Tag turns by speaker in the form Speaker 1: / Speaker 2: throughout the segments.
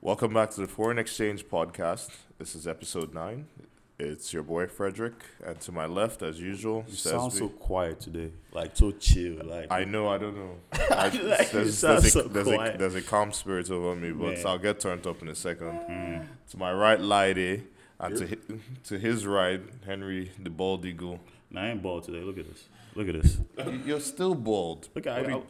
Speaker 1: Welcome back to the Foreign Exchange Podcast. This is episode nine. It's your boy Frederick, and to my left, as usual,
Speaker 2: You sound
Speaker 1: Sesbi.
Speaker 2: so quiet today, like so chill, like
Speaker 1: I know, I don't know. I,
Speaker 2: Like, you
Speaker 1: there's,
Speaker 2: sound
Speaker 1: there's a,
Speaker 2: so
Speaker 1: there's, a,
Speaker 2: quiet.
Speaker 1: there's a calm spirit over me, but
Speaker 2: Yeah. Hmm.
Speaker 1: I'll get turned up in a second. To my right, Lady, and to, hi, to his right, Henry the Bald Eagle.
Speaker 2: Nah, I ain't bald today. Look at this. Look at this.
Speaker 1: You- You're still bald.
Speaker 2: Look at I, I,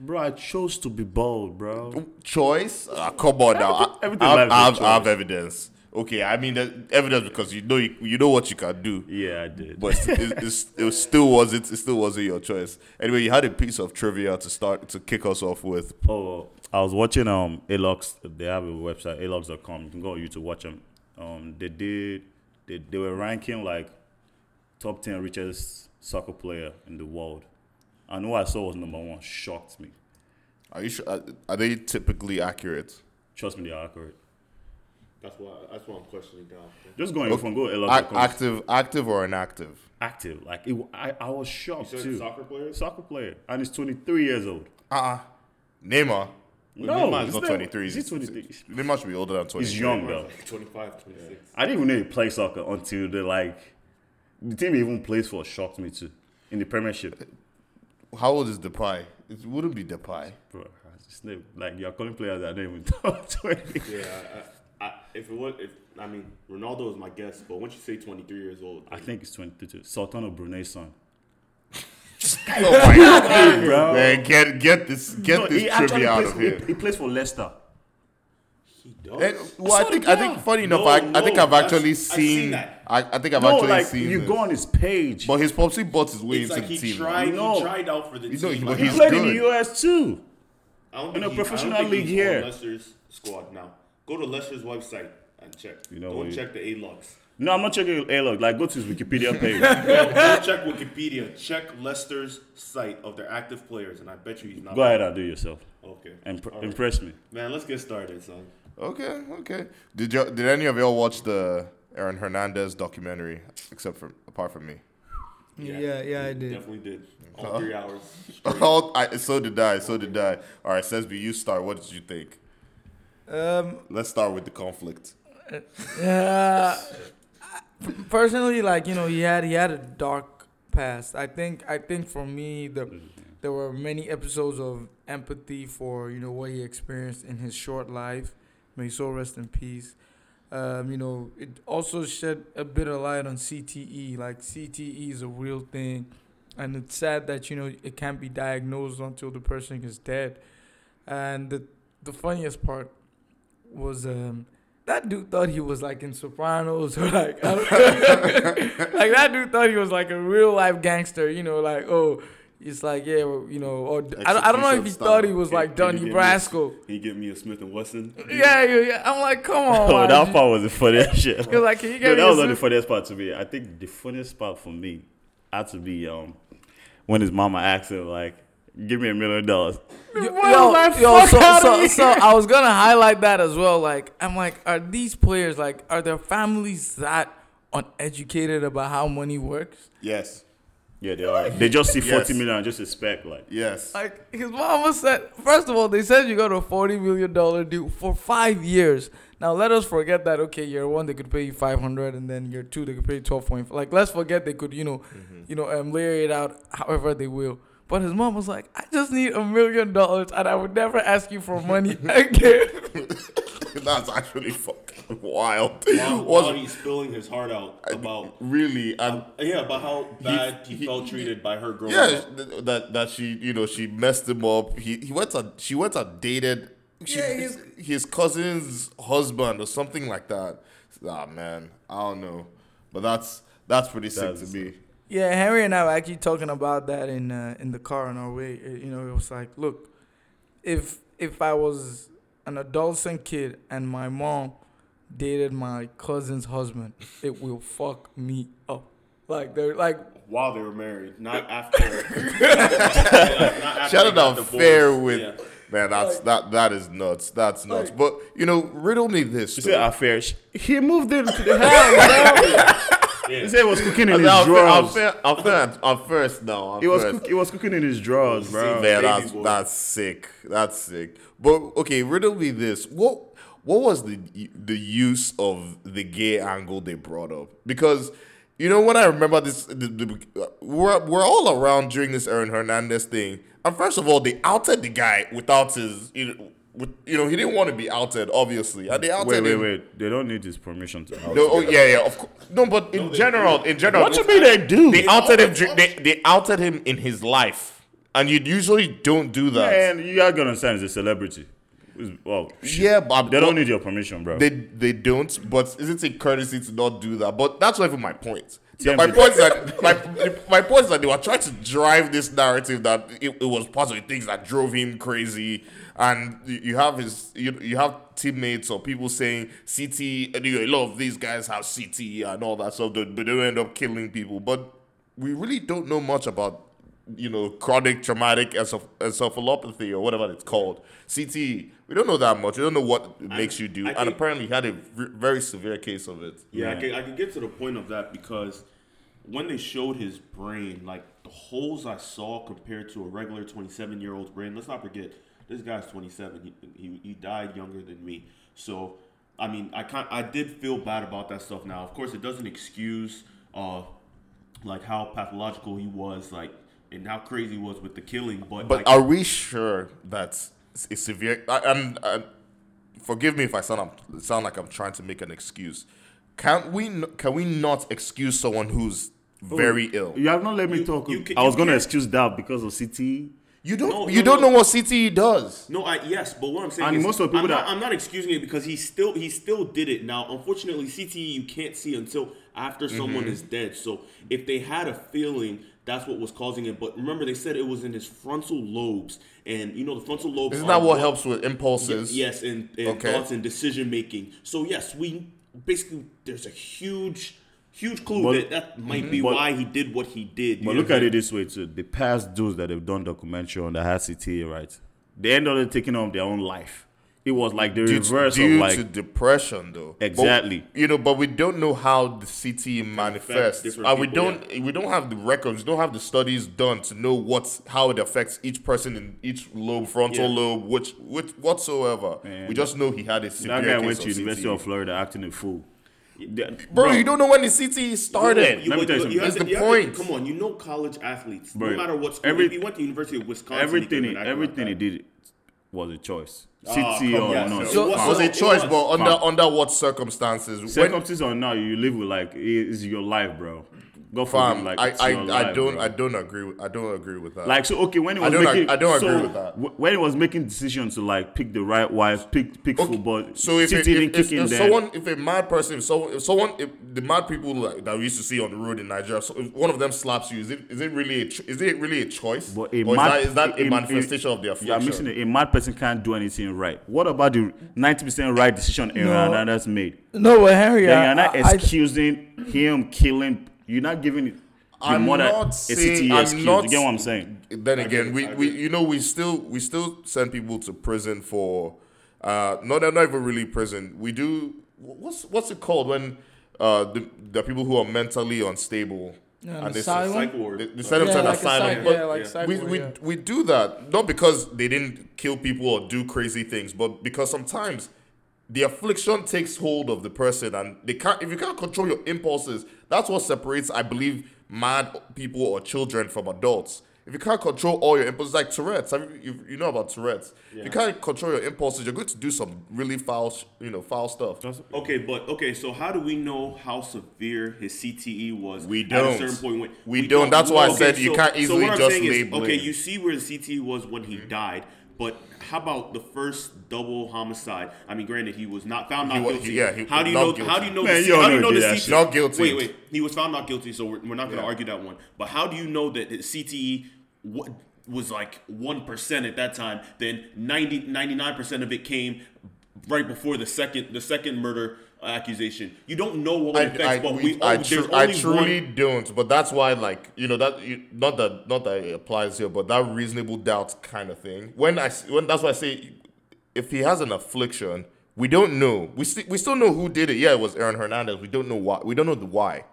Speaker 2: bro. I chose to be bald, bro.
Speaker 1: choice? Ah, come on now. I,
Speaker 2: everything
Speaker 1: I,
Speaker 2: lies with
Speaker 1: I have, I have
Speaker 2: choice.
Speaker 1: evidence. Okay, I mean that evidence because you know you, you know what you can do,
Speaker 2: Yeah, I did.
Speaker 1: but it, it, it still wasn't it still wasn't your choice. Anyway, you had a piece of trivia to start to kick us off with.
Speaker 2: oh, I was watching um Alox. They have a website, alox.com. You can go on YouTube watch them. Um, they did. They they were ranking like top ten richest soccer player in the world, and who I saw was number one. Shocked me.
Speaker 1: Are you sure? Are, are they typically accurate?
Speaker 2: Trust me, they are accurate.
Speaker 3: That's why. That's why I'm questioning now.
Speaker 2: Just go on your phone. Go
Speaker 1: Ac-
Speaker 2: alox.com.
Speaker 1: active, active or inactive?
Speaker 2: active. Like it, I, I was shocked
Speaker 3: You said
Speaker 2: too.
Speaker 3: soccer players?
Speaker 2: soccer player, and he's 23 years old.
Speaker 1: Uh-uh. Neymar.
Speaker 2: No,
Speaker 1: Neymar's
Speaker 2: he's
Speaker 1: not
Speaker 2: not-
Speaker 1: 23.
Speaker 2: Is he 23?
Speaker 1: Neymar should be older than 20.
Speaker 2: He's young though.
Speaker 3: 25, 26.
Speaker 2: I didn't even know he played soccer until the like the team he even plays for shocked me too in the Premiership.
Speaker 1: How old is Depay? It wouldn't be Depay.
Speaker 2: Bro, it's not- like you're calling players that don't even top 20.
Speaker 3: Yeah. I, I, I, if it was, if I mean, Ronaldo is my guess, but once you say 23 years old,
Speaker 2: I think it's 22 too. Sultan of Brunei son.
Speaker 1: Oh my God.
Speaker 2: Bro.
Speaker 1: Man, get get this get
Speaker 2: No,
Speaker 1: this
Speaker 2: he actually
Speaker 1: trivia out
Speaker 2: plays,
Speaker 1: of here.
Speaker 2: He, he plays for Leicester.
Speaker 3: he does.
Speaker 1: Eh, well, I
Speaker 2: saw
Speaker 1: think
Speaker 2: the
Speaker 1: I think
Speaker 2: girl.
Speaker 1: funny enough,
Speaker 3: No,
Speaker 1: I, I think
Speaker 3: no,
Speaker 1: I've actually
Speaker 3: I've- I've seen
Speaker 1: seen.
Speaker 3: that.
Speaker 1: I, I think I've
Speaker 2: No,
Speaker 1: actually
Speaker 2: like
Speaker 1: seen.
Speaker 2: you
Speaker 1: this.
Speaker 2: go on his page.
Speaker 1: but his popsy bought his way
Speaker 3: it's
Speaker 1: into
Speaker 3: like
Speaker 1: the
Speaker 3: he
Speaker 1: team.
Speaker 3: tried.
Speaker 2: No.
Speaker 3: He tried out for the
Speaker 1: You
Speaker 3: team.
Speaker 1: know, he-
Speaker 3: Like,
Speaker 1: but
Speaker 2: he
Speaker 1: he's
Speaker 2: played in
Speaker 1: good.
Speaker 2: the US too.
Speaker 3: I don't
Speaker 2: in
Speaker 3: think
Speaker 2: a
Speaker 3: he-
Speaker 2: professional
Speaker 3: I don't think
Speaker 2: league
Speaker 3: he's on
Speaker 2: here.
Speaker 3: Leicester's squad now. Go to Leicester's website and check.
Speaker 2: You know what
Speaker 3: don't
Speaker 2: you-
Speaker 3: check the A-Locks.
Speaker 2: No, I'm not checking Alog. Like go to his Wikipedia page.
Speaker 3: Don't check Wikipedia. Check Leicester's site of their active players, and I bet you he's not.
Speaker 2: Go ahead and do yourself.
Speaker 3: Okay.
Speaker 2: Imp-
Speaker 3: All right.
Speaker 2: Impress me.
Speaker 3: Man, let's get started, son.
Speaker 1: Okay, okay. Did you did any of y'all watch the Aaron Hernandez documentary? Except for apart from me,
Speaker 4: Yeah, yeah, I did.
Speaker 3: Definitely did. All three hours.
Speaker 1: All- I, so did I. So did I. All right, Sesby, you start. What did you think?
Speaker 4: Um,
Speaker 1: Let's start with the conflict.
Speaker 4: uh, personally, like you know, he had he had a dark past. I think I think for me, the there were many episodes of empathy for you know what he experienced in his short life. May his soul rest in peace. Um, you know, it also shed a bit of light on CTE. Like CTE is a real thing, and it's sad that you know it can't be diagnosed until the person is dead. And the the funniest part was um, that dude thought he was like in Sopranos or like I don't- like that dude thought he was like a real life gangster. You know, like oh, it's like yeah, well, you know, or I, don't- I don't know if he
Speaker 1: Execution
Speaker 4: thought he
Speaker 1: style.
Speaker 4: was
Speaker 3: Can
Speaker 4: like
Speaker 3: you
Speaker 4: Donnie
Speaker 3: get me-
Speaker 4: Brasco.
Speaker 3: Can you give me a Smith and Wesson?
Speaker 4: Yeah, yeah, yeah. I'm like, come on.
Speaker 2: Oh,
Speaker 4: man.
Speaker 2: that part was the funniest shit.
Speaker 4: He was like, can you
Speaker 2: No,
Speaker 4: get
Speaker 2: that
Speaker 4: me
Speaker 2: was
Speaker 4: a
Speaker 2: not the
Speaker 4: Smith-
Speaker 2: funniest part to me. I think the funniest part for me had to be um when his mama asked him like, "Give me a million dollars."
Speaker 4: yo, yo, so, so, so I was gonna highlight that as well. Like, I'm like, are these players like, are their families that uneducated about how money works?
Speaker 1: Yes,
Speaker 2: Yeah, they are. They just see
Speaker 1: Yes.
Speaker 2: forty million and just expect like.
Speaker 1: yes.
Speaker 4: Like, his mama said, first of all, they said you got a forty million dollar deal for five years. Now let us forget that okay, year one they could pay you five hundred, and then year two they could pay you twelve point. Like let's forget they could you know, you know, um, layer it out however they will. But his mom was like, I just need a million dollars, and I would never ask you for money again.
Speaker 1: That's actually fucking wild.
Speaker 3: While, while
Speaker 1: Was
Speaker 3: he's spilling his heart out about
Speaker 1: really and
Speaker 3: yeah about how bad he, felt treated by her growing
Speaker 1: Yeah,
Speaker 3: up.
Speaker 1: th- that that she you know she messed him up. He he went and she went and dated she,
Speaker 4: Yeah,
Speaker 1: his,
Speaker 4: his-
Speaker 1: cousin's husband or something like that. Ah man, I don't know, but that's that's pretty sick to
Speaker 2: That's-
Speaker 1: me.
Speaker 4: Yeah, Henry and I were actually talking about that in uh, in the car on our way. Uh, You know, it was like, look, if if I was an adolescent kid and my mom dated my cousin's husband, it will fuck me up. Like they're like,
Speaker 3: While they were married, not after. not after
Speaker 1: Shout
Speaker 3: they got
Speaker 1: out to fair
Speaker 3: divorced.
Speaker 1: with
Speaker 3: Yeah.
Speaker 1: man. That's
Speaker 4: Like-
Speaker 1: that that is nuts. That's nuts.
Speaker 4: Like-
Speaker 1: but you know, riddle me this.
Speaker 2: You
Speaker 1: though.
Speaker 2: see our fair. sh- He moved into the house. bro. He said he was cooking in
Speaker 1: I'm
Speaker 2: his
Speaker 1: fair- I'm
Speaker 2: drawers.
Speaker 1: fair- I'm fair- I'm first now. I'm
Speaker 2: He was
Speaker 1: first.
Speaker 2: cook- he was cooking in his drawers,
Speaker 3: It was
Speaker 2: bro.
Speaker 3: the
Speaker 1: Man,
Speaker 3: baby
Speaker 1: that's
Speaker 3: boy.
Speaker 1: that's sick. That's sick. But okay, riddle me this: what what was the the use of the gay angle they brought up? Because you know when I remember this, the, the, we're we're all around during this Aaron Hernandez thing, and first of all, they outed the guy without his. You know, with, you know he didn't want to be outed, obviously, and they outed
Speaker 2: Wait, wait,
Speaker 1: him.
Speaker 2: wait. They don't need his permission to out.
Speaker 1: No, oh yeah, yeah, of course. No, but in general, in general,
Speaker 2: What do you mean they do?
Speaker 1: They outed him. dr- They, they outed him in his life, and you usually don't do that.
Speaker 2: And you are gonna understand he's a celebrity. It's- Well,
Speaker 1: Yeah, but
Speaker 2: they don't need your permission, bro.
Speaker 1: They they don't. But isn't it courtesy to not do that? But that's not even my point.
Speaker 2: TMZ.
Speaker 1: My point is that my, my point is that they were trying to drive this narrative that it, it was part of the things that drove him crazy, and you you have his you, you have teammates or people saying CT. You know, a lot of these guys have CT and all that stuff, but they don't end up killing people. But we really don't know much about you know chronic traumatic enceph- encephalopathy or whatever it's called CT. We don't know that much. We don't know what it makes you do,
Speaker 3: I
Speaker 1: and
Speaker 3: think-
Speaker 1: apparently he had a v- very severe case of it.
Speaker 3: Yeah, I,
Speaker 2: Yeah.
Speaker 3: can, I can get to the point of that because when they showed his brain, like the holes I saw compared to a regular 27 year old's brain, let's not forget, this guy's 27. He, he, he died younger than me. So, I mean, I, can I did feel bad about that stuff now. Of course, it doesn't excuse uh, like how pathological he was, like, and how crazy he was with the killing, but,
Speaker 1: But
Speaker 3: like,
Speaker 1: are we sure that a severe? I, I'm, i forgive me if I sound I'm, sound like I'm trying to make an excuse. Can we n- can we not excuse someone who's very ill?
Speaker 2: You have not let me talk.
Speaker 3: you can-
Speaker 2: I was
Speaker 3: you
Speaker 2: gonna
Speaker 3: can't-
Speaker 2: excuse that because of E, CT.
Speaker 1: You don't
Speaker 3: No,
Speaker 1: you
Speaker 3: no,
Speaker 1: don't
Speaker 3: no.
Speaker 1: know what CTE does.
Speaker 3: No, I yes, but what I'm saying
Speaker 2: And
Speaker 3: is
Speaker 2: most of the people
Speaker 3: I'm, not,
Speaker 2: that-
Speaker 3: I'm not excusing it because he still he still did it. Now, unfortunately, CTE you can't see until after
Speaker 2: Mm-hmm.
Speaker 3: someone is dead. So if they had a feeling, that's what was causing it. But remember, they said it was in his frontal lobes, and you know the frontal lobes.
Speaker 1: Isn't
Speaker 3: are
Speaker 1: that what
Speaker 3: what-
Speaker 1: helps with impulses?
Speaker 3: Yes, and, and
Speaker 1: Okay.
Speaker 3: thoughts and decision making. So yes, we basically there's a huge, huge clue
Speaker 2: But- Mm-hmm.
Speaker 3: that that might be
Speaker 2: But-
Speaker 3: why he did what he did.
Speaker 2: But look at it this way too: the past dudes that have done documentary on the had CT, E, right? They ended up taking on their own life. It was like the
Speaker 1: due,
Speaker 2: reverse
Speaker 1: due
Speaker 2: of like
Speaker 1: to depression though But,
Speaker 2: Exactly.
Speaker 1: you know but we don't know how the cte manifests and
Speaker 3: different
Speaker 1: we
Speaker 3: people,
Speaker 1: don't we don't have the records don't have the studies done to know what's how it affects each person in each lobe frontal
Speaker 3: Yeah.
Speaker 1: lobe which which whatsoever we just know he had a severe
Speaker 2: that
Speaker 1: case
Speaker 2: guy went to
Speaker 1: of
Speaker 2: University
Speaker 1: CTE.
Speaker 2: of Florida acting a fool. Bro,
Speaker 1: bro, you don't know when the cte started
Speaker 2: Let me tell you something.
Speaker 1: That's
Speaker 3: have to-
Speaker 1: the
Speaker 3: have to-
Speaker 1: point.
Speaker 3: come on, you know college athletes.
Speaker 2: Bro,
Speaker 3: no matter what school,
Speaker 2: every-
Speaker 3: if you went to the University of Wisconsin,
Speaker 2: everything, he,
Speaker 3: you
Speaker 2: everything he did was a choice. CT
Speaker 3: Ah, come
Speaker 2: or
Speaker 3: on,
Speaker 2: not,
Speaker 3: sir.
Speaker 1: So
Speaker 3: It
Speaker 1: it
Speaker 3: was-
Speaker 1: was a
Speaker 3: it
Speaker 1: choice
Speaker 3: was.
Speaker 1: but under
Speaker 2: Fam.
Speaker 1: under what circumstances When-
Speaker 2: Circumstances or not, you live with like it is your life, bro. Go for
Speaker 1: fam,
Speaker 2: like
Speaker 1: I,
Speaker 2: it's
Speaker 1: I,
Speaker 2: your
Speaker 1: I
Speaker 2: life,
Speaker 1: don't
Speaker 2: bro.
Speaker 1: I don't agree with, I don't agree with that
Speaker 2: Like so, okay. When he
Speaker 1: I
Speaker 2: was
Speaker 1: don't ag-
Speaker 2: making,
Speaker 1: I don't
Speaker 2: so,
Speaker 1: agree with that.
Speaker 2: wh- when he was making decisions to like pick the right wife, pick pick
Speaker 1: Okay,
Speaker 2: football.
Speaker 1: So if,
Speaker 2: CT
Speaker 1: it,
Speaker 2: didn't
Speaker 1: if, if,
Speaker 2: kick in
Speaker 1: if
Speaker 2: there,
Speaker 1: someone, if a mad person, if someone, if someone, if the mad people like, that we used to see on the road in Nigeria, so if one of them slaps you, is it is it really a cho- is it really a choice?
Speaker 2: but a
Speaker 1: or
Speaker 2: mad,
Speaker 1: is that, is that a,
Speaker 2: a-
Speaker 1: manifestation of the
Speaker 2: Yeah, I'm
Speaker 1: affliction?
Speaker 2: missing it. A mad person can't do anything right. What about the 90 percent right decision Aaron
Speaker 4: No.
Speaker 2: Hernandez made?
Speaker 4: No, but Henry,
Speaker 2: Then
Speaker 4: I-
Speaker 2: you're not
Speaker 4: I- I-
Speaker 2: excusing him killing. You're not giving the
Speaker 1: I'm
Speaker 2: mother
Speaker 1: not
Speaker 2: a
Speaker 1: saying-
Speaker 2: CTE
Speaker 1: I'm
Speaker 2: excuse.
Speaker 1: not
Speaker 2: you get what I'm saying?
Speaker 1: Then again, we,
Speaker 3: I
Speaker 1: we
Speaker 3: agree.
Speaker 1: you know we still we still send people to prison for, uh, no, they're not even really prison. We do wh- what's what's it called when, uh, the, the people who are mentally unstable.
Speaker 4: Yeah,
Speaker 1: and
Speaker 4: an
Speaker 1: they-
Speaker 4: asylum?
Speaker 3: Psych ward.
Speaker 1: They, they send them
Speaker 4: Yeah,
Speaker 1: to an
Speaker 4: like
Speaker 1: asylum,
Speaker 4: asylum,
Speaker 1: but
Speaker 4: yeah, like asylum,
Speaker 1: we, we,
Speaker 4: yeah.
Speaker 1: we do that not because they didn't kill people or do crazy things, but because sometimes the affliction takes hold of the person, and they can't. If you can't control your impulses, that's what separates, I believe, mad people or children from adults. If you can't control all your impulses, like Tourette's, I mean, you, you know about Tourette's. If you can't control your impulses, you're going to do some really foul, sh- you know, foul stuff.
Speaker 3: Okay, but okay, so how do we know how severe his CTE was?
Speaker 1: We
Speaker 3: At
Speaker 1: don't.
Speaker 3: a certain point, when,
Speaker 1: We don't. That's why I
Speaker 3: Okay,
Speaker 1: said you can't easily
Speaker 3: what I'm
Speaker 1: just
Speaker 3: saying is,
Speaker 1: label Mm-hmm.
Speaker 3: Okay,
Speaker 1: it.
Speaker 3: you see where the CTE E was when he died, but how about the first double homicide? I mean, granted, he was not found not
Speaker 1: wa-
Speaker 3: guilty.
Speaker 1: yeah, he-
Speaker 3: how do you
Speaker 1: not
Speaker 3: know?
Speaker 1: guilty.
Speaker 3: How do you know?
Speaker 2: Man,
Speaker 3: the, E?
Speaker 2: you all
Speaker 3: how do you
Speaker 2: know
Speaker 3: know the
Speaker 2: that
Speaker 3: CTE?
Speaker 2: shit.
Speaker 1: Not guilty.
Speaker 3: Wait, wait. He was found not guilty, so we're, we're not going to
Speaker 1: Yeah.
Speaker 3: argue that one. But how do you know that the CTE? What, was like 1% at that time then 90 99% of it came right before the second the second murder accusation you don't know what
Speaker 1: I,
Speaker 3: would affect
Speaker 1: I,
Speaker 3: but we,
Speaker 1: we-
Speaker 3: all,
Speaker 1: I,
Speaker 3: there's
Speaker 1: tru-
Speaker 3: only
Speaker 1: I truly
Speaker 3: one
Speaker 1: don't, but that's why, like, you know, that you, not that not that it applies here, but that reasonable doubt kind of thing. When I s- when that's why I say, if he has an affliction, we don't know. We st- we still know who did it. Yeah, it was Aaron Hernandez. We don't know why. We don't know the why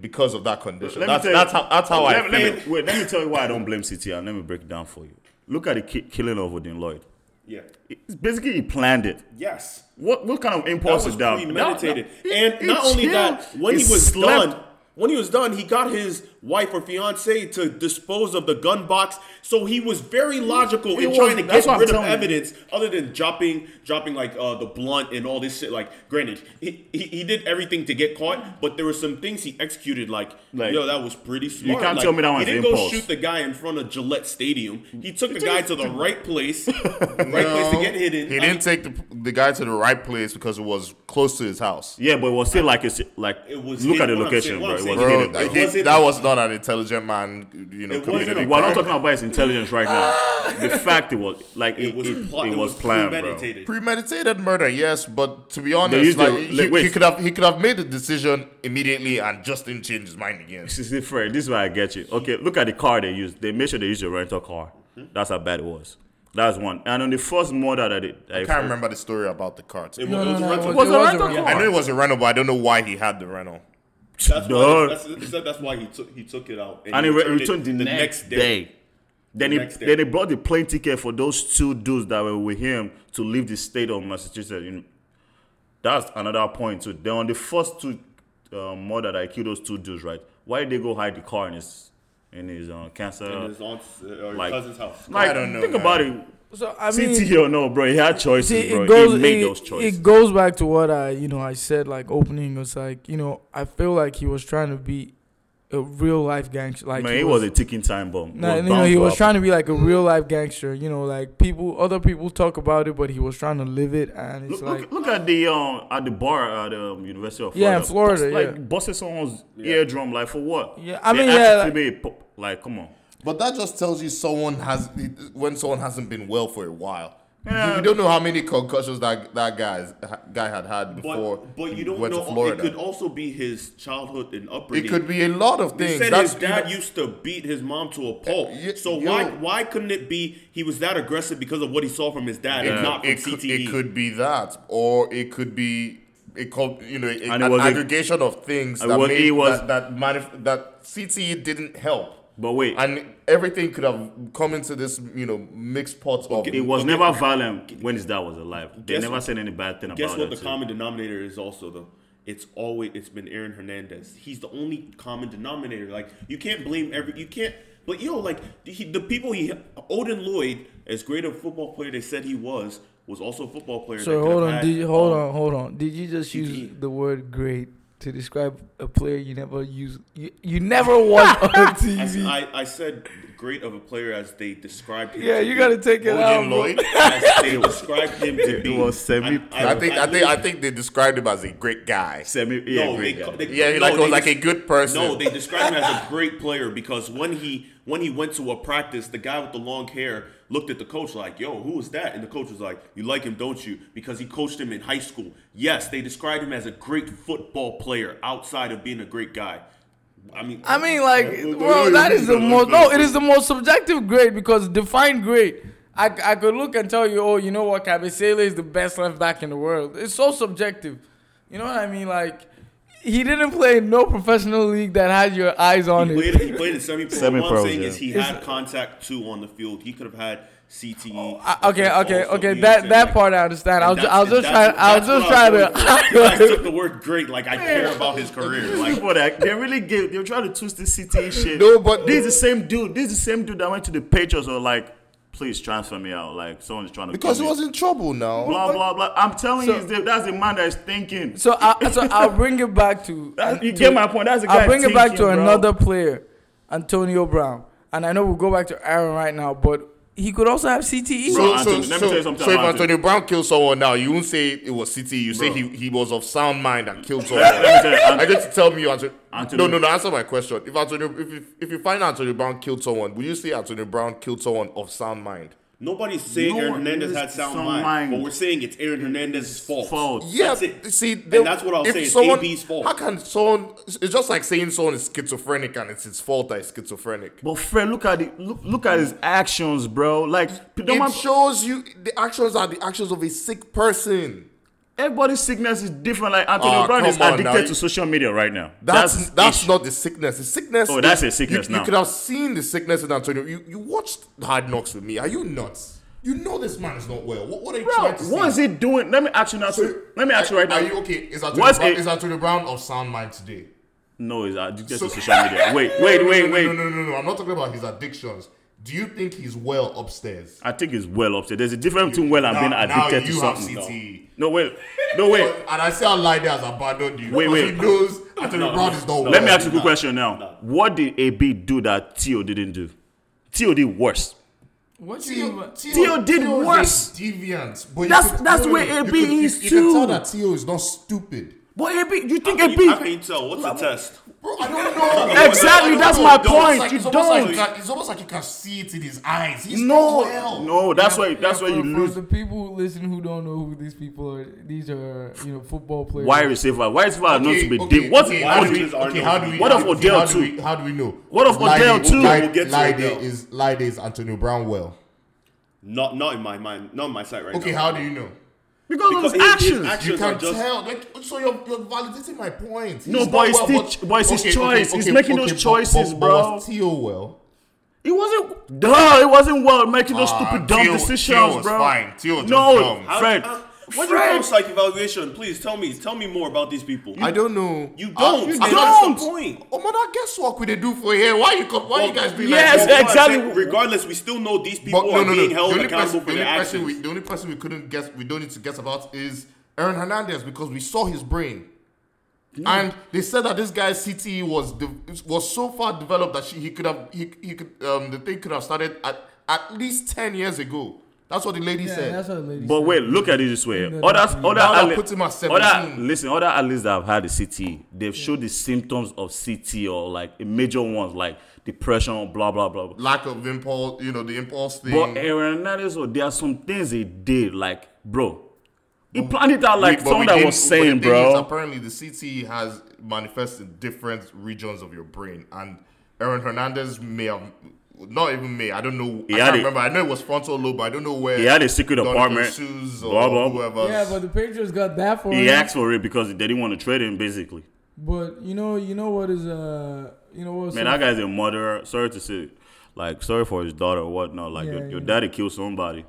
Speaker 1: because of that condition.
Speaker 2: Let me
Speaker 1: that's
Speaker 2: tell you-
Speaker 1: that's how that's how I
Speaker 2: let,
Speaker 1: feel.
Speaker 2: let me, wait, let me tell you why I don't blame CT and let me break it down for you. Look at the ki- killing of Odin Lloyd.
Speaker 3: Yeah.
Speaker 2: It's basically, he planned it.
Speaker 3: Yes.
Speaker 2: What what kind of
Speaker 3: That
Speaker 2: impulse
Speaker 3: was
Speaker 2: is that?
Speaker 3: premeditated.
Speaker 2: That- that-
Speaker 3: and
Speaker 2: he-
Speaker 3: not
Speaker 2: he
Speaker 3: only that,
Speaker 2: chilled.
Speaker 3: when he,
Speaker 2: He
Speaker 3: was
Speaker 2: slept.
Speaker 3: done, when he was done, he got his wife or fiance to dispose of the gun box. So he was very logical
Speaker 2: he
Speaker 3: in
Speaker 2: was-
Speaker 3: trying to
Speaker 2: that's
Speaker 3: get
Speaker 2: what I'm
Speaker 3: rid of
Speaker 2: telling you.
Speaker 3: evidence, other than dropping, dropping like uh, the blunt and all this shit. Like, granted, he, he he did everything to get caught, but there were some things he executed. Like,
Speaker 2: Like,
Speaker 3: yo, that was pretty smart.
Speaker 2: can't
Speaker 3: Like,
Speaker 2: tell me that
Speaker 3: He
Speaker 2: one's
Speaker 3: didn't go
Speaker 2: impulse.
Speaker 3: shoot the guy in front of Gillette Stadium. He took the guy to the right place, right place to
Speaker 1: No,
Speaker 3: get hidden.
Speaker 1: He
Speaker 3: I mean,
Speaker 1: didn't take the, the guy to the right place because it was close to his house.
Speaker 2: Yeah, but it was still like it's like
Speaker 3: It was
Speaker 2: look at
Speaker 3: hidden.
Speaker 2: the
Speaker 3: What I'm
Speaker 2: location,
Speaker 3: saying- what
Speaker 2: bro.
Speaker 3: I'm
Speaker 2: It was
Speaker 3: saying- Bro,
Speaker 2: hidden.
Speaker 1: that,
Speaker 3: It
Speaker 1: he-
Speaker 3: wasn't-
Speaker 1: that was not an intelligent man, you know,
Speaker 3: It wasn't
Speaker 1: committed a
Speaker 3: a-
Speaker 2: We're not
Speaker 1: crime.
Speaker 2: talking about his intelligence right now. the fact it was like it,
Speaker 3: it was
Speaker 2: it-
Speaker 3: plot-
Speaker 2: it was planned, bro.
Speaker 3: premeditated.
Speaker 1: premeditated murder, yes, but to be
Speaker 2: They
Speaker 1: honest,
Speaker 2: used
Speaker 1: like,
Speaker 2: the-
Speaker 1: he,
Speaker 2: like, wait.
Speaker 1: he could have he could have made the decision immediately and just didn't change his mind again.
Speaker 2: See, see, Fred, this is where I get you. Okay, look at the car they used. They made sure they used a rental car.
Speaker 3: Mm-hmm.
Speaker 2: That's how bad it was. That's one. And on the first murder that it,
Speaker 1: I can't remember the story about the car. to be
Speaker 3: It was-
Speaker 1: honest.
Speaker 3: it was rental.
Speaker 4: it
Speaker 2: Was
Speaker 4: it
Speaker 2: it
Speaker 4: was
Speaker 2: rental
Speaker 4: a-
Speaker 2: car?
Speaker 1: I know it was a rental, but I don't know why he had the rental.
Speaker 3: That's
Speaker 2: Duh.
Speaker 3: why, that's, he said that's why he took he took it out
Speaker 2: and it re- returned the, next, day. Then
Speaker 3: The
Speaker 2: he
Speaker 3: next day.
Speaker 2: then he bought the plane ticket for those two dudes that were with him to leave the state of Massachusetts. You know, that's another point too. Then on the first two uh, murder that killed those two dudes, right? Why did they go hide the car in his in his uh, cancer?
Speaker 3: in his aunt's uh, or
Speaker 2: like-
Speaker 3: cousin's house.
Speaker 2: like,
Speaker 1: I don't know,
Speaker 2: Think
Speaker 1: man.
Speaker 2: about it.
Speaker 4: So I mean,
Speaker 2: CT or no, bro. He had choices,
Speaker 4: See,
Speaker 2: bro.
Speaker 4: it goes.
Speaker 2: he
Speaker 4: It,
Speaker 2: made those
Speaker 4: it
Speaker 2: choices.
Speaker 4: goes back to what I, you know, I said like opening. It's like you know, I feel like he was trying to be a real life gangster. Like
Speaker 2: Man, he was a ticking time bomb. It
Speaker 4: Nah,
Speaker 2: was
Speaker 4: you know,
Speaker 2: bound
Speaker 4: he
Speaker 2: to
Speaker 4: was
Speaker 2: happen.
Speaker 4: trying to be like a real life gangster. You know, like people, other people talk about it, but he was trying to live it, and it's
Speaker 2: Look, look-
Speaker 4: like
Speaker 2: look at the um at the bar at um, University of Florida.
Speaker 4: Yeah, Florida,
Speaker 2: Bust- like
Speaker 4: yeah.
Speaker 2: busting someone's eardrum, like for what?
Speaker 4: Yeah, I
Speaker 2: They
Speaker 4: mean, yeah,
Speaker 2: actually
Speaker 4: like-
Speaker 2: made pop- like come on.
Speaker 1: But that just tells you someone has when someone hasn't been well for a while. We don't know how many concussions that that guy's, guy had had before.
Speaker 3: But but you
Speaker 1: he
Speaker 3: don't
Speaker 1: went to
Speaker 3: know. It
Speaker 1: Florida.
Speaker 3: could also be his childhood and upbringing.
Speaker 1: It could be a lot of
Speaker 3: They
Speaker 1: things.
Speaker 3: said
Speaker 1: That's Uh,
Speaker 3: his dad used to beat his mom to a pulp.
Speaker 1: y-
Speaker 3: so
Speaker 1: yo.
Speaker 3: why why couldn't it be he was that aggressive because of what he saw from his dad
Speaker 1: it,
Speaker 3: and not from
Speaker 1: Uh,
Speaker 3: E?
Speaker 1: it, could,
Speaker 3: CTE?
Speaker 2: E.
Speaker 1: it could be that, or it could be it called you know a-
Speaker 2: And it
Speaker 1: an
Speaker 2: was a-
Speaker 1: aggregation of things
Speaker 2: it
Speaker 1: that
Speaker 2: was-
Speaker 1: made
Speaker 2: it was-
Speaker 1: that that, manif- that CTE didn't help.
Speaker 2: But wait,
Speaker 1: and everything could have come into this you know mixed pot of
Speaker 2: it was never violent when his dad was alive. They
Speaker 3: Guess
Speaker 2: never
Speaker 3: what-
Speaker 2: said any bad thing
Speaker 3: Guess
Speaker 2: about
Speaker 3: what
Speaker 2: it.
Speaker 3: the common denominator is also though? It's always it's been Aaron Hernandez. He's the only common denominator. Like you can't blame every you can't. But yo, like he, the people he Odin Lloyd, as great a football player they said he was, was also a football player.
Speaker 4: So
Speaker 3: that could
Speaker 4: hold
Speaker 3: have
Speaker 4: on,
Speaker 3: had,
Speaker 4: did you, hold
Speaker 3: um,
Speaker 4: on, hold on. Did you just use
Speaker 3: CD.
Speaker 4: the word "great" to describe a player you never use? You, you never watch on
Speaker 3: I, s-
Speaker 4: TV.
Speaker 3: I- I said great of a player as they described him.
Speaker 4: Yeah,
Speaker 3: to
Speaker 4: you
Speaker 3: be.
Speaker 4: gotta take it out,
Speaker 1: Odin
Speaker 4: bro.
Speaker 1: Lloyd.
Speaker 3: As they described him to
Speaker 2: It
Speaker 3: be.
Speaker 2: was semi-
Speaker 1: I think I think I think they described him as a great guy.
Speaker 2: Semi, yeah,
Speaker 3: No, they,
Speaker 2: great guy.
Speaker 3: they,
Speaker 1: Yeah, he
Speaker 3: no,
Speaker 1: like
Speaker 3: they
Speaker 1: was like
Speaker 3: just-
Speaker 1: a good person.
Speaker 3: No, they described him as a great player because when he when he went to a practice, the guy with the long hair looked at the coach like, "Yo, who is that?" And the coach was like, "You like him, don't you?" Because he coached him in high school. Yes, they described him as a great football player outside of being a great guy. I mean,
Speaker 4: I mean, like, bro, that is the most. No, it is the most subjective grade because define grade. I, I could look and tell you, oh, you know what, Cabecele is the best left back in the world. It's so subjective. You know what I mean? Like, he didn't play in no professional league that had your eyes on
Speaker 3: He
Speaker 4: him.
Speaker 3: played, he played in semi-pro. What I'm
Speaker 2: Semi-pros,
Speaker 3: saying
Speaker 2: yeah.
Speaker 3: is he had contact too on the field. He could have had CTE.
Speaker 4: Oh, I- okay,
Speaker 3: Also,
Speaker 4: okay,
Speaker 3: you know what
Speaker 4: okay.
Speaker 3: I'm
Speaker 4: That
Speaker 3: saying?
Speaker 4: that
Speaker 3: Like,
Speaker 4: part I understand. I was
Speaker 3: and
Speaker 4: ju- I was
Speaker 3: that's-
Speaker 4: just
Speaker 3: and
Speaker 4: trying. I was just
Speaker 3: that's- that's what I was going for. You guys took
Speaker 4: trying to.
Speaker 3: the word great. Like I care about his career. Like
Speaker 2: People that they really gave, they were trying to twist this CTE shit.
Speaker 1: No, but-
Speaker 2: this is the same dude. This is the same dude that went to the Patriots or like, please transfer me out. Like someone's trying to
Speaker 1: because he
Speaker 2: kill me.
Speaker 1: was in trouble now.
Speaker 2: blah blah blah. I'm telling
Speaker 4: So-
Speaker 2: you, it's the- that's the man that is thinking.
Speaker 4: So I so I'll bring it back to.
Speaker 2: That- you
Speaker 4: to-
Speaker 2: get my point. That's the guy
Speaker 4: I'll bring it back to
Speaker 2: thinking, bro.
Speaker 4: another player, Antonio Brown, and I know we'll go back to Aaron right now, but he could also have E. CTE.
Speaker 2: Bro,
Speaker 1: So,
Speaker 2: Anthony,
Speaker 1: so,
Speaker 2: let me
Speaker 1: so-
Speaker 2: tell you something
Speaker 1: so if
Speaker 2: about
Speaker 1: Antonio Brown killed someone now, you won't say it was City. You say he, he was of sound mind and killed someone.
Speaker 2: Let me tell you, Ant-
Speaker 1: I get to tell me, Antonio.
Speaker 2: Antonio-
Speaker 1: No, no, no. Answer my question. If Antonio, if, if, if you find Antonio Brown killed someone, would you say Antonio Brown killed someone of sound mind?
Speaker 3: nobody's saying
Speaker 2: No
Speaker 3: Aaron
Speaker 2: one
Speaker 3: Hernandez
Speaker 2: is
Speaker 3: had sound
Speaker 2: sound
Speaker 3: mind,
Speaker 2: mind.
Speaker 3: but we're saying it's Aaron Hernandez's fault.
Speaker 2: Fault.
Speaker 1: Yeah,
Speaker 3: That's it.
Speaker 1: see,
Speaker 3: and that's what I'll
Speaker 1: if
Speaker 3: say. It's
Speaker 1: someone-
Speaker 3: AB's
Speaker 1: How
Speaker 3: fault.
Speaker 1: can someone? It's just like saying someone is schizophrenic and it's his fault that he's schizophrenic.
Speaker 2: But Fred, look at the look, look at his actions, bro. Like don't
Speaker 1: It
Speaker 2: mind-
Speaker 1: shows you the actions are the actions of a sick person.
Speaker 2: everybody's sickness is different. Like Antonio
Speaker 1: Ah,
Speaker 2: Brown is
Speaker 1: come on
Speaker 2: addicted
Speaker 1: now.
Speaker 2: to social media right now.
Speaker 1: That's that's,
Speaker 2: his issue.
Speaker 1: not the sickness. The sickness.
Speaker 2: Oh, that's
Speaker 1: is-
Speaker 2: a sickness
Speaker 1: you,
Speaker 2: now.
Speaker 1: You could have seen the sickness in Antonio. You you watched Hard Knocks with me. Are you nuts? You know this man is not well. What, what are you
Speaker 2: Bro,
Speaker 1: trying to
Speaker 2: what is
Speaker 1: say?
Speaker 2: he doing? Let me ask you now.
Speaker 1: So-
Speaker 2: let me ask you right now.
Speaker 1: Are you okay? Is Antonio,
Speaker 2: What's
Speaker 1: Brown,
Speaker 2: it-
Speaker 1: is Antonio Brown of sound mind today?
Speaker 2: no, it's addicted
Speaker 1: So-
Speaker 2: to social media. Wait, wait, wait,
Speaker 1: no,
Speaker 2: wait.
Speaker 1: No, no, no, no, no. I'm not talking about his addictions. Do you think he's well upstairs?
Speaker 2: I think it's well upset. There's a difference between well and
Speaker 1: Now-
Speaker 2: being
Speaker 1: now
Speaker 2: addicted to
Speaker 1: you have
Speaker 2: something.
Speaker 1: CTE.
Speaker 2: No, No, wait. No, wait.
Speaker 1: And I say Alaide has abandoned you.
Speaker 2: Wait,
Speaker 1: because
Speaker 2: wait.
Speaker 1: He knows Antonio
Speaker 3: No,
Speaker 1: Brown is not well.
Speaker 2: Let me ask you a good
Speaker 3: No,
Speaker 2: question now.
Speaker 3: no.
Speaker 2: What did AB do that Tio didn't do? Tio did worse.
Speaker 4: What you mean
Speaker 1: Tio,
Speaker 4: by-
Speaker 1: Tio,
Speaker 2: Tio did
Speaker 1: is a
Speaker 2: worse.
Speaker 1: Deviant, but you
Speaker 2: That's-
Speaker 1: could
Speaker 2: that's
Speaker 1: tell-
Speaker 2: where
Speaker 1: you
Speaker 2: AB
Speaker 1: could- you-
Speaker 2: is
Speaker 1: You can tell
Speaker 2: too.
Speaker 1: that Tio is not stupid.
Speaker 2: But AB, you think
Speaker 3: How can you- how can you tell? What's the test?
Speaker 1: Bro, I don't know.
Speaker 2: Exactly,
Speaker 1: I don't
Speaker 2: that's
Speaker 1: know.
Speaker 2: my
Speaker 1: It's almost
Speaker 2: point.
Speaker 1: Like,
Speaker 2: You
Speaker 1: it's almost like
Speaker 2: don't.
Speaker 1: can- it's almost like you can see it in his eyes. He's not
Speaker 2: No,
Speaker 1: well.
Speaker 2: no. That's why.
Speaker 4: Yeah,
Speaker 2: That's why
Speaker 4: for-
Speaker 2: you
Speaker 4: for
Speaker 2: lose.
Speaker 4: The people who listen who don't know who these people are, these are you know football players.
Speaker 2: Wide receiver. Wide receiver are known to be deep. What?
Speaker 1: okay,
Speaker 2: what
Speaker 1: how
Speaker 2: do
Speaker 1: do we,
Speaker 2: you-
Speaker 3: is
Speaker 1: okay,
Speaker 3: Arnold?
Speaker 1: how do we,
Speaker 2: What of
Speaker 1: okay,
Speaker 2: Odell
Speaker 1: how do we-
Speaker 2: too?
Speaker 1: How do we know?
Speaker 2: What of Odell
Speaker 1: Lide-
Speaker 2: too?
Speaker 1: Lide-
Speaker 3: We'll get to
Speaker 1: Lide
Speaker 3: Odell.
Speaker 1: is Lide is Antonio Brown well.
Speaker 3: Not not in my mind, not in my sight right
Speaker 1: Okay,
Speaker 3: now.
Speaker 1: how do you know?
Speaker 2: because of
Speaker 3: Because
Speaker 2: his
Speaker 3: his- his
Speaker 2: actions.
Speaker 3: actions-
Speaker 1: You
Speaker 3: Just-
Speaker 1: can
Speaker 3: just-
Speaker 1: tell. Like, so you're, you're validating my point.
Speaker 2: No,
Speaker 1: He's
Speaker 2: but
Speaker 1: not
Speaker 2: it's
Speaker 1: well,
Speaker 2: the- but it's his choice. He's making those
Speaker 1: but-
Speaker 2: choices,
Speaker 1: but,
Speaker 2: bro.
Speaker 1: was Tio well.
Speaker 2: It wasn't. Duh, it wasn't well making those
Speaker 1: Ah,
Speaker 2: stupid dumb
Speaker 1: Tio-
Speaker 2: decisions,
Speaker 1: Tio was
Speaker 2: bro.
Speaker 1: fine. Tio was
Speaker 2: no,
Speaker 1: just dumb.
Speaker 3: How-
Speaker 2: Fred.
Speaker 3: uh, What do you
Speaker 2: Fred.
Speaker 3: call psych evaluation? Please tell me. Tell me more about these people.
Speaker 1: I don't know.
Speaker 3: You don't.
Speaker 1: I-
Speaker 3: You
Speaker 1: I-
Speaker 2: don't.
Speaker 3: That's the point.
Speaker 1: Oh, man, I guess what could they do for here? Why you? co- Why you guys being
Speaker 2: yes,
Speaker 1: like?
Speaker 3: But what I'm
Speaker 2: exactly.
Speaker 3: saying, Regardless, we still know these people
Speaker 1: But no, no,
Speaker 3: are
Speaker 1: no.
Speaker 3: being
Speaker 1: The
Speaker 3: held
Speaker 1: only
Speaker 3: accountable
Speaker 1: person,
Speaker 3: for
Speaker 1: the
Speaker 3: their
Speaker 1: only person
Speaker 3: actions.
Speaker 1: we, the only person we couldn't guess, we don't need to guess about is Aaron Hernandez because we saw his brain, and they said that this guy's CTE was de- was so far developed that she, he could have he, he could um the thing could have started at at least ten years ago. That's what the lady
Speaker 4: yeah,
Speaker 1: said.
Speaker 4: that's what the lady
Speaker 2: But
Speaker 4: said.
Speaker 2: wait, look at it this way. Others,
Speaker 4: No, no,
Speaker 2: other,
Speaker 4: no.
Speaker 2: other,
Speaker 1: Now I
Speaker 2: athle-
Speaker 1: put him at
Speaker 2: other,
Speaker 1: 17.
Speaker 2: listen, other athletes that have had the CT, they've showed the symptoms of CT or like major ones like depression, blah blah blah. blah.
Speaker 1: Lack of impulse, you know, the impulse thing.
Speaker 2: But Aaron Hernandez, oh, there are some things he did, like bro, he planned it out
Speaker 1: We-
Speaker 2: like
Speaker 1: but
Speaker 2: someone
Speaker 1: we
Speaker 2: that
Speaker 1: didn't-
Speaker 2: was
Speaker 1: but the
Speaker 2: saying,
Speaker 1: thing is,
Speaker 2: bro.
Speaker 1: apparently, the CTE has manifested in different regions of your brain, and Aaron Hernandez may have not even may. I don't know. I
Speaker 2: had
Speaker 1: can't
Speaker 2: it.
Speaker 1: remember. I know it was frontal lobe. but I don't know where.
Speaker 2: He had a secret
Speaker 1: Donovan
Speaker 2: apartment,
Speaker 1: Seuss
Speaker 2: blah,
Speaker 1: or
Speaker 2: blah.
Speaker 1: whoever.
Speaker 4: yeah, but the Patriots got that for
Speaker 2: He
Speaker 4: him.
Speaker 2: asked for it because they didn't want to trade him, basically.
Speaker 4: But you know, you know what is uh, you know what?
Speaker 2: Man, that guy's a murderer. Sorry to say, like, sorry for his daughter or whatnot. Like,
Speaker 4: Yeah,
Speaker 2: your,
Speaker 4: you
Speaker 2: your
Speaker 4: know.
Speaker 2: daddy killed somebody.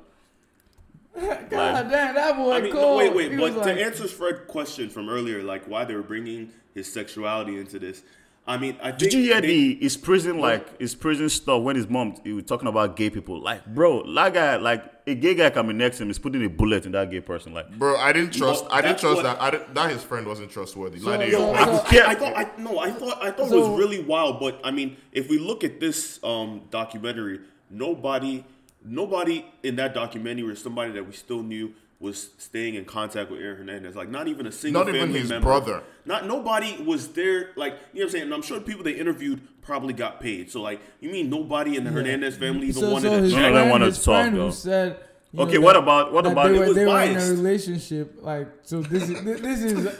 Speaker 4: God damn, that boy
Speaker 3: I mean, no,
Speaker 1: Oh
Speaker 4: cold.
Speaker 3: wait, wait.
Speaker 4: He
Speaker 3: But
Speaker 4: was
Speaker 3: to
Speaker 4: like,
Speaker 3: answer Fred's question from earlier, like why they were bringing his sexuality into this, I mean, I think
Speaker 2: Did you hear
Speaker 3: they-
Speaker 2: the his prison like his prison stuff when his mom he was talking about gay people? Like, bro, that guy like a gay guy coming next to him is putting a bullet in that gay person. Like,
Speaker 1: Bro, I didn't trust. I didn't
Speaker 3: that's
Speaker 1: trust
Speaker 3: what-
Speaker 1: that. I didn't, that his friend wasn't trustworthy.
Speaker 4: So-
Speaker 1: Like,
Speaker 4: so-
Speaker 3: I,
Speaker 1: yeah,
Speaker 4: so-
Speaker 3: I, I thought I no, I thought I thought it
Speaker 4: So-
Speaker 3: was really wild, but I mean, if we look at this um, documentary, nobody nobody in that documentary or somebody that we still knew was staying in contact with Aaron Hernandez. Like not even a single
Speaker 1: Not even
Speaker 3: family
Speaker 1: his
Speaker 3: member.
Speaker 1: brother.
Speaker 3: Not nobody was there like you know what I'm saying? And I'm sure the people they interviewed probably got paid. So like you mean nobody in the Hernandez family even
Speaker 4: so,
Speaker 3: wanted
Speaker 4: so
Speaker 3: to
Speaker 4: his
Speaker 2: No, no,
Speaker 3: check
Speaker 2: they
Speaker 4: friend,
Speaker 2: wanted
Speaker 4: his
Speaker 2: to talk,
Speaker 4: friend
Speaker 2: though.
Speaker 4: who said. you
Speaker 2: Okay,
Speaker 4: know,
Speaker 2: what
Speaker 4: that-
Speaker 2: about- what
Speaker 4: that
Speaker 2: about-
Speaker 4: they
Speaker 2: It
Speaker 4: were,
Speaker 3: was
Speaker 4: they were in a
Speaker 3: biased.
Speaker 4: relationship? Like, so this is this, this is. uh,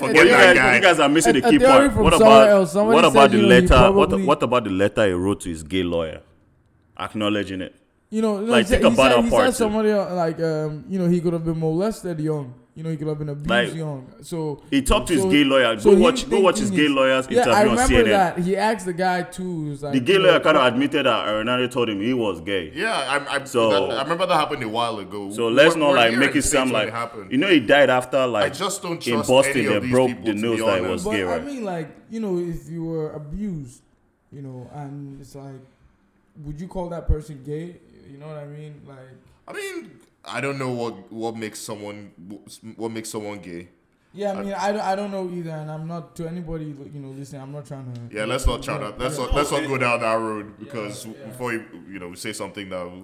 Speaker 4: Forget
Speaker 2: you,
Speaker 1: that
Speaker 2: guys,
Speaker 1: guy.
Speaker 2: you guys are missing
Speaker 4: A-
Speaker 2: the
Speaker 4: a
Speaker 2: key
Speaker 4: theory
Speaker 2: part.
Speaker 4: from
Speaker 2: What
Speaker 4: somewhere
Speaker 2: about
Speaker 4: else. Somebody
Speaker 2: what
Speaker 4: said,
Speaker 2: about the
Speaker 4: you know, he
Speaker 2: letter?
Speaker 4: probably-
Speaker 2: What what about the letter he wrote to his gay lawyer, acknowledging it?
Speaker 4: You know, no,
Speaker 2: Like,
Speaker 4: he said,
Speaker 2: think
Speaker 4: he
Speaker 2: about
Speaker 4: said,
Speaker 2: our
Speaker 4: he
Speaker 2: part
Speaker 4: said
Speaker 2: too.
Speaker 4: somebody uh, like um, you know he could have been molested young. You know he could have been abused
Speaker 2: Like,
Speaker 4: young. So
Speaker 2: he talked to his
Speaker 4: so-
Speaker 2: gay lawyer. Go
Speaker 4: him
Speaker 2: watch- go watch his
Speaker 4: thinking
Speaker 2: gay lawyer's
Speaker 4: yeah, I
Speaker 2: interview on
Speaker 4: remember
Speaker 2: CNN.
Speaker 4: That. He asked the guy too. He was like,
Speaker 2: The gay
Speaker 4: you know,
Speaker 2: lawyer kind of admitted that Hernandez told him he was gay.
Speaker 1: yeah I, I,
Speaker 2: So-
Speaker 1: that, I remember that happened a while ago.
Speaker 2: So let's
Speaker 1: We're-
Speaker 2: not
Speaker 1: we're
Speaker 2: like
Speaker 1: here
Speaker 2: make
Speaker 1: in
Speaker 2: it sound
Speaker 1: States when
Speaker 2: like
Speaker 1: it happened.
Speaker 2: you know he died after like
Speaker 1: just don't
Speaker 2: in
Speaker 1: trust
Speaker 2: Boston
Speaker 1: any
Speaker 2: they
Speaker 1: of these
Speaker 2: broke
Speaker 1: people,
Speaker 2: the
Speaker 1: to
Speaker 2: news
Speaker 1: be
Speaker 2: that it
Speaker 1: honest.
Speaker 2: was
Speaker 4: But
Speaker 2: gay,
Speaker 4: I
Speaker 2: right?
Speaker 4: mean, like you know, if you were abused, you know, and it's like, would you call that person gay? You know what I mean? Like,
Speaker 1: I mean, I don't know what what makes someone what makes someone gay.
Speaker 4: yeah, I mean, I, don't- I don't know either, and I'm not to anybody you know listening. I'm not trying to.
Speaker 1: Yeah, let's not try that. Let's
Speaker 4: Yeah.
Speaker 1: not, let's not go down that road because before you you know we say something that we,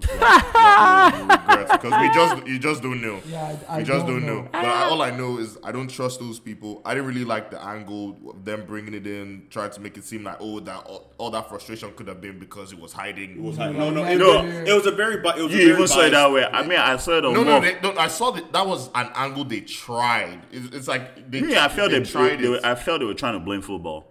Speaker 1: we regret because we just you just don't know.
Speaker 4: Yeah, I, I
Speaker 1: we just don't,
Speaker 4: don't
Speaker 1: know. But I, all I know is I don't trust those people. I didn't really like the angle of them bringing it in, trying to make it seem like oh that all, all that frustration could have been because it was hiding.
Speaker 3: it was like, no, no,
Speaker 4: No,
Speaker 3: it,
Speaker 2: no.
Speaker 3: it was a very, bi- it was a
Speaker 2: You
Speaker 3: very
Speaker 2: even saw it
Speaker 3: biased-
Speaker 2: that way. I mean, I saw it on
Speaker 1: No, no,
Speaker 2: more-
Speaker 1: they, no. I saw that. That was an angle they tried. It's, it's like they,
Speaker 2: Me, I felt
Speaker 1: they
Speaker 2: they, they, were, I felt they were trying to blame football.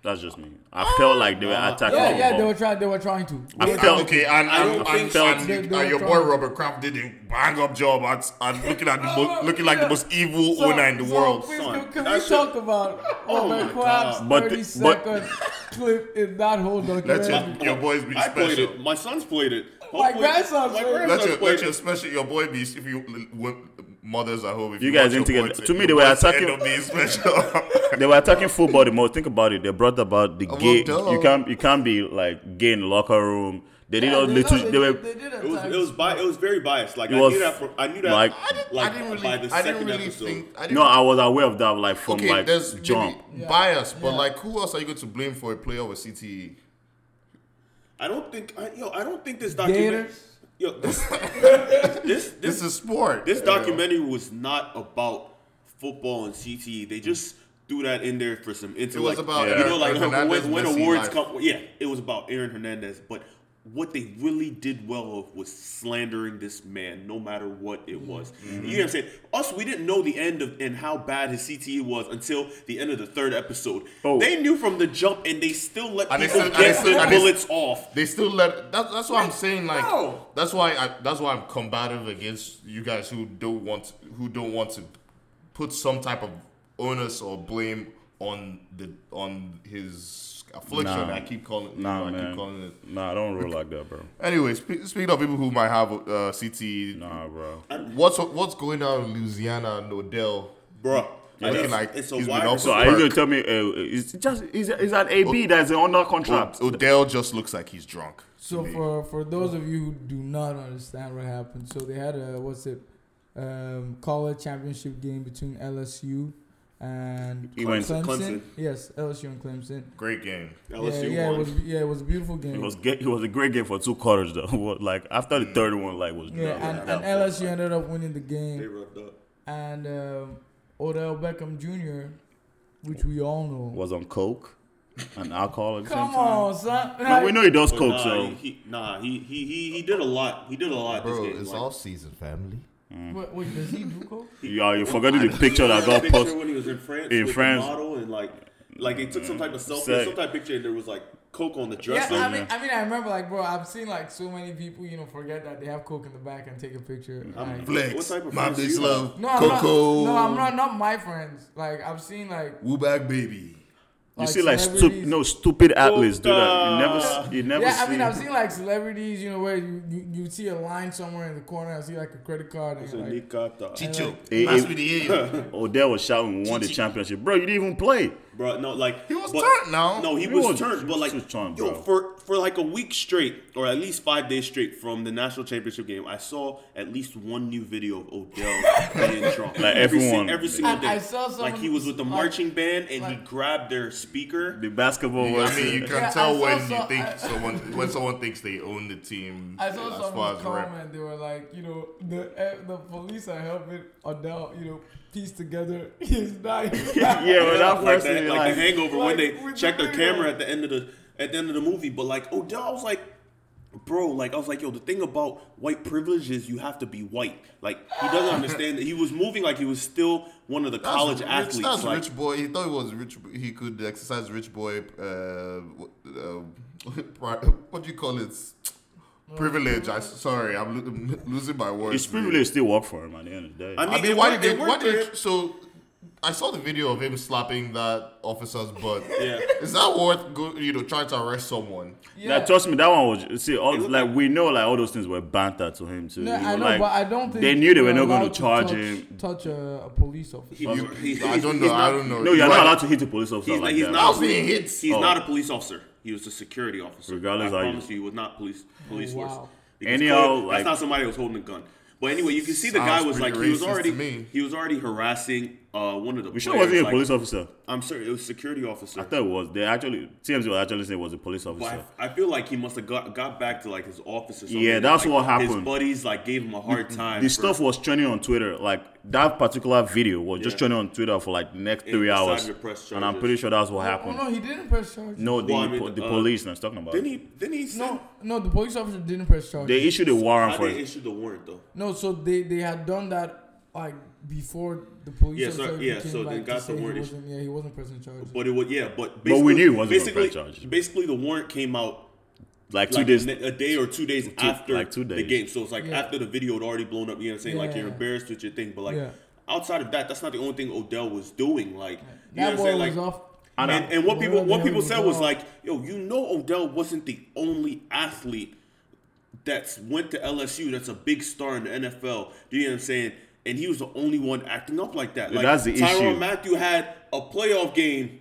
Speaker 2: That's just me. I felt like they were attacking
Speaker 4: Ah, Yeah,
Speaker 2: football.
Speaker 4: yeah, they were trying. They were trying to.
Speaker 2: I
Speaker 4: They-
Speaker 1: And-
Speaker 2: felt-
Speaker 1: okay, and,
Speaker 3: I
Speaker 1: and,
Speaker 3: don't
Speaker 1: and,
Speaker 3: think
Speaker 1: and,
Speaker 4: so.
Speaker 1: and
Speaker 4: They- they
Speaker 1: your
Speaker 4: were
Speaker 1: boy
Speaker 4: trying.
Speaker 1: Robert Kraft did a bang up job at and looking at the most, looking like the most evil
Speaker 4: So-
Speaker 1: owner in the
Speaker 4: so
Speaker 1: world.
Speaker 4: please,
Speaker 3: son.
Speaker 4: Can, can we
Speaker 3: That shit-
Speaker 4: talk about
Speaker 3: Oh
Speaker 4: Robert
Speaker 3: my
Speaker 4: Kraft's
Speaker 2: God. But the-
Speaker 4: 30
Speaker 2: but-
Speaker 4: second clip in that whole
Speaker 1: That's
Speaker 4: documentary?
Speaker 1: it. Your boy's being
Speaker 3: I played
Speaker 1: special.
Speaker 3: it. My son's played it.
Speaker 4: My
Speaker 3: Hopefully-
Speaker 4: grandson's
Speaker 3: my
Speaker 4: favorite.
Speaker 1: Let
Speaker 3: grandson's
Speaker 1: your, let
Speaker 3: favorite.
Speaker 1: your special your boy be if you when mothers at home. If
Speaker 2: You
Speaker 1: you,
Speaker 2: guys
Speaker 1: want
Speaker 2: didn't
Speaker 1: your
Speaker 2: take
Speaker 1: boy
Speaker 2: it- to me,
Speaker 1: your
Speaker 2: they were
Speaker 1: boy to end
Speaker 2: attacking-
Speaker 1: up being special.
Speaker 2: they were attacking football the most. Think about it. They brought about the
Speaker 1: Well,
Speaker 2: gay.
Speaker 1: duh.
Speaker 2: You can't you can't be like gay in the locker room. They did all
Speaker 4: they
Speaker 2: little.
Speaker 4: know-
Speaker 2: They,
Speaker 4: they-
Speaker 2: were.
Speaker 4: they did
Speaker 3: It was
Speaker 4: attack.
Speaker 3: it was bi- it was very biased. Like
Speaker 2: It
Speaker 3: I
Speaker 2: was
Speaker 3: knew that from I knew that
Speaker 2: like-
Speaker 3: I didn't,
Speaker 1: I didn't really,
Speaker 3: by the
Speaker 1: I
Speaker 3: second
Speaker 1: didn't really
Speaker 3: episode.
Speaker 1: think. I didn't,
Speaker 2: no, I was aware of that. Like from
Speaker 1: okay,
Speaker 2: like
Speaker 1: there's maybe
Speaker 2: jump.
Speaker 1: bias, but
Speaker 4: Yeah.
Speaker 1: like, who else are you going to blame for a player with E? CTE?
Speaker 3: I don't think I, yo I don't think this documentary
Speaker 4: Gators?
Speaker 3: yo this this
Speaker 1: This
Speaker 3: this,
Speaker 1: is sport.
Speaker 3: this documentary was not about football and CTE. They just threw that in there for some intellect.
Speaker 1: about
Speaker 3: you
Speaker 1: Aaron
Speaker 3: know like
Speaker 1: Hernandez,
Speaker 3: when, when
Speaker 1: Messi
Speaker 3: awards
Speaker 1: life.
Speaker 3: come. Yeah, it was about Aaron Hernandez, but. What they really did well of was slandering this man, no matter what
Speaker 1: Mm-hmm.
Speaker 3: it was. You know what I'm saying? Us, we didn't know the end of and how bad his CTE was until the end of the third episode.
Speaker 2: Oh.
Speaker 3: They knew from the jump, and they still let
Speaker 1: And they
Speaker 3: people
Speaker 1: still- and they
Speaker 3: get
Speaker 1: still-
Speaker 3: their
Speaker 1: and they-
Speaker 3: bullets off.
Speaker 1: They still let. That, that's what I'm saying. Like
Speaker 3: no.
Speaker 1: that's why I. That's why I'm combative against you guys who don't want who don't want to put some type of onus or blame on the on his affliction.
Speaker 2: Nah.
Speaker 1: I keep calling.
Speaker 2: Nah,
Speaker 1: I
Speaker 2: man.
Speaker 1: keep calling it.
Speaker 2: Nah, I don't roll like that, bro.
Speaker 1: Anyway, spe- speaking of people who might have uh, CTE,
Speaker 2: Nah, bro.
Speaker 1: what's what's going on in Louisiana and Odell?
Speaker 3: Bruh.
Speaker 1: Looking like he's been off
Speaker 2: So
Speaker 1: Park.
Speaker 2: are you gonna tell me? Uh, it's just it's, it's an AB that's under
Speaker 1: O-
Speaker 2: contract.
Speaker 1: Odell just looks like he's drunk.
Speaker 4: So for for those of you who do not understand what happened, so they had a what's it, um, college championship game between LSU and
Speaker 2: He went to
Speaker 4: Clemson.
Speaker 3: Clemson.
Speaker 4: Yes, LSU and Clemson.
Speaker 1: Great game.
Speaker 3: LSU
Speaker 4: yeah, yeah,
Speaker 3: won.
Speaker 4: it was yeah, it was a beautiful game.
Speaker 2: It was ge- it was a great game for two quarters though. What, like after the third one, like was
Speaker 4: yeah,
Speaker 2: done.
Speaker 4: and, and LSU ended up winning the
Speaker 3: They
Speaker 4: game,
Speaker 3: roughed up.
Speaker 4: and um, Odell Beckham Jr., which we all know.
Speaker 2: was on coke and alcohol at the
Speaker 4: Come
Speaker 2: same time.
Speaker 4: on, son.
Speaker 2: No, we know he does
Speaker 3: But
Speaker 2: coke,
Speaker 3: Oh, nah,
Speaker 2: so
Speaker 3: he, he, nah, he, he he he did a lot. He did a lot
Speaker 5: Bro,
Speaker 3: this game.
Speaker 5: it's
Speaker 3: like,
Speaker 5: off season, family.
Speaker 4: Wait, wait, does he do coke?
Speaker 2: you are you forgetting the picture that got
Speaker 3: picture
Speaker 2: posted.
Speaker 3: when he was in France
Speaker 2: in
Speaker 3: with
Speaker 2: France.
Speaker 3: the model and like like they took some type of selfie,
Speaker 2: Sick.
Speaker 3: some type of picture, and there was like coke on the
Speaker 4: Yeah,
Speaker 3: dresser.
Speaker 4: I mean, I mean, I remember, like, bro, I've seen like so many people, you know, forget that they have coke in the back and take a picture. Like,
Speaker 3: What
Speaker 1: Flex,
Speaker 3: type of
Speaker 1: my
Speaker 3: friends
Speaker 1: bitch
Speaker 3: you
Speaker 1: love,
Speaker 4: no,
Speaker 1: Coco,
Speaker 4: I'm not, no, I'm not, not my friends. Like, I've seen like,
Speaker 1: Wooback baby.
Speaker 2: You
Speaker 4: like
Speaker 2: see, like
Speaker 4: celebrities-
Speaker 2: stupid, no stupid athletes do that. You never, s- you never.
Speaker 4: Yeah, I mean, I've
Speaker 2: see-
Speaker 4: seen like celebrities, you know, where you, you, you see a line somewhere in the corner, I see like a credit card. And,
Speaker 3: So
Speaker 4: like,
Speaker 3: Nick got the
Speaker 1: Chicho,
Speaker 2: Eh,
Speaker 1: nice
Speaker 2: eh.
Speaker 1: to meet you.
Speaker 2: Odell was shouting, won the championship, bro. You didn't even play.
Speaker 3: bro. No, like
Speaker 1: He was
Speaker 3: but-
Speaker 1: turned now.
Speaker 3: No, he,
Speaker 2: He
Speaker 3: was,
Speaker 2: was-
Speaker 3: turned, but
Speaker 2: he
Speaker 3: like
Speaker 2: was turned,
Speaker 3: yo,
Speaker 2: bro.
Speaker 3: for for like a week straight, or at least five days straight from the national championship game, I saw at least one new video of Odell being drunk.
Speaker 2: Like
Speaker 3: every, si-
Speaker 2: everyone.
Speaker 3: every single
Speaker 4: And
Speaker 3: day.
Speaker 4: I saw someone-
Speaker 3: like he was with the
Speaker 4: like-
Speaker 3: marching band and he
Speaker 4: like-
Speaker 3: grabbed their speaker.
Speaker 2: The basketball was.
Speaker 1: I mean, you can
Speaker 4: Yeah, I
Speaker 1: tell
Speaker 4: saw
Speaker 1: when you
Speaker 4: some-
Speaker 1: think
Speaker 4: I-
Speaker 1: someone when someone thinks they own the team
Speaker 4: I saw
Speaker 1: as far
Speaker 4: someone's
Speaker 1: as rep.
Speaker 4: comment. They were like, you know, the eh, the police are helping Adele, you know, piece together his dying.
Speaker 2: yeah, but that
Speaker 3: like,
Speaker 2: first
Speaker 3: that,
Speaker 2: thing,
Speaker 3: like,
Speaker 2: like,
Speaker 3: the hangover
Speaker 4: like,
Speaker 3: when they
Speaker 4: with
Speaker 3: check
Speaker 4: the
Speaker 3: their camera
Speaker 4: video.
Speaker 3: at the end of the at the end of the movie. But like Odell, I was like, bro, like I was like, yo, the thing about white privilege is you have to be white. Like he doesn't understand that he was moving like he was still one of the
Speaker 1: That's
Speaker 3: college
Speaker 1: rich-
Speaker 3: athletes.
Speaker 1: That's
Speaker 3: like,
Speaker 1: rich boy. He thought he was rich. He could exercise rich boy. Uh, w- uh, pri- what do you call it? Privilege. I sorry, I'm lo- losing my words.
Speaker 2: his privilege still work for him at the end of the day.
Speaker 3: I mean,
Speaker 1: I mean,
Speaker 3: it
Speaker 1: why
Speaker 3: worked-
Speaker 1: did
Speaker 3: it
Speaker 1: they? Why
Speaker 3: worked
Speaker 1: did
Speaker 3: for
Speaker 1: they, so? I saw the video of him slapping that officer's butt.
Speaker 3: Yeah.
Speaker 1: Is that worth go, you know trying to arrest someone?
Speaker 2: Like, trust me, that one was see all like we know like all those things were banter to him too.
Speaker 4: No,
Speaker 2: You
Speaker 4: I know,
Speaker 2: like,
Speaker 4: but I don't think
Speaker 2: they knew they were not
Speaker 4: you're
Speaker 2: going
Speaker 4: allowed
Speaker 2: to charge
Speaker 4: touch,
Speaker 2: him.
Speaker 4: Touch a, a police officer.
Speaker 3: He- he- he-
Speaker 1: I don't
Speaker 3: he's
Speaker 1: know. I
Speaker 3: not-
Speaker 1: don't know.
Speaker 2: No, you're
Speaker 1: Why-
Speaker 2: not allowed to hit a police officer
Speaker 3: He's
Speaker 2: like
Speaker 3: like he's
Speaker 2: that. Oh.
Speaker 1: I
Speaker 3: not.
Speaker 1: was being hit.
Speaker 3: He's not a police officer. He was a security officer.
Speaker 2: Regardless how
Speaker 3: I
Speaker 2: you-
Speaker 3: promise you, he was not police police
Speaker 4: Oh, wow.
Speaker 3: force. Because
Speaker 2: Anyhow,
Speaker 3: clearly,
Speaker 2: like-
Speaker 3: that's not somebody who was holding a gun. But anyway, you can see the guy
Speaker 1: Sounds
Speaker 3: was like
Speaker 1: pretty
Speaker 3: he was
Speaker 1: racist to
Speaker 3: already
Speaker 1: me.
Speaker 3: he was already harassing uh, one of the.
Speaker 2: we
Speaker 3: We
Speaker 2: sure wasn't a
Speaker 3: like,
Speaker 2: police officer.
Speaker 3: I'm sorry, it was security officer.
Speaker 2: I thought it was. They actually TMZ was actually saying it was a police officer.
Speaker 3: But I, I feel like he must have got, got back to like his office or something.
Speaker 2: Yeah, that's
Speaker 3: Like,
Speaker 2: what
Speaker 3: His
Speaker 2: happened.
Speaker 3: buddies like gave him a hard time.
Speaker 2: The
Speaker 3: for-
Speaker 2: stuff was trending on Twitter. Like that particular video was just
Speaker 3: Yeah.
Speaker 2: trending on Twitter for like next
Speaker 3: And
Speaker 2: three
Speaker 3: decided
Speaker 2: hours,
Speaker 3: to press
Speaker 2: and I'm
Speaker 3: charges.
Speaker 2: pretty sure that's what
Speaker 4: Oh
Speaker 2: happened.
Speaker 4: no, he didn't press charges.
Speaker 2: No, the
Speaker 3: Well, I mean,
Speaker 2: po- the
Speaker 3: uh,
Speaker 2: police. I was talking about.
Speaker 3: Then he then he
Speaker 4: no,
Speaker 3: no.
Speaker 4: no, the police officer didn't press charges.
Speaker 2: They issued a warrant
Speaker 3: How
Speaker 2: for
Speaker 3: did they
Speaker 2: it.
Speaker 3: issue the warrant though?
Speaker 4: no, so they they had done that like before the police
Speaker 3: Yeah, so-
Speaker 4: officer
Speaker 3: yeah,
Speaker 4: became,
Speaker 3: so they
Speaker 4: like, to
Speaker 3: got the
Speaker 4: say he
Speaker 3: warrant
Speaker 4: wasn't, Yeah, he wasn't pressing charges.
Speaker 3: But it was yeah, but
Speaker 2: But we
Speaker 3: basically-
Speaker 2: knew it wasn't gonna
Speaker 3: basically
Speaker 2: press charges.
Speaker 3: basically the warrant came out
Speaker 2: Like two
Speaker 3: like
Speaker 2: days.
Speaker 3: ne- a day or two days after
Speaker 2: like two
Speaker 3: the
Speaker 2: days.
Speaker 3: game. So it's like
Speaker 4: Yeah.
Speaker 3: after the video had already blown up. You know what I'm saying? Like you're
Speaker 4: Yeah.
Speaker 3: embarrassed with your thing, but like
Speaker 4: Yeah.
Speaker 3: outside of that, that's not the only thing Odell was doing. Like you know what
Speaker 4: that
Speaker 3: I'm
Speaker 4: boy
Speaker 3: saying? Like
Speaker 4: was off.
Speaker 2: And
Speaker 3: And, and what
Speaker 4: Where
Speaker 3: people
Speaker 4: the
Speaker 3: what
Speaker 4: hell
Speaker 3: people
Speaker 4: you
Speaker 3: said was
Speaker 4: go?
Speaker 3: like, yo, you know Odell wasn't the only athlete that's went to LSU, that's a big star in the NFL. Do you know what I'm saying? And he was the only one acting up like that. Like
Speaker 2: that's the
Speaker 3: Tyrann
Speaker 2: issue.
Speaker 3: Matthew had a playoff game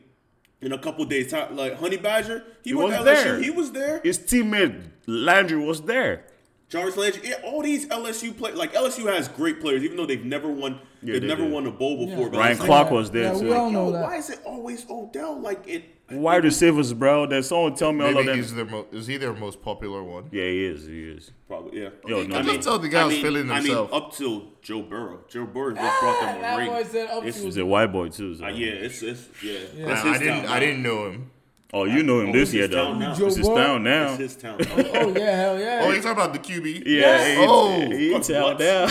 Speaker 3: in a couple days. Ty- Like Honey Badger, he,
Speaker 2: He
Speaker 3: went
Speaker 2: was
Speaker 3: to LSU.
Speaker 2: there.
Speaker 3: He was there.
Speaker 2: His teammate Landry was there.
Speaker 3: Jarvis Landry, yeah, all these LSU play like LSU has great players, even though they've never won.
Speaker 2: Yeah,
Speaker 3: they've
Speaker 2: they
Speaker 3: never
Speaker 2: do.
Speaker 3: won a bowl before. But
Speaker 2: Ryan
Speaker 3: it's like,
Speaker 2: Clark was there,
Speaker 4: Yeah,
Speaker 2: too.
Speaker 4: we all know
Speaker 3: yo,
Speaker 4: that.
Speaker 3: why is it always Odell? Like it.
Speaker 2: Wide receivers, bro. There's someone tell me all of
Speaker 1: Maybe
Speaker 2: them.
Speaker 1: he's their mo- is he their most popular one?
Speaker 2: Yeah, he is. He is.
Speaker 3: Probably, yeah.
Speaker 2: Yo, no,
Speaker 1: I
Speaker 2: no.
Speaker 1: can tell the guy was feeling himself.
Speaker 3: I mean, up till Joe Burrow. Joe Burrow just brought them a ring.
Speaker 4: "Oh,
Speaker 2: This is a white boy too. So.
Speaker 3: Uh, yeah, it's it's yeah.
Speaker 1: I,
Speaker 3: It's
Speaker 1: I
Speaker 3: his
Speaker 1: didn't.
Speaker 3: town
Speaker 1: I
Speaker 3: now.
Speaker 1: didn't know him.
Speaker 2: Oh, you know him
Speaker 3: Oh,
Speaker 2: this
Speaker 3: it's
Speaker 2: year
Speaker 3: his
Speaker 2: though.
Speaker 3: town now.
Speaker 2: This is
Speaker 4: Joe
Speaker 2: down now.
Speaker 3: It's his town. now.
Speaker 4: Oh yeah, hell yeah.
Speaker 1: Oh, he's talking about the QB.
Speaker 2: yeah. he-
Speaker 1: Oh.
Speaker 2: He, town
Speaker 3: What?
Speaker 2: now.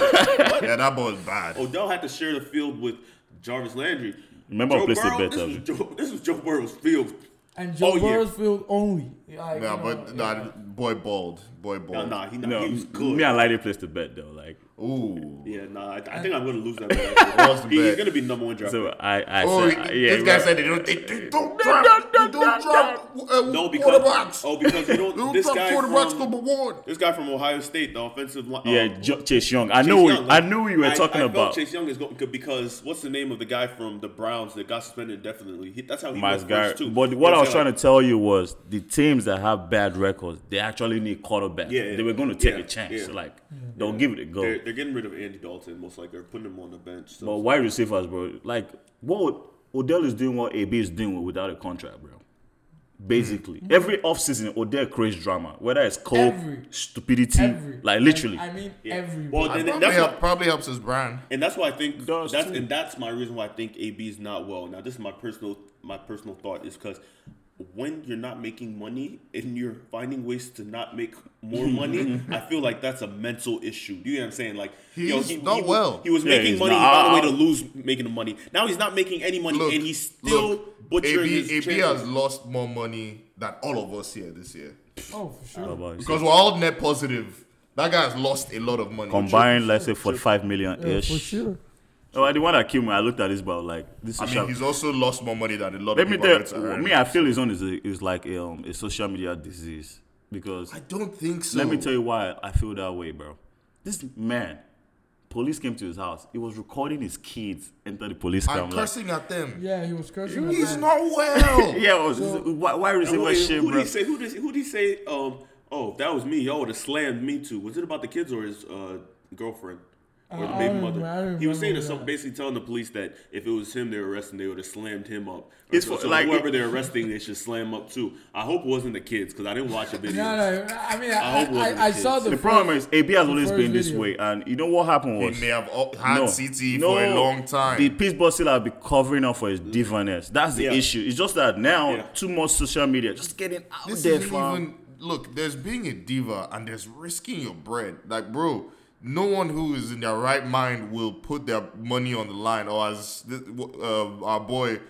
Speaker 1: yeah, that boy was bad.
Speaker 3: Odell had to share the field with Jarvis Landry.
Speaker 2: Remember I placed a bet
Speaker 3: this
Speaker 2: on
Speaker 3: was
Speaker 2: it.
Speaker 3: Joe, this was Joe Burrow's field.
Speaker 4: and Joe
Speaker 3: oh, yeah.
Speaker 4: Burrow's field only. Like,
Speaker 1: Nah,
Speaker 4: you
Speaker 1: but
Speaker 4: know,
Speaker 1: nah,
Speaker 4: yeah.
Speaker 1: boy bald, boy
Speaker 3: Nah,
Speaker 1: bald.
Speaker 3: nah, he, not,
Speaker 2: no,
Speaker 3: he was good.
Speaker 2: me and Lady placed the bet though. Like,
Speaker 1: Ooh,
Speaker 3: Yeah, nah, I, I think I'm gonna lose that. bet.
Speaker 1: what's the
Speaker 3: He- he's
Speaker 1: bet?
Speaker 3: gonna be number one draft.
Speaker 2: so I, I
Speaker 1: Oh,
Speaker 2: said, yeah.
Speaker 1: this guy
Speaker 2: right.
Speaker 1: said they don't, they, they don't
Speaker 2: No,
Speaker 1: drop,
Speaker 2: no, no,
Speaker 1: they don't
Speaker 2: no,
Speaker 1: drop uh,
Speaker 3: no, because
Speaker 1: quarterbacks.
Speaker 3: oh, because you
Speaker 1: they
Speaker 3: know
Speaker 1: don't
Speaker 3: this
Speaker 1: drop
Speaker 3: guy
Speaker 1: quarterbacks
Speaker 3: from-
Speaker 1: from award.
Speaker 3: This guy from Ohio State, the offensive line.
Speaker 2: Yeah,
Speaker 3: um,
Speaker 2: Jo- Chase Young. I
Speaker 3: Chase
Speaker 2: knew.
Speaker 3: Young,
Speaker 2: I
Speaker 3: like,
Speaker 2: knew you were
Speaker 3: I-
Speaker 2: talking
Speaker 3: I felt
Speaker 2: about
Speaker 3: Chase Young is going because what's the name of the guy from the Browns that got suspended indefinitely? He, that's how he
Speaker 2: Miles
Speaker 3: was
Speaker 2: Garrett.
Speaker 3: first too.
Speaker 2: But what I was trying to tell you was the teams that have bad records, they actually need quarterbacks.
Speaker 3: Yeah, yeah.
Speaker 2: they were going to take
Speaker 3: Yeah,
Speaker 2: a chance.
Speaker 3: yeah.
Speaker 2: Like, don't give it a go.
Speaker 3: they're, they're getting rid of Andy Dalton most likely. They're putting him on the bench. So.
Speaker 2: But wide receivers, bro. Like what would- Odell is doing, what AB is doing without a contract, bro. Basically, every offseason, Odell creates drama. Whether it's cold
Speaker 4: Mm. Every.
Speaker 2: stupidity,
Speaker 4: Every-
Speaker 2: like literally.
Speaker 4: I mean,
Speaker 3: Yeah.
Speaker 4: every.
Speaker 3: Well,
Speaker 1: That
Speaker 3: then
Speaker 1: probably,
Speaker 3: that's
Speaker 1: help,
Speaker 3: what,
Speaker 1: probably helps his brand.
Speaker 3: and that's why I think
Speaker 2: Does
Speaker 3: that's
Speaker 2: too.
Speaker 3: and that's my reason why I think AB is not well. Now, this is my personal my personal thought is because when you're not making money and you're finding ways to not make more money, I feel like that's a mental issue. Do you know what I'm saying? Like yo,
Speaker 1: He's
Speaker 3: he,
Speaker 1: not
Speaker 3: he was-
Speaker 1: well.
Speaker 3: He was
Speaker 2: Yeah,
Speaker 3: making
Speaker 2: he's
Speaker 3: money.
Speaker 2: not-
Speaker 3: he found a
Speaker 2: I-
Speaker 3: way to lose making the money. Now he's not making any money, and he's still
Speaker 1: look,
Speaker 3: butchering
Speaker 1: AB,
Speaker 3: his
Speaker 1: AB
Speaker 3: chances.
Speaker 1: has lost more money than all of us here this year
Speaker 4: oh, for sure.
Speaker 1: because we're all net positive. That guy has lost a lot of money.
Speaker 2: Combined, let's say 45 million
Speaker 4: Yeah, for
Speaker 2: ish.
Speaker 4: sure.
Speaker 2: Oh, the one that killed me, I looked at this, but like, this is
Speaker 1: I mean,
Speaker 2: sharp.
Speaker 1: he's also lost more money than a lot
Speaker 2: Let
Speaker 1: of
Speaker 2: me
Speaker 1: people.
Speaker 2: tell
Speaker 1: that's
Speaker 2: you,
Speaker 1: around
Speaker 2: me,
Speaker 1: him.
Speaker 2: I feel his own is, a, is like a, um, a social media disease. Because
Speaker 1: I don't think so.
Speaker 2: let me tell you why I feel that way, bro. This man, police came to his house. He was recording his kids enter the police car.
Speaker 1: I'm
Speaker 2: I'm like,
Speaker 1: cursing at them.
Speaker 4: Yeah, he was cursing.
Speaker 1: He's
Speaker 4: at that.
Speaker 1: not well.
Speaker 2: Yeah, it was, why, why
Speaker 3: And
Speaker 2: receiver
Speaker 3: wait,
Speaker 2: shit,
Speaker 3: who
Speaker 2: bro?
Speaker 3: did he say? Who did who did he say? Um, oh, if that was me. Y'all would have slammed me too. Was it about the kids or his uh, girlfriend or the
Speaker 4: I
Speaker 3: baby
Speaker 4: don't
Speaker 3: mother?
Speaker 4: remember- I
Speaker 3: he was saying that
Speaker 4: remember
Speaker 3: some
Speaker 4: that.
Speaker 3: basically telling the police that if it was him they were arresting, they would have slammed him up. Or
Speaker 2: It's
Speaker 3: so,
Speaker 2: for-
Speaker 3: so
Speaker 2: like-
Speaker 3: whoever they're arresting, they should slam up too. I hope it wasn't the kids because I didn't watch the video.
Speaker 4: No, no. I mean,
Speaker 3: I
Speaker 4: I,
Speaker 3: hope it
Speaker 4: I,
Speaker 3: wasn't
Speaker 4: I, I
Speaker 3: the
Speaker 4: saw
Speaker 3: kids.
Speaker 4: the.
Speaker 2: The problem
Speaker 4: first-
Speaker 2: is AB has always
Speaker 4: first
Speaker 2: been this
Speaker 4: video.
Speaker 2: way, and you know what happened
Speaker 1: He
Speaker 2: was
Speaker 1: may have o- had CT for a
Speaker 2: No.
Speaker 1: long time. Mm.
Speaker 2: The Pittsburgh still have been covering up for his divaness. That's the
Speaker 3: Yeah.
Speaker 2: issue. It's just that now
Speaker 3: Yeah.
Speaker 2: too much social media, just getting out
Speaker 1: this
Speaker 2: there,
Speaker 1: isn't
Speaker 2: fam.
Speaker 1: even look. There's being a diva and there's risking your bread. Like, bro, no one who is in their right mind will put their money on the line, or as this, uh, our boy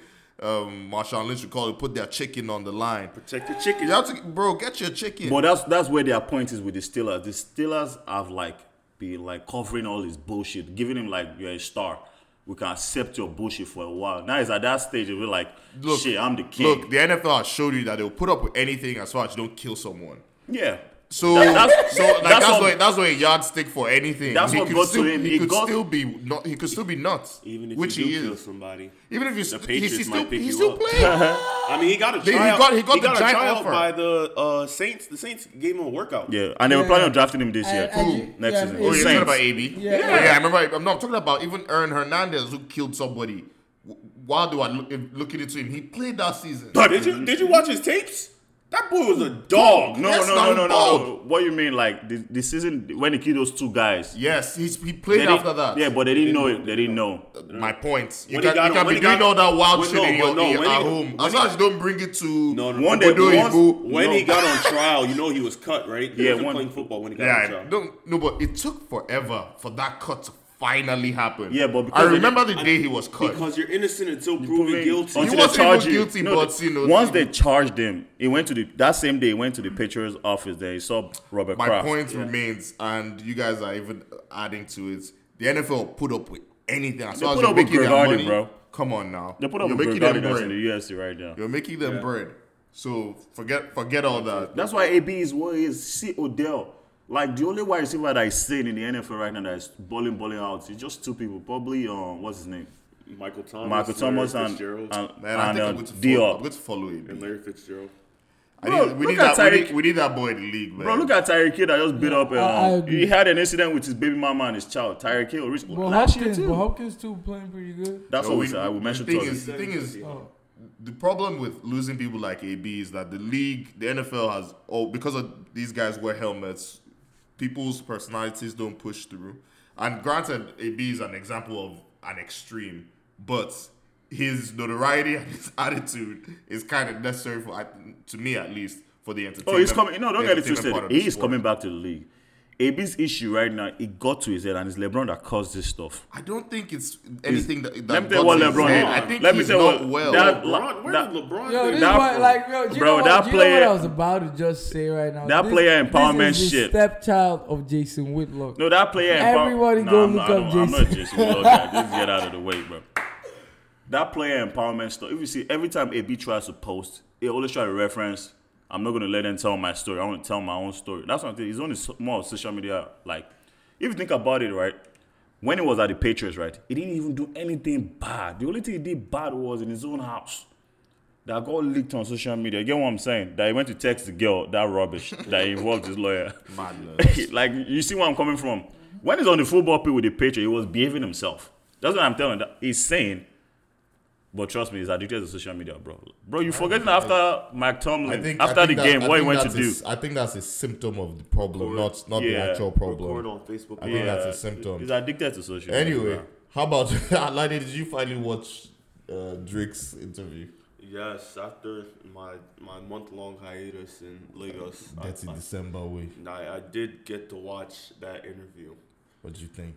Speaker 1: um, Marshawn Lynch would call it, put their chicken on the line.
Speaker 3: Check the chicken.
Speaker 1: You have to, bro, get your chicken.
Speaker 2: But that's that's where their point is with the Steelers. The Steelers have like been like covering all this bullshit, giving him like you're a star. We can accept your bullshit for a while. Now it's at that stage where we're like,
Speaker 1: Look,
Speaker 2: shit, I'm the king.
Speaker 1: Look, the NFL has showed you that they'll put up with anything as far as you don't kill someone.
Speaker 2: yeah.
Speaker 1: So,
Speaker 2: That- that's-
Speaker 1: so like,
Speaker 2: that's
Speaker 1: that's,
Speaker 2: what-
Speaker 1: what, that's what a yardstick for anything.
Speaker 2: That's
Speaker 1: he
Speaker 2: what
Speaker 1: could
Speaker 2: got to
Speaker 1: still,
Speaker 2: him.
Speaker 1: He,
Speaker 2: It
Speaker 1: could
Speaker 2: got-
Speaker 1: still be not. He could still be nuts.
Speaker 3: Even if
Speaker 1: which
Speaker 3: you do
Speaker 1: he is.
Speaker 3: kill somebody,
Speaker 1: Even if you,
Speaker 3: the
Speaker 1: st-
Speaker 3: Patriots
Speaker 1: he's, he's
Speaker 3: might
Speaker 1: still,
Speaker 3: pick
Speaker 1: he's
Speaker 3: you
Speaker 1: still
Speaker 3: up.
Speaker 1: playing.
Speaker 3: I mean, he got a
Speaker 1: he
Speaker 3: tryout.
Speaker 1: got- he got the
Speaker 3: a
Speaker 1: giant
Speaker 3: tryout
Speaker 1: offer.
Speaker 3: by the uh, Saints. The Saints gave him a workout.
Speaker 2: Yeah, and they were
Speaker 4: Yeah.
Speaker 2: planning on drafting him this
Speaker 4: And-
Speaker 2: year.
Speaker 4: and you-
Speaker 2: Next
Speaker 4: yeah,
Speaker 2: season.
Speaker 1: oh,
Speaker 4: it's-
Speaker 1: you're
Speaker 2: Saints.
Speaker 1: talking about AB?
Speaker 4: Yeah.
Speaker 1: Yeah. yeah, I remember. I'm not talking about even Aaron Hernandez who killed somebody. W- While they were look, looking into him, he played that season.
Speaker 3: Did you did you watch his tapes? That boy was a dog.
Speaker 2: No,
Speaker 1: That's
Speaker 2: no,
Speaker 1: not
Speaker 2: no, no, no, no.
Speaker 1: bald.
Speaker 2: What you mean, like the, the season when they killed those two guys?
Speaker 1: Yes, he's, he
Speaker 2: They
Speaker 1: played
Speaker 2: didn't-
Speaker 1: after that.
Speaker 2: Yeah, but they didn't know it. They didn't know.
Speaker 1: my point. You
Speaker 3: When
Speaker 1: can,
Speaker 3: he got
Speaker 1: you can
Speaker 3: him- when
Speaker 1: be
Speaker 3: he
Speaker 1: doing
Speaker 3: got-
Speaker 1: all that wild
Speaker 3: when-
Speaker 1: shit
Speaker 3: no,
Speaker 1: in your,
Speaker 3: when- no,
Speaker 1: in-
Speaker 3: when
Speaker 1: at
Speaker 3: he-
Speaker 1: home.
Speaker 3: when
Speaker 1: As
Speaker 3: he-
Speaker 1: long as you don't bring it to
Speaker 3: No, no,
Speaker 2: One day,
Speaker 1: Obodo
Speaker 2: once-
Speaker 1: Igbo.
Speaker 3: When he
Speaker 2: No.
Speaker 3: got on trial, you know he was cut, right? He
Speaker 2: Yeah,
Speaker 3: wasn't
Speaker 2: one-
Speaker 3: playing football when he got on
Speaker 1: Yeah,
Speaker 3: trial.
Speaker 1: no, no, but it took forever for that cut to finally happen.
Speaker 2: Yeah, but
Speaker 1: I
Speaker 2: because
Speaker 1: remember the day he was cut.
Speaker 3: Because you're innocent until proven guilty.
Speaker 2: Until
Speaker 1: He
Speaker 2: they
Speaker 1: wasn't
Speaker 2: charge
Speaker 1: even
Speaker 2: you.
Speaker 1: guilty, but,
Speaker 2: the-
Speaker 1: you know,
Speaker 2: once
Speaker 1: he-
Speaker 2: they charged him, he went to the that same day. He went to the Patriots office. There, he saw Robert
Speaker 1: My
Speaker 2: Kraft.
Speaker 1: point remains, and you guys are even adding to it. The NFL put up with anything. As
Speaker 2: They
Speaker 1: far as
Speaker 2: put
Speaker 1: you're
Speaker 2: up with
Speaker 1: making their
Speaker 2: Grigardi,
Speaker 1: money,
Speaker 2: bro.
Speaker 1: Come on now.
Speaker 2: They put up
Speaker 1: you're
Speaker 2: with
Speaker 1: making
Speaker 2: Brigada
Speaker 1: them
Speaker 2: that's in
Speaker 1: bread.
Speaker 2: the UFC right now.
Speaker 1: You're making them bread. So forget, forget all that.
Speaker 2: That's why AB is what he is. See Odell. Like the only wide receiver that is seen in the NFL right now that is balling, balling out is just two people. Probably um, what's his name,
Speaker 3: Michael Thomas,
Speaker 2: Michael Thomas and
Speaker 3: Fitzgerald,
Speaker 2: and,
Speaker 5: Man, I
Speaker 2: and
Speaker 5: think
Speaker 2: uh,
Speaker 5: I'm going to follow. I'm
Speaker 2: Diop.
Speaker 5: going to follow it.
Speaker 3: and Larry Fitzgerald.
Speaker 5: I
Speaker 2: Bro,
Speaker 5: need, we,
Speaker 2: look
Speaker 5: need
Speaker 2: at
Speaker 5: that, we,
Speaker 2: Tyreek.
Speaker 5: need, we need that boy in the league, man.
Speaker 2: Bro, look at Tyreek Hill that just beat up. Um,
Speaker 4: I agree.
Speaker 2: he had an incident with his baby mama and his child. Tyreek Hill reached
Speaker 4: But
Speaker 2: last year
Speaker 4: Hopkins,
Speaker 2: too.
Speaker 4: but Hopkins too playing pretty good.
Speaker 2: That's
Speaker 5: No,
Speaker 2: what
Speaker 5: we-
Speaker 2: we said. I will mention
Speaker 5: the thing
Speaker 2: Todd.
Speaker 5: is, the thing is, the problem with losing people like AB is that the league, the NFL has, oh, because of these guys wear helmets, people's personalities don't push through. And granted, AB is an example of an extreme, but his notoriety and his attitude is kind of necessary for, I- to me at least, for the entertainment.
Speaker 2: Oh, he's coming. No, don't get
Speaker 5: entertainment
Speaker 2: it
Speaker 5: part
Speaker 2: twisted.
Speaker 5: of the
Speaker 2: He is
Speaker 5: sport.
Speaker 2: coming back to the league. AB's issue right now, it got to his head, and it's LeBron that caused this stuff.
Speaker 5: I don't think it's anything that, that
Speaker 2: Let me tell you
Speaker 5: got
Speaker 2: what
Speaker 5: to his
Speaker 2: LeBron.
Speaker 5: head.
Speaker 2: did.
Speaker 5: I think
Speaker 2: Let me
Speaker 5: he's
Speaker 2: tell you
Speaker 5: not
Speaker 2: what-
Speaker 5: well.
Speaker 2: That,
Speaker 3: LeBron, where
Speaker 2: that-
Speaker 3: did LeBron?
Speaker 4: Yo,
Speaker 3: go?
Speaker 4: this
Speaker 2: That-
Speaker 4: one, like, yo, do you
Speaker 2: bro,
Speaker 4: know what,
Speaker 2: that
Speaker 4: do you know what
Speaker 2: player-
Speaker 4: I was about to just say right now.
Speaker 2: that
Speaker 4: This-
Speaker 2: player
Speaker 4: this
Speaker 2: empowerment
Speaker 4: is the
Speaker 2: shit.
Speaker 4: Stepchild of Jason Whitlock.
Speaker 2: No, that player. empower-
Speaker 4: Everybody
Speaker 2: Nah,
Speaker 4: go
Speaker 2: I'm,
Speaker 4: look
Speaker 2: I don't-
Speaker 4: up
Speaker 2: I'm not
Speaker 4: Jason.
Speaker 2: Jason Willow guy. Just get out of the way, bro. That player empowerment stuff. If you see, every time AB tries to post, he always try to reference. I'm not gonna let them tell my story. I want to tell my own story. That's what I'm saying. It's only so- more of social media. Like, if you think about it, right? When he was at the Patriots, right? He didn't even do anything bad. The only thing he did bad was in his own house. That got leaked on social media. You get what I'm saying? That he went to text the girl, that rubbish, that involved his lawyer.
Speaker 5: Madness.
Speaker 2: like you see where I'm coming from. When he's on the football pitch with the Patriot, he was behaving himself. That's what I'm telling. That he's saying. But trust me, he's addicted to social media, bro. Bro, you forgetting after Mike Tomlin,
Speaker 1: I think- I
Speaker 2: after
Speaker 1: think
Speaker 2: the
Speaker 1: that-
Speaker 2: game,
Speaker 1: I
Speaker 2: what he
Speaker 1: think
Speaker 2: went to
Speaker 1: that's
Speaker 2: do.
Speaker 1: a- I think that's a symptom of the problem, not not
Speaker 2: Yeah.
Speaker 1: the actual
Speaker 3: Record
Speaker 1: problem.
Speaker 3: on Facebook.
Speaker 1: I think
Speaker 2: Yeah,
Speaker 1: that's a symptom.
Speaker 2: He's addicted to social. media,
Speaker 1: Anyway,
Speaker 2: bro.
Speaker 1: how about Alani? Did you finally watch uh, Drake's interview?
Speaker 3: Yes, after my my month long hiatus in Lagos, I,
Speaker 1: That's in
Speaker 3: I,
Speaker 1: December way.
Speaker 3: I, I did get to watch that interview.
Speaker 1: What do you think?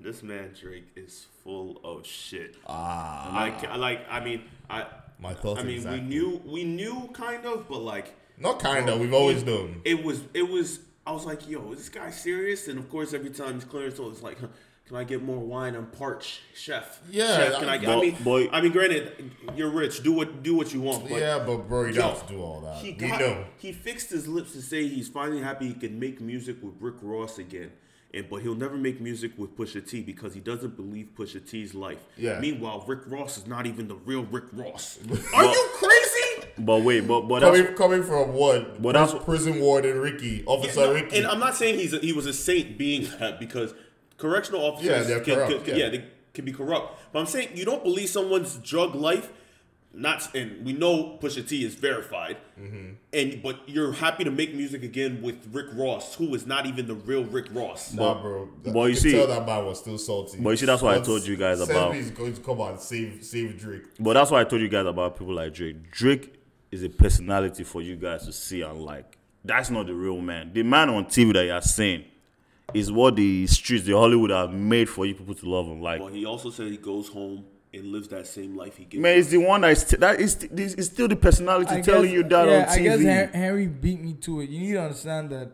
Speaker 3: This man Drake is full of shit.
Speaker 1: Ah,
Speaker 3: I ca- like. I mean, I.
Speaker 1: My thoughts
Speaker 3: I mean,
Speaker 1: exactly.
Speaker 3: we knew we knew kind of, but like
Speaker 1: not kinda.
Speaker 3: Bro,
Speaker 1: We've always
Speaker 3: it-
Speaker 1: known.
Speaker 3: It was it was I was like, yo, is this guy serious? And of course every time he's clearing so it's like huh, can I get more wine? I'm parched, chef.
Speaker 1: Yeah,
Speaker 3: chef, can I, get? I
Speaker 2: but-
Speaker 3: mean,
Speaker 2: but-
Speaker 3: I mean, granted, you're rich. Do what do what you want. But
Speaker 1: yeah, but bro, you
Speaker 3: Yo,
Speaker 1: don't have to do all that.
Speaker 3: he
Speaker 1: we
Speaker 3: got,
Speaker 1: know.
Speaker 3: he fixed his lips to say he's finally happy he can make music with Rick Ross again. And, but he'll never make music with Pusha T because he doesn't believe Pusha T's life.
Speaker 1: Yeah.
Speaker 3: Meanwhile, Rick Ross is not even the real Rick Ross. Are you crazy?
Speaker 2: But wait, but but that's,
Speaker 1: Coming, coming from what?
Speaker 2: But that's-
Speaker 1: prison warden Ricky, officer
Speaker 3: Yeah, no,
Speaker 1: Ricky.
Speaker 3: And I'm not saying he's a, he was a saint being that because correctional officers
Speaker 1: Yeah, they're
Speaker 3: can,
Speaker 1: corrupt,
Speaker 3: can-
Speaker 1: yeah.
Speaker 3: yeah, they can be corrupt. But I'm saying you don't believe someone's drug life. Not and we know Pusha T is verified, and but you're happy to make music again with Rick Ross, who is not even the real Rick Ross.
Speaker 1: Nah, bro.
Speaker 2: but you
Speaker 1: could
Speaker 2: see-
Speaker 1: tell that man was still salty.
Speaker 2: but you see, that's what I told you guys about-
Speaker 1: He's going to come out and save, save Drake.
Speaker 2: But that's why I told you guys about people like Drake. Drake is a personality for you guys to see and like. That's not the real man. The man on TV that you are seeing is what the streets, the Hollywood have made for you people to love him. Like,
Speaker 3: But he also said he goes home and lives that same life he gives.
Speaker 2: man, it's the one that is that is this is still the personality
Speaker 4: I
Speaker 2: telling
Speaker 4: guess-
Speaker 2: you that
Speaker 4: yeah,
Speaker 2: on
Speaker 4: I guess
Speaker 2: TV.
Speaker 4: Hen- Henry beat me to it. You need to understand that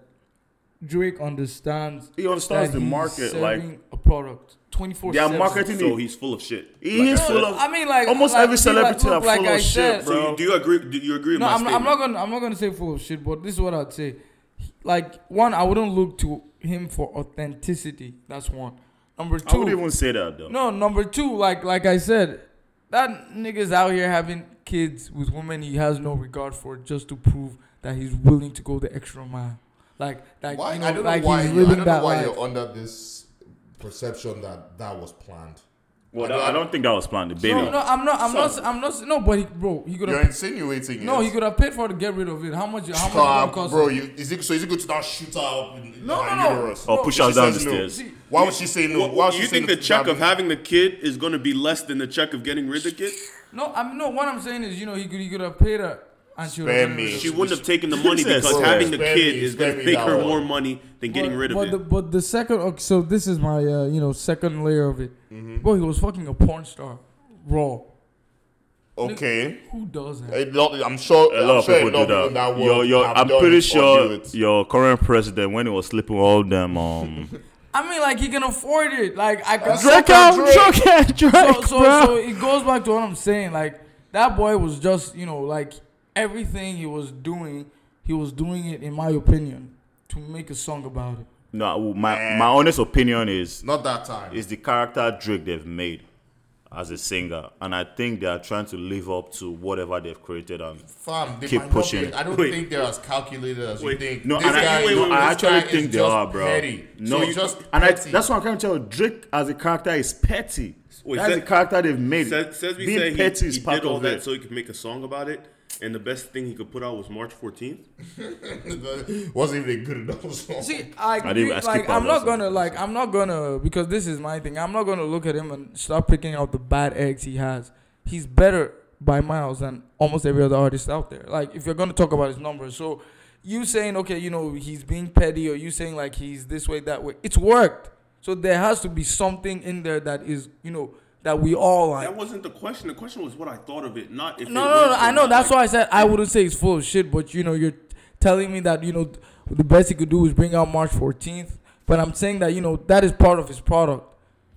Speaker 4: Drake understands.
Speaker 2: He understands
Speaker 4: that
Speaker 2: the
Speaker 4: he's
Speaker 2: market, like-
Speaker 4: serving a product twenty four.
Speaker 2: They are marketing.
Speaker 3: so
Speaker 2: it.
Speaker 3: he's full of shit.
Speaker 2: he
Speaker 3: Like I
Speaker 2: is
Speaker 3: said.
Speaker 2: full of.
Speaker 4: I mean, like-
Speaker 2: almost
Speaker 4: like-
Speaker 2: every
Speaker 4: see, like,
Speaker 2: celebrity
Speaker 4: look,
Speaker 2: are full
Speaker 4: like I
Speaker 2: of
Speaker 4: said-
Speaker 2: shit,
Speaker 3: So
Speaker 2: bro.
Speaker 3: you, do you agree? Do you agree with
Speaker 4: No,
Speaker 3: my
Speaker 4: I'm,
Speaker 3: statement?
Speaker 4: I'm not gonna. I'm not gonna say full of shit. But this is what I'd say. Like one, I wouldn't look to him for authenticity. That's one. Number
Speaker 2: I
Speaker 4: two,
Speaker 2: would even say that though.
Speaker 4: No, number two, like like I said, that nigga's out here having kids with women he has no regard for just to prove that he's willing to go the extra mile. Like like
Speaker 1: Why?
Speaker 4: you know,
Speaker 1: I don't
Speaker 4: like
Speaker 1: know why,
Speaker 4: he's
Speaker 1: you- I
Speaker 4: living
Speaker 1: don't know
Speaker 4: that
Speaker 1: why
Speaker 4: life.
Speaker 1: you're under this perception that that was planned.
Speaker 2: Well, that- I don't think that was planned. The baby.
Speaker 4: No, no, I'm not. I'm not. I'm not. No, but he, bro, he could
Speaker 1: You're
Speaker 4: have.
Speaker 1: insinuating
Speaker 4: No,
Speaker 1: it.
Speaker 4: he could have paid for to get rid of it. How much? How much?
Speaker 1: Ah,
Speaker 4: it cost
Speaker 1: bro,
Speaker 4: him?
Speaker 1: you, is it, so is it good to now shoot her up in
Speaker 4: No,
Speaker 1: her
Speaker 4: no, no.
Speaker 1: uterus?
Speaker 2: or
Speaker 4: no,
Speaker 2: Oh, push
Speaker 1: Oh, she
Speaker 2: us down the
Speaker 1: says no.
Speaker 2: stairs.
Speaker 4: See,
Speaker 1: Why would she say no? Why would she
Speaker 3: you
Speaker 1: say
Speaker 3: think
Speaker 1: no
Speaker 3: the
Speaker 1: to
Speaker 3: check
Speaker 1: that?
Speaker 3: of having the kid is going to be less than the check of getting rid of the kid?
Speaker 4: no, I mean, no. What I'm saying is, you know, he could. He could have paid her, and she would
Speaker 1: Spare
Speaker 4: have.
Speaker 1: me.
Speaker 3: She wouldn't have taken the money
Speaker 2: Jesus
Speaker 3: because
Speaker 2: Christ.
Speaker 3: having the
Speaker 1: Spare
Speaker 3: kid
Speaker 1: me,
Speaker 3: is
Speaker 1: spare
Speaker 3: going to
Speaker 1: me
Speaker 3: make
Speaker 1: that
Speaker 3: her
Speaker 1: one.
Speaker 3: more money than getting rid of
Speaker 4: but
Speaker 3: it.
Speaker 4: The, but the second, okay, so this is my, uh, you know, second layer of it.
Speaker 3: Mm-hmm.
Speaker 4: Bro, he was fucking a porn star, raw.
Speaker 1: Okay.
Speaker 4: Who does that?
Speaker 1: A lot- I'm sure
Speaker 2: A lot
Speaker 1: I'm
Speaker 2: of
Speaker 1: sure
Speaker 2: people do that.
Speaker 1: in that world
Speaker 2: Your- your-
Speaker 1: have
Speaker 2: I'm
Speaker 1: done
Speaker 2: pretty
Speaker 1: it or do
Speaker 2: sure
Speaker 1: it.
Speaker 2: your current president, when he was sleeping with all them, um,
Speaker 4: I mean, like he can afford it. Like I can.
Speaker 1: Drake out, Drake.
Speaker 4: so, so, so it goes back to what I'm saying. Like that boy was just, you know, like everything he was doing, he was doing it in my opinion. to make a song about it.
Speaker 2: No, my my honest opinion is
Speaker 1: Not that time.
Speaker 2: is the character Drake they've made as a singer, and I think they are trying to live up to whatever they've created. And
Speaker 1: Fam, they
Speaker 2: Keep
Speaker 1: might not be-
Speaker 2: pushing.
Speaker 1: I don't
Speaker 2: Wait.
Speaker 1: think they're as calculated as
Speaker 3: Wait.
Speaker 1: you think.
Speaker 2: no,
Speaker 1: This
Speaker 2: and I,
Speaker 1: guy-
Speaker 3: wait,
Speaker 2: no,
Speaker 3: wait,
Speaker 2: I
Speaker 1: this guy
Speaker 2: actually
Speaker 1: is
Speaker 2: think they
Speaker 1: just
Speaker 2: are, bro.
Speaker 1: petty.
Speaker 2: No,
Speaker 1: So he's just
Speaker 2: and I,
Speaker 1: petty.
Speaker 2: that's what I'm trying to tell you. Drake as a character is petty.
Speaker 3: Wait,
Speaker 2: that's
Speaker 3: said-
Speaker 2: the character they've made.
Speaker 3: Says, says we
Speaker 2: Being
Speaker 3: said
Speaker 2: petty
Speaker 3: he,
Speaker 2: is
Speaker 3: he
Speaker 2: part
Speaker 3: did all
Speaker 2: of
Speaker 3: that
Speaker 2: it.
Speaker 3: so he could make a song about it, and the best thing he could put out was March 14th.
Speaker 1: wasn't even a good enough song.
Speaker 4: See, I,
Speaker 2: I didn't- I
Speaker 4: like,
Speaker 2: skipped
Speaker 4: I'm
Speaker 2: out
Speaker 4: not
Speaker 2: that
Speaker 4: gonna
Speaker 2: song.
Speaker 4: like I'm not gonna because this is my thing. I'm not gonna look at him and start picking out the bad eggs he has. He's better by miles than almost every other artist out there. Like if you're gonna talk about his numbers, so you saying okay, you know he's being petty, or you saying like he's this way that way. It's worked. So there has to be something in there that is you know that we all like.
Speaker 3: That wasn't the question. The question was what I thought of it, not if.
Speaker 4: No,
Speaker 3: it
Speaker 4: no, no.
Speaker 3: worked or
Speaker 4: I know.
Speaker 3: not.
Speaker 4: That's
Speaker 3: Like,
Speaker 4: why I said I wouldn't say it's full of shit. But you know, you're telling me that you know the best he could do is bring out March 14th. But I'm saying that you know that is part of his product.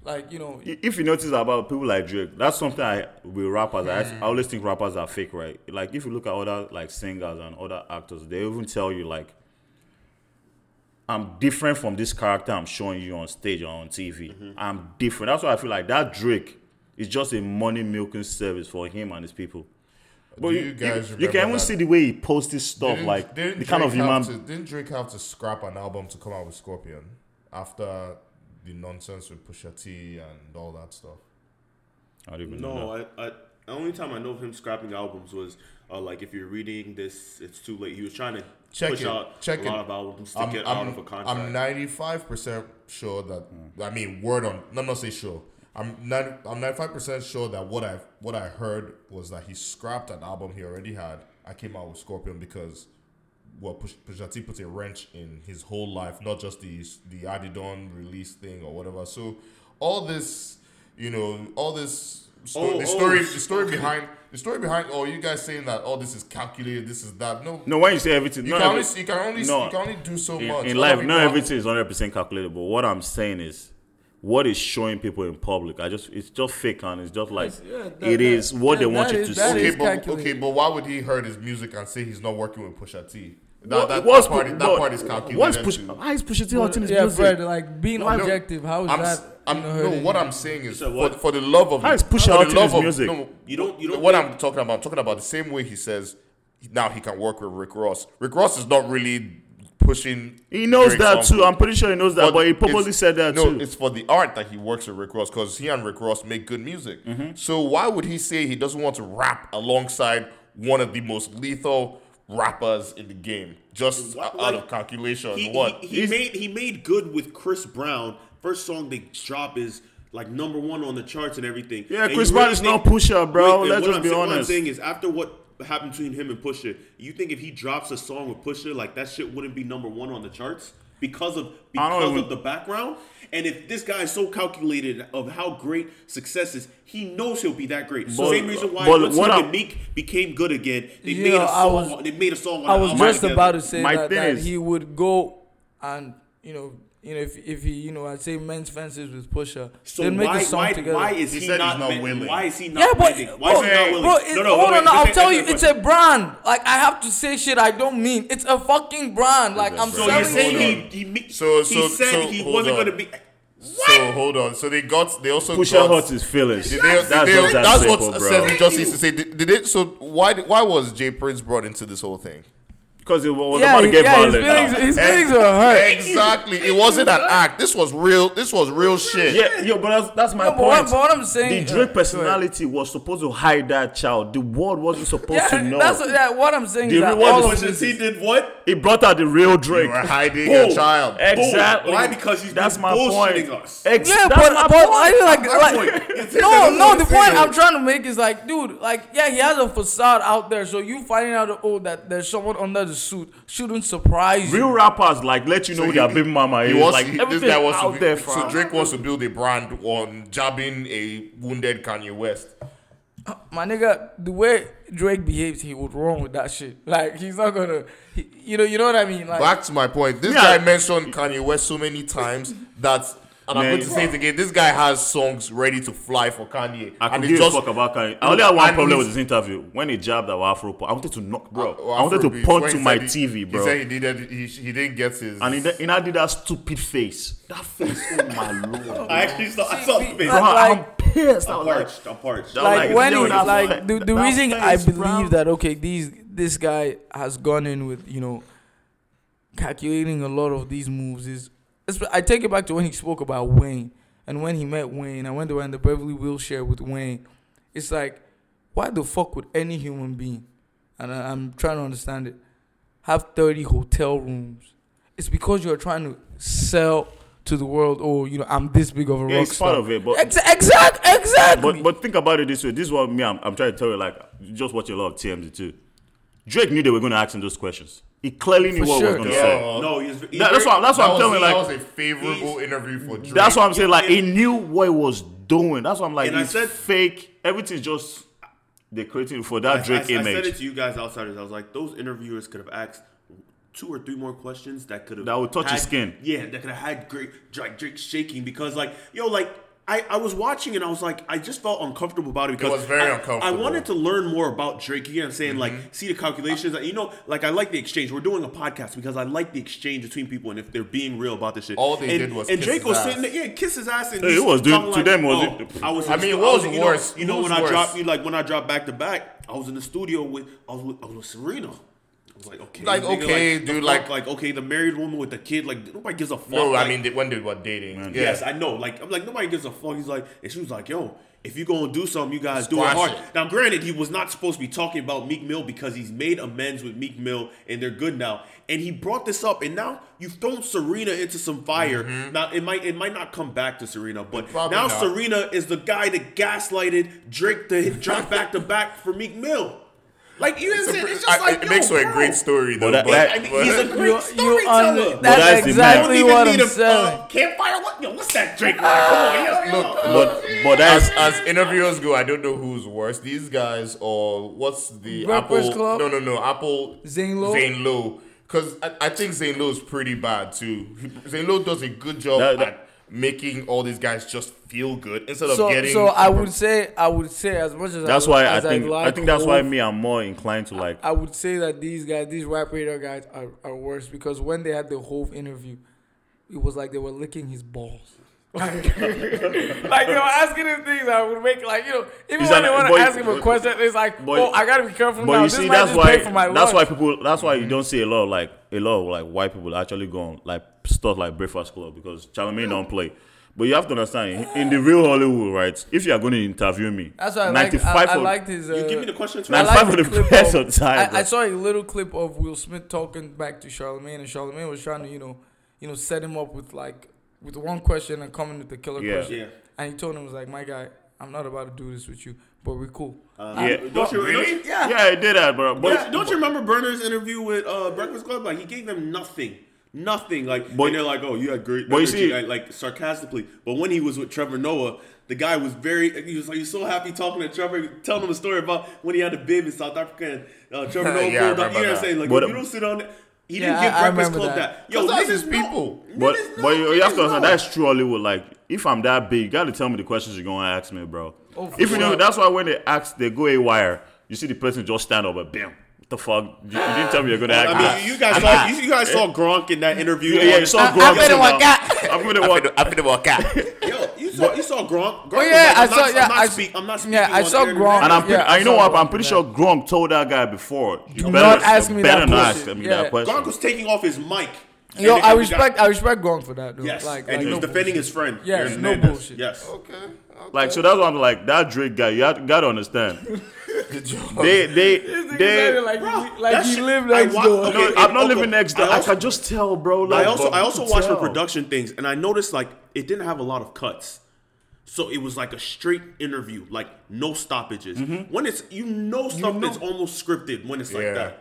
Speaker 4: Like you know,
Speaker 2: I- if you notice about people like Drake, that's something I with rappers. I,
Speaker 1: Hmm.
Speaker 2: I always think rappers are fake, right? Like if you look at other like singers and other actors, they even tell you like, "I'm different from this character I'm showing you on stage or on TV.
Speaker 1: Mm-hmm.
Speaker 2: I'm different." That's why I feel like that Drake is just a money milking service for him and his people. But
Speaker 1: Do
Speaker 2: you,
Speaker 1: you
Speaker 2: you-
Speaker 1: guys
Speaker 2: you,
Speaker 1: remember
Speaker 2: can even
Speaker 1: that?
Speaker 2: see the way he posts his stuff,
Speaker 1: Didn't-
Speaker 2: like
Speaker 1: didn't
Speaker 2: the kind of
Speaker 1: Drake
Speaker 2: human.
Speaker 1: have to- didn't Drake have to scrap an album to come out with Scorpion after the nonsense with Pusha T and all that stuff?
Speaker 2: I don't even know.
Speaker 3: No, I, I. The only time I know of him scrapping albums was uh, like if you're reading this, it's too late. He was trying to
Speaker 1: Check
Speaker 3: push
Speaker 1: it,
Speaker 3: out
Speaker 1: check
Speaker 3: a
Speaker 1: it.
Speaker 3: lot of albums to
Speaker 1: I'm,
Speaker 3: get out of a contract.
Speaker 1: I'm 95% sure that I mean word on let me not say sure. I'm not I'm 95% sure that what I what I heard was that he scrapped an album he already had. I came out with Scorpion because well Push, Pusha T put a wrench in his whole life, not just the the Adidon release thing or whatever. So all this, you know, all this sto-
Speaker 3: Oh,
Speaker 1: the
Speaker 3: oh,
Speaker 1: story the story
Speaker 3: okay.
Speaker 1: behind the story behind oh you guys saying that oh this is calculated, this is that. No,
Speaker 2: No, when you say everything,
Speaker 1: you,
Speaker 2: not
Speaker 1: can
Speaker 2: every-
Speaker 1: only, you can only
Speaker 2: no.
Speaker 1: you can only do so much
Speaker 2: in, in
Speaker 1: Other
Speaker 2: life,
Speaker 1: people
Speaker 2: not
Speaker 1: have-
Speaker 2: everything is hundred percent calculated. But what I'm saying is, what is showing people in public, I just it's just fake and it's just like it is
Speaker 4: yeah, that- that-
Speaker 2: what they
Speaker 4: that-
Speaker 2: want
Speaker 4: that
Speaker 2: you
Speaker 4: is-
Speaker 2: to
Speaker 4: that
Speaker 2: see.
Speaker 1: Okay,
Speaker 4: is-
Speaker 1: but
Speaker 4: calculated.
Speaker 1: okay, but why would he hurt his music and say he's not working with Pusha T? That,
Speaker 2: What-
Speaker 1: that,
Speaker 2: what's
Speaker 1: that, part,
Speaker 2: pu-
Speaker 1: that
Speaker 2: what-
Speaker 1: part is calculated.
Speaker 2: What's push?
Speaker 1: too.
Speaker 2: Why is Pusha T hurting his
Speaker 4: yeah,
Speaker 2: music?
Speaker 4: Fred, like being
Speaker 1: No,
Speaker 4: objective. How is
Speaker 1: I'm,
Speaker 4: that?
Speaker 1: s- I'm,
Speaker 4: you know,
Speaker 1: no,
Speaker 4: hurting
Speaker 1: what
Speaker 4: you?
Speaker 1: I'm saying is
Speaker 3: said
Speaker 1: for,
Speaker 3: what?
Speaker 1: for the love of
Speaker 2: How is Pusha
Speaker 1: for
Speaker 2: out in
Speaker 1: the love
Speaker 2: his
Speaker 1: of
Speaker 2: music?
Speaker 1: No,
Speaker 3: You don't- you don't
Speaker 1: What
Speaker 3: think-
Speaker 1: I'm talking about, I'm talking about the same way he says now he can work with Rick Ross. Rick Ross is not really pushing.
Speaker 2: he knows
Speaker 1: Drake's
Speaker 2: that
Speaker 1: songs.
Speaker 2: too. I'm pretty sure he knows that, but, he
Speaker 1: it's-
Speaker 2: purposely said that
Speaker 1: no,
Speaker 2: too.
Speaker 1: it's for the art that he works with Rick Ross because he and Rick Ross make good music.
Speaker 2: Mm-hmm.
Speaker 1: So why would he say he doesn't want to rap alongside one of the most lethal rappers in the game just
Speaker 3: Why-
Speaker 1: out
Speaker 3: like,
Speaker 1: of calculation?
Speaker 3: He,
Speaker 1: what?
Speaker 3: he, he made he made good with Chris Brown. First song they drop is like number one on the charts and everything.
Speaker 2: Yeah,
Speaker 3: And
Speaker 2: Chris
Speaker 3: you
Speaker 2: Brown is not Pusha, bro.
Speaker 3: and
Speaker 2: Let's
Speaker 3: what
Speaker 2: just
Speaker 3: I'm
Speaker 2: be
Speaker 3: saying- What I'm
Speaker 2: honest.
Speaker 3: saying is after what happened between him and Pusha, you think if he drops a song with Pusha, like that shit wouldn't be number one on the charts because of
Speaker 2: I don't
Speaker 3: because
Speaker 2: even-
Speaker 3: of the background? And if this guy is so calculated of how great success is, he knows he'll be that great.
Speaker 2: But-
Speaker 3: Same reason why
Speaker 2: but
Speaker 3: once
Speaker 2: what
Speaker 3: him
Speaker 2: I'm-
Speaker 3: and Meek became good again, they
Speaker 4: You
Speaker 3: made
Speaker 4: know,
Speaker 3: a
Speaker 4: I
Speaker 3: song.
Speaker 4: was-
Speaker 3: they made a song. On
Speaker 4: I
Speaker 3: an
Speaker 4: was
Speaker 3: album
Speaker 4: just
Speaker 3: together.
Speaker 4: about to say
Speaker 2: my
Speaker 4: that,
Speaker 2: thing
Speaker 4: that
Speaker 2: is-
Speaker 4: he would go and you know you know if, if he you know I'd say men's fences with Pusha.
Speaker 3: So
Speaker 4: they'd make
Speaker 3: why,
Speaker 4: a song
Speaker 3: why,
Speaker 4: together.
Speaker 3: why is
Speaker 1: He
Speaker 3: he,
Speaker 1: said he's
Speaker 3: not,
Speaker 1: not
Speaker 3: men-
Speaker 1: willing.
Speaker 3: Why is he not
Speaker 4: Yeah, but
Speaker 3: willing? Why
Speaker 4: bro,
Speaker 3: is he not
Speaker 4: hey,
Speaker 3: willing?
Speaker 4: bro, it- hold
Speaker 3: wait,
Speaker 4: on, I'll
Speaker 3: listen,
Speaker 4: tell
Speaker 3: answer
Speaker 4: you,
Speaker 3: the
Speaker 4: it's a
Speaker 3: question.
Speaker 4: brand. Like I have to say shit I don't mean. It's a fucking brand. Like I'm
Speaker 2: brand.
Speaker 3: So you're
Speaker 4: selling.
Speaker 1: hold
Speaker 4: shit.
Speaker 3: saying he, he, me-
Speaker 1: So- so-
Speaker 3: he said
Speaker 1: so,
Speaker 3: he
Speaker 1: hold
Speaker 3: wasn't
Speaker 1: on.
Speaker 3: going to be.
Speaker 1: So hold on. So they got. They also
Speaker 2: Pusha
Speaker 1: got.
Speaker 2: hurts his feelings.
Speaker 1: Did they-
Speaker 2: that's
Speaker 1: did
Speaker 2: what
Speaker 1: they-
Speaker 2: that
Speaker 1: that's
Speaker 2: simple,
Speaker 1: what
Speaker 2: bro.
Speaker 1: Seth just used to say. Did, did it? So why? Why was Jay Prince brought into this whole thing?
Speaker 2: Because it was
Speaker 4: Yeah,
Speaker 2: about to
Speaker 4: he-
Speaker 2: get
Speaker 4: yeah, his
Speaker 2: violent.
Speaker 4: feelings- his feelings
Speaker 1: Ex-
Speaker 4: were hurt.
Speaker 1: Exactly. It wasn't an act. This was real. This was real shit.
Speaker 2: Yeah, yo, but that's, that's my
Speaker 4: No, but
Speaker 2: point.
Speaker 4: what- but what I'm saying-
Speaker 2: the Drake
Speaker 4: Yeah, go ahead.
Speaker 2: personality was supposed to hide that child. The world wasn't supposed
Speaker 4: Yeah,
Speaker 2: to know.
Speaker 4: that's what, yeah, what I'm saying.
Speaker 2: The
Speaker 4: Is that
Speaker 2: reward
Speaker 4: all
Speaker 2: is
Speaker 4: of
Speaker 2: what
Speaker 4: this
Speaker 3: he
Speaker 4: is,
Speaker 3: did what?
Speaker 2: He brought out the real Drake.
Speaker 1: You were hiding
Speaker 2: Boom.
Speaker 1: a child.
Speaker 2: Exactly.
Speaker 3: Why? Because he's
Speaker 2: that's
Speaker 3: been
Speaker 2: my
Speaker 3: bullshitting
Speaker 2: point.
Speaker 3: us.
Speaker 2: Ex-
Speaker 4: yeah,
Speaker 2: that's
Speaker 4: but,
Speaker 2: my
Speaker 4: but I
Speaker 2: point.
Speaker 4: feel like,
Speaker 3: point. You
Speaker 4: like
Speaker 3: think
Speaker 4: no,
Speaker 1: that's
Speaker 4: no.
Speaker 1: what
Speaker 4: The
Speaker 1: I'm
Speaker 4: point
Speaker 1: saying.
Speaker 4: I'm trying to make is like, dude, like, yeah, he has a facade out there. So you finding out, oh, that there's someone under the suit shouldn't surprise you.
Speaker 2: Real rappers like let you know who
Speaker 1: he-
Speaker 2: their baby mama
Speaker 1: He
Speaker 2: is.
Speaker 1: wants,
Speaker 2: like
Speaker 1: he, this
Speaker 2: everything
Speaker 1: guy wants
Speaker 2: out
Speaker 1: to be,
Speaker 2: there.
Speaker 1: So
Speaker 2: fam.
Speaker 1: Drake wants to build a brand on jabbing a wounded Kanye West.
Speaker 4: My nigga, the way Drake behaves, he would run with that shit. Like he's not gonna, he, you know, you know what I mean. Like
Speaker 1: Back to my point. This
Speaker 2: Yeah.
Speaker 1: guy mentioned Kanye West so many times that And
Speaker 2: Man.
Speaker 1: I'm going to say it again. This guy has songs ready to fly for Kanye.
Speaker 2: I
Speaker 1: and
Speaker 2: could
Speaker 1: it
Speaker 2: give
Speaker 1: just-
Speaker 2: a fuck about Kanye. I only had one
Speaker 1: and
Speaker 2: problem with
Speaker 1: he's-
Speaker 2: his interview. When he jabbed at Afro, I wanted to knock, bro.
Speaker 1: Well,
Speaker 2: I wanted to
Speaker 1: Afrobeats,
Speaker 2: punch
Speaker 1: when
Speaker 2: to
Speaker 1: he
Speaker 2: my
Speaker 1: said he-
Speaker 2: TV, bro.
Speaker 1: He said he didn't. He, he didn't get his.
Speaker 2: and he, did- he now did that stupid face. That face, oh my lord. I actually saw, I saw the face. Bro, I'm
Speaker 4: Like-
Speaker 2: pissed. I was like,
Speaker 3: parched. I'm parched.
Speaker 2: That-
Speaker 4: uh, like,
Speaker 2: like,
Speaker 4: when
Speaker 2: yo,
Speaker 4: he,
Speaker 2: that
Speaker 4: like
Speaker 2: face-
Speaker 4: the, the
Speaker 2: that
Speaker 4: reason I
Speaker 2: face, bro.
Speaker 4: believe that okay these this guy has gone in with you know calculating a lot of these moves is it's- I take it back to when he spoke about Wayne and when he met Wayne and when they were in the Beverly wheelchair with Wayne it's like why the fuck would any human being and I, I'm trying to understand it have 30 hotel rooms it's because you're trying to sell to the world oh you know I'm this big of a
Speaker 2: yeah,
Speaker 4: rock
Speaker 2: it's
Speaker 4: star
Speaker 2: part of it, but
Speaker 4: Ex- exact, exactly.
Speaker 2: But but think about it this way. This is what me I'm, I'm trying to tell you. Like, you just watch a lot of TMZ too. Drake knew they were going to ask him those questions. He clearly knew
Speaker 4: For
Speaker 2: what
Speaker 4: sure.
Speaker 2: was going to
Speaker 1: Yeah. oh,
Speaker 2: say.
Speaker 3: no, he's, he's
Speaker 2: That- that's
Speaker 3: very-
Speaker 2: what that's
Speaker 1: that
Speaker 2: what I'm
Speaker 1: was,
Speaker 2: telling.
Speaker 1: that
Speaker 2: Like,
Speaker 1: was a favorable interview for Drake.
Speaker 2: that's what I'm saying. Like, he knew what he was doing. That's what I'm like.
Speaker 3: And I
Speaker 2: It's
Speaker 3: said-
Speaker 2: fake. Everything's just they creating for that Drake
Speaker 3: I, I, I
Speaker 2: image.
Speaker 3: said it to you guys outsiders. I was like, those interviewers could have asked two or three more questions that could have
Speaker 2: That would touch
Speaker 3: had,
Speaker 2: his skin.
Speaker 3: Yeah, that could have had great Drake, Drake shaking because like yo like. I, I was watching and I was like, I just felt uncomfortable about it because
Speaker 1: was very
Speaker 3: I, I
Speaker 1: uncomfortable. Mm-hmm.
Speaker 3: wanted to learn more about Drake. You know what I'm saying? Like, see the calculations. You know, like I like the exchange. We're doing a podcast because I like the exchange between people and if they're being real about this shit.
Speaker 1: All they
Speaker 3: and,
Speaker 1: did was
Speaker 3: and
Speaker 1: kiss
Speaker 3: Drake
Speaker 1: his
Speaker 3: was
Speaker 1: ass.
Speaker 3: sitting there, yeah, kiss his ass. And
Speaker 2: Hey, it
Speaker 3: he's
Speaker 2: was, dude.
Speaker 3: talking
Speaker 2: To them, was
Speaker 3: oh,
Speaker 2: it-
Speaker 3: I was.
Speaker 1: I mean, it
Speaker 3: was,
Speaker 1: was
Speaker 3: you know-
Speaker 1: worse.
Speaker 3: You know,
Speaker 1: It was
Speaker 3: when I
Speaker 1: worse.
Speaker 3: dropped you like when I dropped back to back, I was in the studio with I was with, I was with Serena. I was like, okay,
Speaker 1: Like,
Speaker 3: nigga,
Speaker 1: okay,
Speaker 3: the
Speaker 1: dude, like-
Speaker 3: fuck, like, okay, the married woman with the kid, like, nobody gives a fuck.
Speaker 1: No, I
Speaker 3: like-
Speaker 1: mean they, when they were dating. Yeah.
Speaker 3: yes, I know. Like, I'm like, nobody gives a fuck. He's like, and she was like, yo, if you gonna do something, you guys do it
Speaker 1: Squash
Speaker 3: hard.
Speaker 1: it.
Speaker 3: Now, granted, he was not supposed to be talking about Meek Mill because he's made amends with Meek Mill and they're good now. And he brought this up, and now you've thrown Serena into some fire. Now it might it might not come back to Serena, but
Speaker 1: Mm-hmm. Probably
Speaker 3: now
Speaker 1: not.
Speaker 3: Serena is the guy that gaslighted Drake to hit drop back to back for Meek Mill. Like you know what I'm saying? It's just
Speaker 1: I-
Speaker 3: like
Speaker 1: it
Speaker 3: yo,
Speaker 1: makes for a
Speaker 3: bro.
Speaker 1: great story though.
Speaker 2: that-
Speaker 1: but,
Speaker 2: that-
Speaker 3: I mean,
Speaker 1: but-
Speaker 3: he's a great
Speaker 4: You- you
Speaker 3: storyteller.
Speaker 4: under- that's
Speaker 2: that's the
Speaker 4: exactly
Speaker 3: You
Speaker 4: what
Speaker 3: need
Speaker 4: I'm saying.
Speaker 3: uh, campfire. What? Yo, what's that Drake? line? Come on, yo, yo.
Speaker 2: but but that's
Speaker 1: as, as interviewers go, I don't know who's worse, these guys or what's the
Speaker 4: Breakfast
Speaker 1: Apple?
Speaker 4: Club?
Speaker 1: No, no, no, Apple.
Speaker 4: Zane Lowe?
Speaker 1: Zane Lowe, because I, I think Zane Lowe is pretty bad too. He- Zane Lowe does a good job
Speaker 2: That- that-
Speaker 1: at making all these guys just feel good instead of
Speaker 4: so,
Speaker 1: getting.
Speaker 4: so I would say I would say as much as
Speaker 2: that's
Speaker 4: I,
Speaker 2: why I
Speaker 4: as
Speaker 2: think I
Speaker 4: like
Speaker 2: think that's why
Speaker 4: Hov,
Speaker 2: me I'm more inclined to like.
Speaker 4: I would say that these guys these rap radar guys are, are worse because when they had the whole interview it was like they were licking his balls like, like, they were asking him things that would make like you know even
Speaker 2: He's
Speaker 4: when
Speaker 2: an-
Speaker 4: they want
Speaker 2: boy-
Speaker 4: to ask him a question it's like
Speaker 2: boy-
Speaker 4: oh I gotta be careful
Speaker 2: But
Speaker 4: now
Speaker 2: you
Speaker 4: this
Speaker 2: see,
Speaker 4: might
Speaker 2: that's
Speaker 4: just pay
Speaker 2: why
Speaker 4: for my
Speaker 2: that's why
Speaker 4: lunch.
Speaker 2: people that's why
Speaker 3: Mm-hmm.
Speaker 2: you don't see a lot of like a lot of like white people actually going like stuff like Breakfast Club because Charlamagne don't play. But you have to understand in the real Hollywood, right? If you are going to interview me,
Speaker 4: that's why I liked, I, I
Speaker 2: of-
Speaker 4: liked his uh,
Speaker 3: You give me the question.
Speaker 2: I
Speaker 3: twice.
Speaker 2: like- five of the
Speaker 4: clip
Speaker 2: best of time,
Speaker 4: I- I,
Speaker 2: bro.
Speaker 4: saw a little clip of Will Smith talking back to Charlemagne, and Charlemagne was trying to, you know, you know, set him up with like with one question and coming with the killer
Speaker 2: Yeah.
Speaker 4: question.
Speaker 3: Yeah.
Speaker 4: And he told him was like, "My guy, I'm not about to do this with you, but we're cool."
Speaker 2: yeah.
Speaker 3: Uh, Don't you really?
Speaker 2: yeah, I did that, bro. But
Speaker 3: Yeah, don't you remember Berner's interview with uh, Breakfast Club? Like he gave them nothing, nothing. Like
Speaker 2: But-
Speaker 3: and they're like, "Oh, you had great
Speaker 2: But you
Speaker 3: energy,"
Speaker 2: see-
Speaker 3: like, like sarcastically. But when he was with Trevor Noah, the guy was very. He was like, "He's so happy talking to Trevor, telling him a story about when he had a bib in South Africa." And uh, Trevor
Speaker 1: Yeah,
Speaker 3: Noah
Speaker 1: I
Speaker 3: pulled up. You know
Speaker 1: remember
Speaker 3: what I'm saying? Like,
Speaker 2: that.
Speaker 3: if you don't sit on it. He
Speaker 4: Yeah,
Speaker 3: didn't give
Speaker 4: I- I
Speaker 3: Breakfast
Speaker 4: remember
Speaker 3: Club
Speaker 4: that.
Speaker 3: that. Yo,
Speaker 1: That's
Speaker 3: niggas
Speaker 1: his
Speaker 3: know-
Speaker 1: people.
Speaker 2: But
Speaker 3: niggas
Speaker 2: but
Speaker 3: know-
Speaker 2: you, you have
Speaker 3: niggas
Speaker 2: to understand
Speaker 3: know.
Speaker 2: that's true Hollywood. Like if I'm that big, you gotta tell me the questions you're gonna ask me, bro.
Speaker 4: Oh, for
Speaker 2: if you know,
Speaker 4: sure.
Speaker 2: that's why when they ask, they go a wire. You see the person just stand up and bam. What the fuck? You, you didn't tell me you're gonna ask.
Speaker 3: I
Speaker 2: me.
Speaker 3: mean, you guys saw you, you guys saw Gronk in that interview.
Speaker 2: Yeah, yeah, you saw Gronk.
Speaker 4: finna
Speaker 2: so
Speaker 4: walk
Speaker 2: now-
Speaker 4: out.
Speaker 2: I'm gonna walk out.
Speaker 1: I feel about that.
Speaker 3: Yo, you saw you saw Gronk. Gronk
Speaker 4: Oh
Speaker 3: was
Speaker 4: yeah,
Speaker 3: like,
Speaker 4: I
Speaker 3: I'm
Speaker 4: saw.
Speaker 3: not-
Speaker 4: yeah,
Speaker 3: I'm not
Speaker 4: I,
Speaker 3: speak- I'm not speaking
Speaker 4: yeah, I
Speaker 3: on
Speaker 4: saw
Speaker 3: air.
Speaker 4: Gronk.
Speaker 2: And I'm,
Speaker 4: yeah,
Speaker 2: pretty, I, you know
Speaker 4: saw
Speaker 2: what? I'm
Speaker 4: Gronk
Speaker 2: pretty
Speaker 4: do
Speaker 2: sure
Speaker 4: that.
Speaker 2: Gronk told that guy before. You
Speaker 4: Do
Speaker 2: better
Speaker 4: not ask me
Speaker 2: you better
Speaker 4: that
Speaker 2: not
Speaker 4: bullshit.
Speaker 2: ask me
Speaker 4: Yeah.
Speaker 2: that question.
Speaker 3: Gronk was taking off his mic. And
Speaker 4: Yo,
Speaker 3: then
Speaker 4: I
Speaker 3: he
Speaker 4: respect.
Speaker 3: got-
Speaker 4: I respect Gronk for that. Dude.
Speaker 3: yes,
Speaker 4: Like,
Speaker 3: and
Speaker 4: like,
Speaker 3: he was
Speaker 4: no
Speaker 3: defending
Speaker 4: bullshit.
Speaker 3: his friend.
Speaker 4: Yes,
Speaker 3: Aaron
Speaker 4: no
Speaker 3: Hernandez.
Speaker 4: bullshit.
Speaker 3: Yes.
Speaker 1: okay.
Speaker 2: like so that's why I'm like that Drake guy. You have- gotta understand. They they
Speaker 4: This nigga
Speaker 2: they.
Speaker 4: said it like,
Speaker 3: Bro,
Speaker 4: he- like
Speaker 3: that
Speaker 4: he
Speaker 3: shit-
Speaker 4: lived
Speaker 3: I
Speaker 4: next
Speaker 3: wa-
Speaker 4: door.
Speaker 3: okay,
Speaker 2: No,
Speaker 3: and
Speaker 2: I'm not
Speaker 3: also-
Speaker 2: living next door.
Speaker 3: I
Speaker 2: I,
Speaker 3: also-
Speaker 2: can just tell, bro. Like,
Speaker 3: I also I also
Speaker 2: could
Speaker 3: watched her
Speaker 2: tell.
Speaker 3: production things, and I noticed like it didn't have a lot of cuts. So it was like a straight interview, like no stoppages.
Speaker 4: Mm-hmm.
Speaker 3: When it's you know stuff that's almost scripted when it's like
Speaker 1: Yeah.
Speaker 3: that.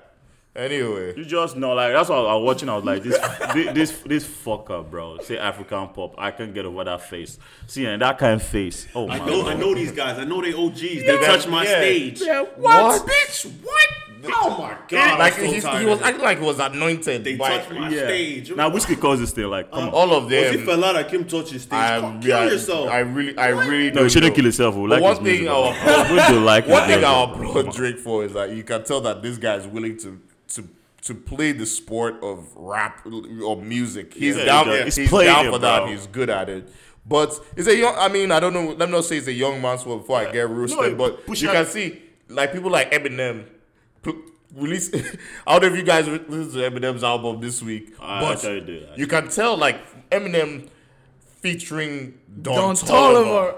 Speaker 1: Anyway.
Speaker 2: You just know, like that's what I was watching. I was like, this, thi- this, this fucker, bro. Say African pop. I can't get over that face. See, and that kind of face. Oh my
Speaker 3: I know I
Speaker 2: god.
Speaker 3: know these guys. I know they OGs. They touch my
Speaker 1: Yeah.
Speaker 3: stage.
Speaker 4: Yeah, what?
Speaker 1: Bitch, what?
Speaker 5: oh my god!
Speaker 1: like
Speaker 5: I'm so
Speaker 1: he's- he
Speaker 5: tired
Speaker 1: was
Speaker 5: of it.
Speaker 1: acting like he was anointed
Speaker 3: They
Speaker 1: by
Speaker 3: touched my stage. Uh,
Speaker 2: Now um, whiskey causes still like come on.
Speaker 1: all of
Speaker 3: Once he
Speaker 1: them.
Speaker 3: fell out, I Kim touched his stage.
Speaker 1: I,
Speaker 3: Come on, kill
Speaker 1: I,
Speaker 3: yourself.
Speaker 1: I really, I really
Speaker 2: No, you
Speaker 1: don't
Speaker 2: shouldn't
Speaker 1: know.
Speaker 2: kill yourself. We like
Speaker 1: one
Speaker 2: his
Speaker 1: thing
Speaker 2: music.
Speaker 1: our-
Speaker 2: we do like
Speaker 1: One
Speaker 2: his
Speaker 1: thing
Speaker 2: music.
Speaker 1: I applaud Drake for is that you can tell that this guy is willing to to to play the sport of rap or music. He's
Speaker 2: Yeah,
Speaker 1: down.
Speaker 2: he does.
Speaker 1: He's,
Speaker 2: He's playing
Speaker 1: down
Speaker 2: it,
Speaker 1: for that.
Speaker 2: bro.
Speaker 1: He's good at it. But it's a young. I mean, I don't know. Let me not say it's a young man's world before I get roasted.
Speaker 2: it-
Speaker 1: but
Speaker 2: push
Speaker 1: you
Speaker 2: out-
Speaker 1: can see like people like Eminem. p- Release. I don't know if you guys listen to Eminem's album this week,
Speaker 2: I
Speaker 1: but
Speaker 2: actually did. I
Speaker 1: you can tell like Eminem featuring Don,
Speaker 4: Don
Speaker 1: Toliver.
Speaker 4: Toliver.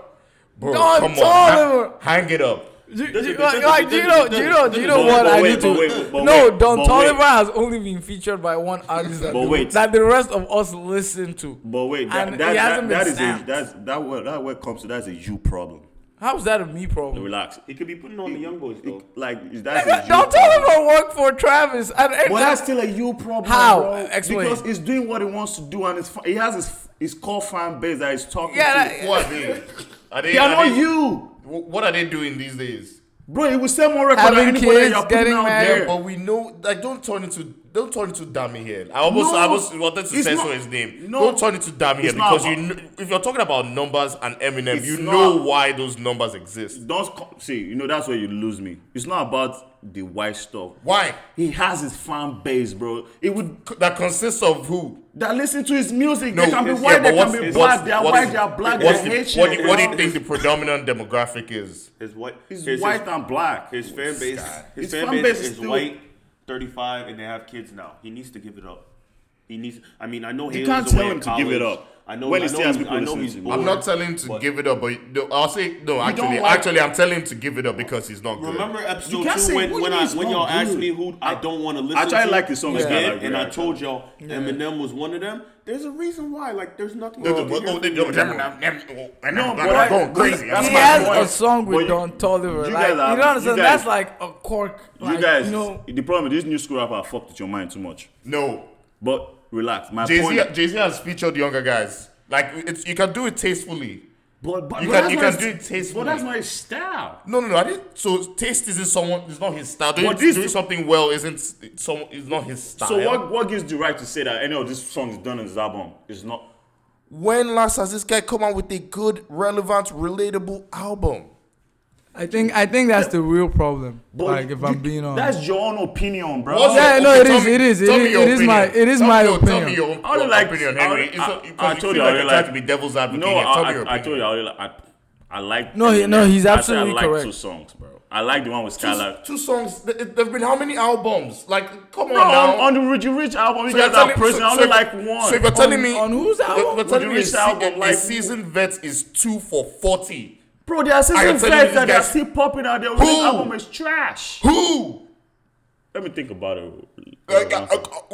Speaker 1: Bro,
Speaker 4: Don
Speaker 1: come on,
Speaker 4: Toliver.
Speaker 1: ha- hang it up.
Speaker 4: Do, do, like, like, do you know, do you know, do you know
Speaker 2: But-
Speaker 4: what
Speaker 2: but
Speaker 4: I
Speaker 2: wait,
Speaker 4: need
Speaker 2: but
Speaker 4: to?
Speaker 2: wait, but
Speaker 4: no,
Speaker 2: wait,
Speaker 4: Don
Speaker 2: but
Speaker 4: Toliver
Speaker 2: wait.
Speaker 4: has only been featured by one artist that,
Speaker 2: But wait.
Speaker 4: that the rest of us listen to.
Speaker 2: But wait, that,
Speaker 4: And
Speaker 2: that,
Speaker 4: he
Speaker 2: that,
Speaker 4: hasn't
Speaker 2: that
Speaker 4: been
Speaker 2: is a
Speaker 4: stamped.
Speaker 2: that's that word that word comes to that's a you problem.
Speaker 4: How's that a me problem?
Speaker 2: Relax.
Speaker 3: It could be putting on the young boys though.
Speaker 2: Like that's a you problem.
Speaker 4: Don Toliver worked for Travis, and, and
Speaker 2: But that's still a you problem.
Speaker 4: How?
Speaker 2: bro.
Speaker 4: Explain.
Speaker 2: Because he's doing what he wants to do, and it's, fa- he has his his core fan base that he's talking
Speaker 4: Yeah,
Speaker 2: to.
Speaker 4: that-
Speaker 1: What are they? Are they,
Speaker 2: they are
Speaker 1: are
Speaker 2: not
Speaker 1: they-
Speaker 2: you,
Speaker 1: wh- What are they doing these days?
Speaker 2: bro. It will sell more record than
Speaker 4: Having
Speaker 2: anybody
Speaker 4: kids,
Speaker 2: you're putting
Speaker 4: getting
Speaker 2: out
Speaker 4: married.
Speaker 2: there.
Speaker 1: But we know, like, don't turn into don't turn into Dami here. I almost,
Speaker 2: No,
Speaker 1: I almost wanted to
Speaker 2: it's
Speaker 1: censor
Speaker 2: not-
Speaker 1: his name.
Speaker 2: no,
Speaker 1: don't turn into Dami here
Speaker 2: it's not
Speaker 1: because you,
Speaker 2: about-
Speaker 1: kn- if you're talking about numbers and Eminem,
Speaker 2: It's
Speaker 1: you
Speaker 2: not.
Speaker 1: know why those numbers exist.
Speaker 2: Don't co- see. You know that's where you lose me. It's not about the white stuff.
Speaker 1: Why?
Speaker 2: He has his fan base, bro. It would
Speaker 1: C- That consists of who?
Speaker 2: that listen to his music.
Speaker 1: No,
Speaker 2: they can be
Speaker 1: yeah, but
Speaker 2: white, they
Speaker 1: what's-
Speaker 2: can be
Speaker 1: what's-
Speaker 2: black, they are
Speaker 1: what's-
Speaker 2: white, they are black, they
Speaker 1: what's
Speaker 2: are
Speaker 1: the-
Speaker 2: Haitian.
Speaker 1: what, do you- what do you
Speaker 2: bro.
Speaker 1: think the predominant demographic is?
Speaker 3: His white,
Speaker 2: He's
Speaker 3: his-
Speaker 2: white and black.
Speaker 3: His, his fan base, his,
Speaker 2: His
Speaker 3: fan,
Speaker 2: fan
Speaker 3: base,
Speaker 2: base is
Speaker 3: is
Speaker 2: still-
Speaker 3: white, thirty-five, and they have kids now. He needs to give it up. He needs. I mean, I know
Speaker 2: You
Speaker 3: he
Speaker 2: can't
Speaker 3: away
Speaker 2: tell
Speaker 3: in
Speaker 2: him to give it
Speaker 3: college.
Speaker 2: up
Speaker 3: I know.
Speaker 2: when
Speaker 3: I
Speaker 2: he
Speaker 3: know
Speaker 2: still has
Speaker 3: he's-
Speaker 2: people
Speaker 3: I know
Speaker 2: listening
Speaker 3: he's
Speaker 2: to him.
Speaker 3: bored.
Speaker 1: I'm not telling him to
Speaker 3: But-
Speaker 1: give it up, but no, I'll say no. Actually,
Speaker 2: like-
Speaker 1: actually, I'm telling him to give it up because he's not good.
Speaker 3: Remember episode
Speaker 2: You can't
Speaker 3: two
Speaker 2: say-
Speaker 3: when
Speaker 2: what do
Speaker 3: when,
Speaker 2: you
Speaker 3: I,
Speaker 2: mean it's
Speaker 3: when
Speaker 2: not
Speaker 3: y'all asked
Speaker 2: good?
Speaker 3: me who I don't want to listen
Speaker 2: I try
Speaker 3: to.
Speaker 2: like the song,
Speaker 3: you
Speaker 2: it's not
Speaker 3: did,
Speaker 2: like
Speaker 3: and I
Speaker 2: that.
Speaker 3: told y'all Eminem was one of them. There's a reason why. Like there's nothing.
Speaker 1: No,
Speaker 3: wrong
Speaker 1: but-
Speaker 3: with
Speaker 1: oh, they-
Speaker 3: it.
Speaker 1: no, them- them- them- oh, and I'm
Speaker 2: No,
Speaker 1: I'm
Speaker 2: but-
Speaker 1: going crazy. That's
Speaker 4: he
Speaker 1: my
Speaker 4: has
Speaker 1: point.
Speaker 4: a song
Speaker 2: But
Speaker 4: with
Speaker 2: you-
Speaker 4: Don Toliver.
Speaker 2: you guys
Speaker 4: like, you
Speaker 2: are-
Speaker 4: don't
Speaker 2: you
Speaker 4: understand.
Speaker 2: guys-
Speaker 4: That's like a cork. Like,
Speaker 2: you guys,
Speaker 4: you know,
Speaker 2: the problem is this new school rapper fucked with your mind too much.
Speaker 1: No,
Speaker 2: But relax, my
Speaker 1: Jay Z.
Speaker 2: point.
Speaker 1: Jay Z has featured younger guys. Like it's, you can do it tastefully.
Speaker 2: But, but,
Speaker 1: you
Speaker 2: but
Speaker 1: can-
Speaker 2: that's
Speaker 1: you
Speaker 2: not
Speaker 1: can
Speaker 2: his-
Speaker 1: do it tastefully.
Speaker 2: But that's not his style.
Speaker 1: No, no, no. I didn't, so taste isn't someone. It's not his style. Doing,
Speaker 2: But this-
Speaker 1: doing something well isn't some. It's not his style.
Speaker 2: So what, what gives the right to say that any of these songs done in his album is not?
Speaker 1: When last has this guy come out with a good, relevant, relatable album?
Speaker 4: I think I think that's the real problem.
Speaker 2: But
Speaker 4: like, if I'm
Speaker 2: you-
Speaker 4: being honest,
Speaker 2: that's your own opinion, bro.
Speaker 1: What's
Speaker 4: Yeah,
Speaker 1: your-
Speaker 4: no,
Speaker 1: okay,
Speaker 4: it
Speaker 1: tell
Speaker 4: is,
Speaker 1: me-
Speaker 4: it is, it
Speaker 1: tell
Speaker 4: is-
Speaker 1: me your
Speaker 4: it is my-
Speaker 1: opinion.
Speaker 4: it is
Speaker 1: Tell
Speaker 4: my
Speaker 1: me your- Tell me
Speaker 4: opinion.
Speaker 1: your,
Speaker 2: I
Speaker 1: your
Speaker 2: don't like.
Speaker 1: opinion,
Speaker 2: I,
Speaker 1: Henry.
Speaker 2: don't-
Speaker 1: It's
Speaker 2: I,
Speaker 1: a- because
Speaker 2: I
Speaker 1: you
Speaker 2: told
Speaker 1: feel
Speaker 2: you, I
Speaker 1: like
Speaker 2: really
Speaker 1: you're trying
Speaker 2: like
Speaker 1: to be devil's advocate.
Speaker 2: No,
Speaker 1: here.
Speaker 2: I,
Speaker 1: tell
Speaker 2: I,
Speaker 1: me your
Speaker 2: I
Speaker 1: opinion.
Speaker 2: told you, I really like. I, I like.
Speaker 4: No, he- no,
Speaker 2: Eminem.
Speaker 4: he's
Speaker 2: I said
Speaker 4: absolutely
Speaker 2: I like
Speaker 4: correct.
Speaker 2: two songs, bro. I like the one with
Speaker 1: two,
Speaker 2: Skylar.
Speaker 1: two songs. Th- th- There've been how many albums? Like, come
Speaker 2: No,
Speaker 1: on now.
Speaker 2: on, on the Richie Rich album, you
Speaker 1: you're
Speaker 2: guys are
Speaker 1: telling-
Speaker 2: praising. I
Speaker 1: so-
Speaker 2: only
Speaker 1: so-
Speaker 2: like one.
Speaker 1: So if you're telling me
Speaker 4: on whose
Speaker 1: if
Speaker 4: album?
Speaker 1: You're telling me
Speaker 2: Would you
Speaker 1: a, se-
Speaker 2: reach album
Speaker 1: a- a
Speaker 2: like-
Speaker 1: seasoned vet is two for forty.
Speaker 2: Bro, there are
Speaker 1: Are you
Speaker 2: season
Speaker 1: telling me
Speaker 2: vets
Speaker 1: these
Speaker 2: that are
Speaker 1: guys-
Speaker 2: still popping out there. This
Speaker 1: Who?
Speaker 2: album is trash.
Speaker 1: Who?
Speaker 2: Let me think about it.
Speaker 1: Like, uh,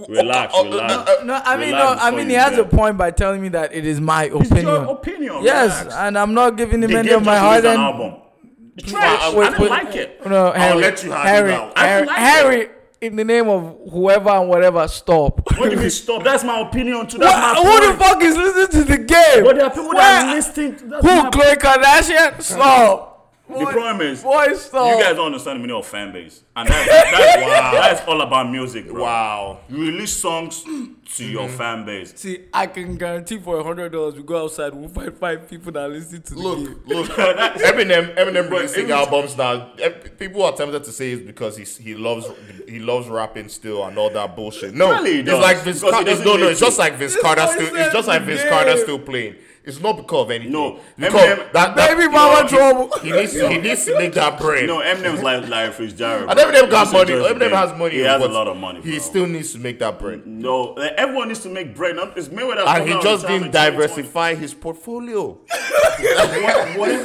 Speaker 2: Relax,
Speaker 1: uh, uh, uh,
Speaker 2: relax.
Speaker 1: uh,
Speaker 2: relax.
Speaker 1: uh,
Speaker 4: no, I mean, no,
Speaker 2: Relax
Speaker 4: I
Speaker 2: before you
Speaker 4: mean, he has a
Speaker 2: judge.
Speaker 4: point by telling me that it is my
Speaker 2: It's
Speaker 4: opinion.
Speaker 2: your opinion.
Speaker 4: Yes,
Speaker 2: relax.
Speaker 4: and I'm not giving him
Speaker 2: They
Speaker 4: any
Speaker 2: gave
Speaker 4: of my
Speaker 2: Justice
Speaker 4: heart
Speaker 2: an
Speaker 4: and
Speaker 2: album. It's trash. I didn't like it.
Speaker 4: Oh, No, Harry,
Speaker 1: let you have it
Speaker 4: Harry,
Speaker 1: now. I
Speaker 4: Harry,
Speaker 2: like
Speaker 4: Harry, in the name of whoever and whatever, stop.
Speaker 2: What do you mean stop? That's my opinion too. That's
Speaker 4: Wha-
Speaker 2: my
Speaker 4: who the
Speaker 2: point.
Speaker 4: fuck is listening to the game?
Speaker 2: But there are people that are
Speaker 4: Where-
Speaker 2: listening. to- That's
Speaker 4: Who,
Speaker 2: my-
Speaker 4: Khloe Kardashian? Stop.
Speaker 2: The problem is, you
Speaker 4: Boy, stop.
Speaker 2: guys don't understand the meaning of fan base, and that's that's,
Speaker 1: Wow.
Speaker 2: that's all about music, bro.
Speaker 1: Wow.
Speaker 2: You release songs to your
Speaker 1: Mm-hmm.
Speaker 2: fan base.
Speaker 4: See, I can guarantee for a hundred dollars, we go outside, we'll find five people that listen to the game.
Speaker 1: Look, look. Eminem, Eminem releasing albums now. Ev- People are tempted to say it's because he's, he loves he loves rapping still and all that bullshit. No,
Speaker 2: Surely he
Speaker 1: it's
Speaker 2: does,
Speaker 1: like Vince
Speaker 2: because he
Speaker 1: Carter. It's,
Speaker 2: doesn't
Speaker 1: no, no,
Speaker 2: need
Speaker 1: it's just
Speaker 2: to.
Speaker 1: like Vince
Speaker 4: This
Speaker 1: Carter
Speaker 4: boy
Speaker 1: still.
Speaker 4: said
Speaker 1: It's just like Vince
Speaker 4: today.
Speaker 1: Carter still playing. It's not because of anything.
Speaker 2: No,
Speaker 1: because
Speaker 2: Eminem-
Speaker 1: that, that
Speaker 4: Baby
Speaker 1: you
Speaker 4: mama
Speaker 1: know, he-
Speaker 4: trouble.
Speaker 1: He, needs to, he needs to make that bread.
Speaker 2: You know, Eminem's like Larry Fitzgerald.
Speaker 1: and
Speaker 2: bro.
Speaker 1: Eminem got
Speaker 2: He
Speaker 1: money.
Speaker 2: enjoys the
Speaker 1: Eminem
Speaker 2: game.
Speaker 1: has money.
Speaker 2: He has a
Speaker 1: but
Speaker 2: lot of money. Bro.
Speaker 1: He still needs to make that bread.
Speaker 2: no. Like, everyone needs to make bread. Not- It's Mayweather.
Speaker 1: And he just didn't diversify his portfolio.
Speaker 2: Whatever.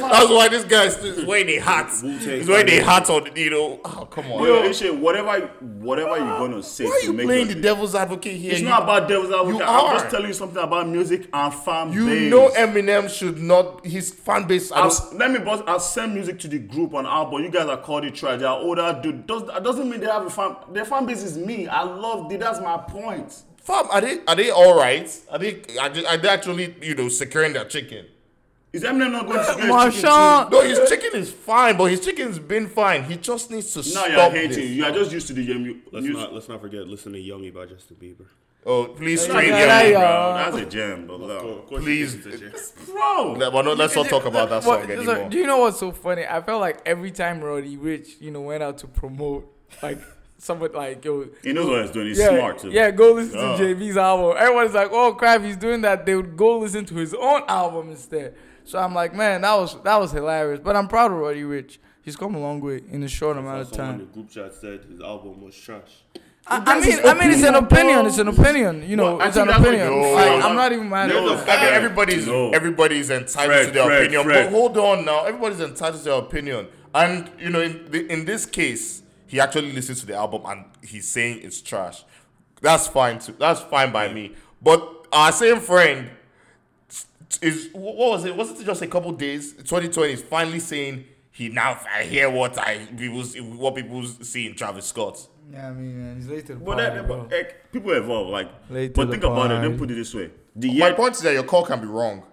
Speaker 1: That's why this guy is is wearing a hat.
Speaker 3: Wu-Tang
Speaker 1: He's wearing a hat on, you know. Oh, come on.
Speaker 2: Yo, Ishe, whatever, whatever you're gonna say
Speaker 1: Why are
Speaker 2: to
Speaker 1: you
Speaker 2: make
Speaker 1: playing
Speaker 2: your-
Speaker 1: the devil's advocate here?
Speaker 2: It's
Speaker 1: You-
Speaker 2: not about devil's advocate. I'm
Speaker 1: are.
Speaker 2: just telling you something about music and fan
Speaker 1: you
Speaker 2: base.
Speaker 1: know Eminem should not his fan base. I
Speaker 2: I'll,
Speaker 1: don't-
Speaker 2: let me boss. I'll send music to the group on album. You guys are called it trash. They're older dude. Does, that doesn't mean they have a fan. Their fan base is me. I love it. That's my point.
Speaker 1: Fam, are they are they all right? Are they are they, are they actually you know securing their chicken?
Speaker 2: Is Eminem not going to get
Speaker 4: Marshawn.
Speaker 1: No, his chicken is fine, but his chicken's been fine. He just needs to
Speaker 2: Now
Speaker 1: stop
Speaker 2: you're hating.
Speaker 1: this.
Speaker 2: You are just used to the um,
Speaker 3: Let's
Speaker 2: news.
Speaker 3: not let's not forget listen to Youngie by Justin Bieber.
Speaker 1: Oh, please
Speaker 4: Yeah,
Speaker 1: stream
Speaker 4: yeah,
Speaker 1: your-
Speaker 4: yeah.
Speaker 2: Bro, that's a gem, bro. Bro,
Speaker 3: course
Speaker 1: Please.
Speaker 3: he thinks it's a shit.
Speaker 1: Yeah, But no, let's not talk about that song
Speaker 4: What- so,
Speaker 1: anymore.
Speaker 4: do you know what's so funny? I felt like every time Roddy Rich, you know, went out to promote, like, somebody like, yo,
Speaker 2: he knows what he's doing. He's
Speaker 4: yeah,
Speaker 2: smart too.
Speaker 4: yeah, go listen
Speaker 2: Oh.
Speaker 4: to JV's album. Everyone's like, oh crap, he's doing that. They would go listen to his own album instead. So I'm like, man, that was that was hilarious. But I'm proud of Roddy Rich. He's come a long way in a short amount of
Speaker 3: Also, when the
Speaker 4: time.
Speaker 3: group chat said his album was trash.
Speaker 4: I, I
Speaker 1: That's
Speaker 4: mean,
Speaker 1: his
Speaker 4: I mean, it's an
Speaker 1: opinion,
Speaker 4: opinion. It's an opinion. You know,
Speaker 1: Well, I
Speaker 4: it's
Speaker 1: think
Speaker 4: an
Speaker 1: that's what-
Speaker 4: opinion.
Speaker 1: No,
Speaker 4: Like,
Speaker 1: no,
Speaker 4: I'm not even mad at
Speaker 1: No,
Speaker 4: that.
Speaker 1: I mean, everybody's
Speaker 2: No.
Speaker 1: everybody's entitled
Speaker 2: Fred,
Speaker 1: to their
Speaker 2: Fred,
Speaker 1: opinion.
Speaker 2: Fred.
Speaker 1: But hold on now, everybody's entitled to their opinion, and you know, in, the, in this case, he actually listens to the album and he's saying it's trash. That's fine too. That's fine by me. But our same friend is wh- what was it? Wasn't it just a couple days? 2020 is finally saying he now I hear what I people what people see in Travis Scott.
Speaker 4: Yeah, I mean, man, he's late to the
Speaker 2: But,
Speaker 4: party,
Speaker 2: that,
Speaker 4: bro.
Speaker 2: but eh, people evolve. Like,
Speaker 4: Late to
Speaker 2: but
Speaker 4: the
Speaker 2: think about it. Let me
Speaker 4: party.
Speaker 2: put it this way: the
Speaker 1: My
Speaker 2: year,
Speaker 1: point is that your call can be wrong.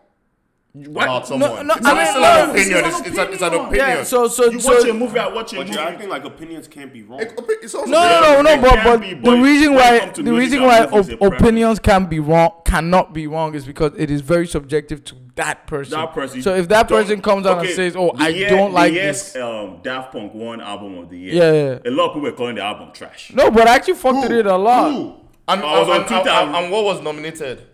Speaker 1: About someone.
Speaker 4: No, no,
Speaker 1: it's,
Speaker 4: I mean,
Speaker 1: still
Speaker 4: no,
Speaker 1: an opinion. It's, it's, a- it's an opinion.
Speaker 4: Yeah, so so
Speaker 2: you
Speaker 4: so.
Speaker 2: watch a movie, I watch a
Speaker 3: But
Speaker 2: movie.
Speaker 3: you're acting like opinions can't be wrong.
Speaker 1: It- it's also
Speaker 4: no, no, no,
Speaker 2: They
Speaker 4: no. But
Speaker 2: can
Speaker 4: but
Speaker 2: be,
Speaker 4: the
Speaker 2: but
Speaker 4: reason
Speaker 2: when it
Speaker 4: why
Speaker 2: comes to
Speaker 4: the
Speaker 2: music
Speaker 4: reason
Speaker 2: and
Speaker 4: why
Speaker 2: movies,
Speaker 4: op-
Speaker 2: they're preference.
Speaker 4: opinions can be wrong cannot be wrong is because it is very subjective to that person.
Speaker 2: that person.
Speaker 4: So if that
Speaker 2: don't-
Speaker 4: person comes out
Speaker 2: okay,
Speaker 4: and says, "Oh,
Speaker 2: the
Speaker 4: I
Speaker 2: year-
Speaker 4: don't
Speaker 2: the
Speaker 4: like
Speaker 2: year's,
Speaker 4: this,"
Speaker 2: um, Daft Punk won album of the year.
Speaker 4: Yeah, yeah,
Speaker 2: a lot of people were calling the album trash.
Speaker 4: no, but I actually fucked with it a lot.
Speaker 1: Who? And,
Speaker 2: I was
Speaker 1: and-
Speaker 2: on
Speaker 1: and-
Speaker 2: Oh, Twitter.
Speaker 1: and- and what was nominated?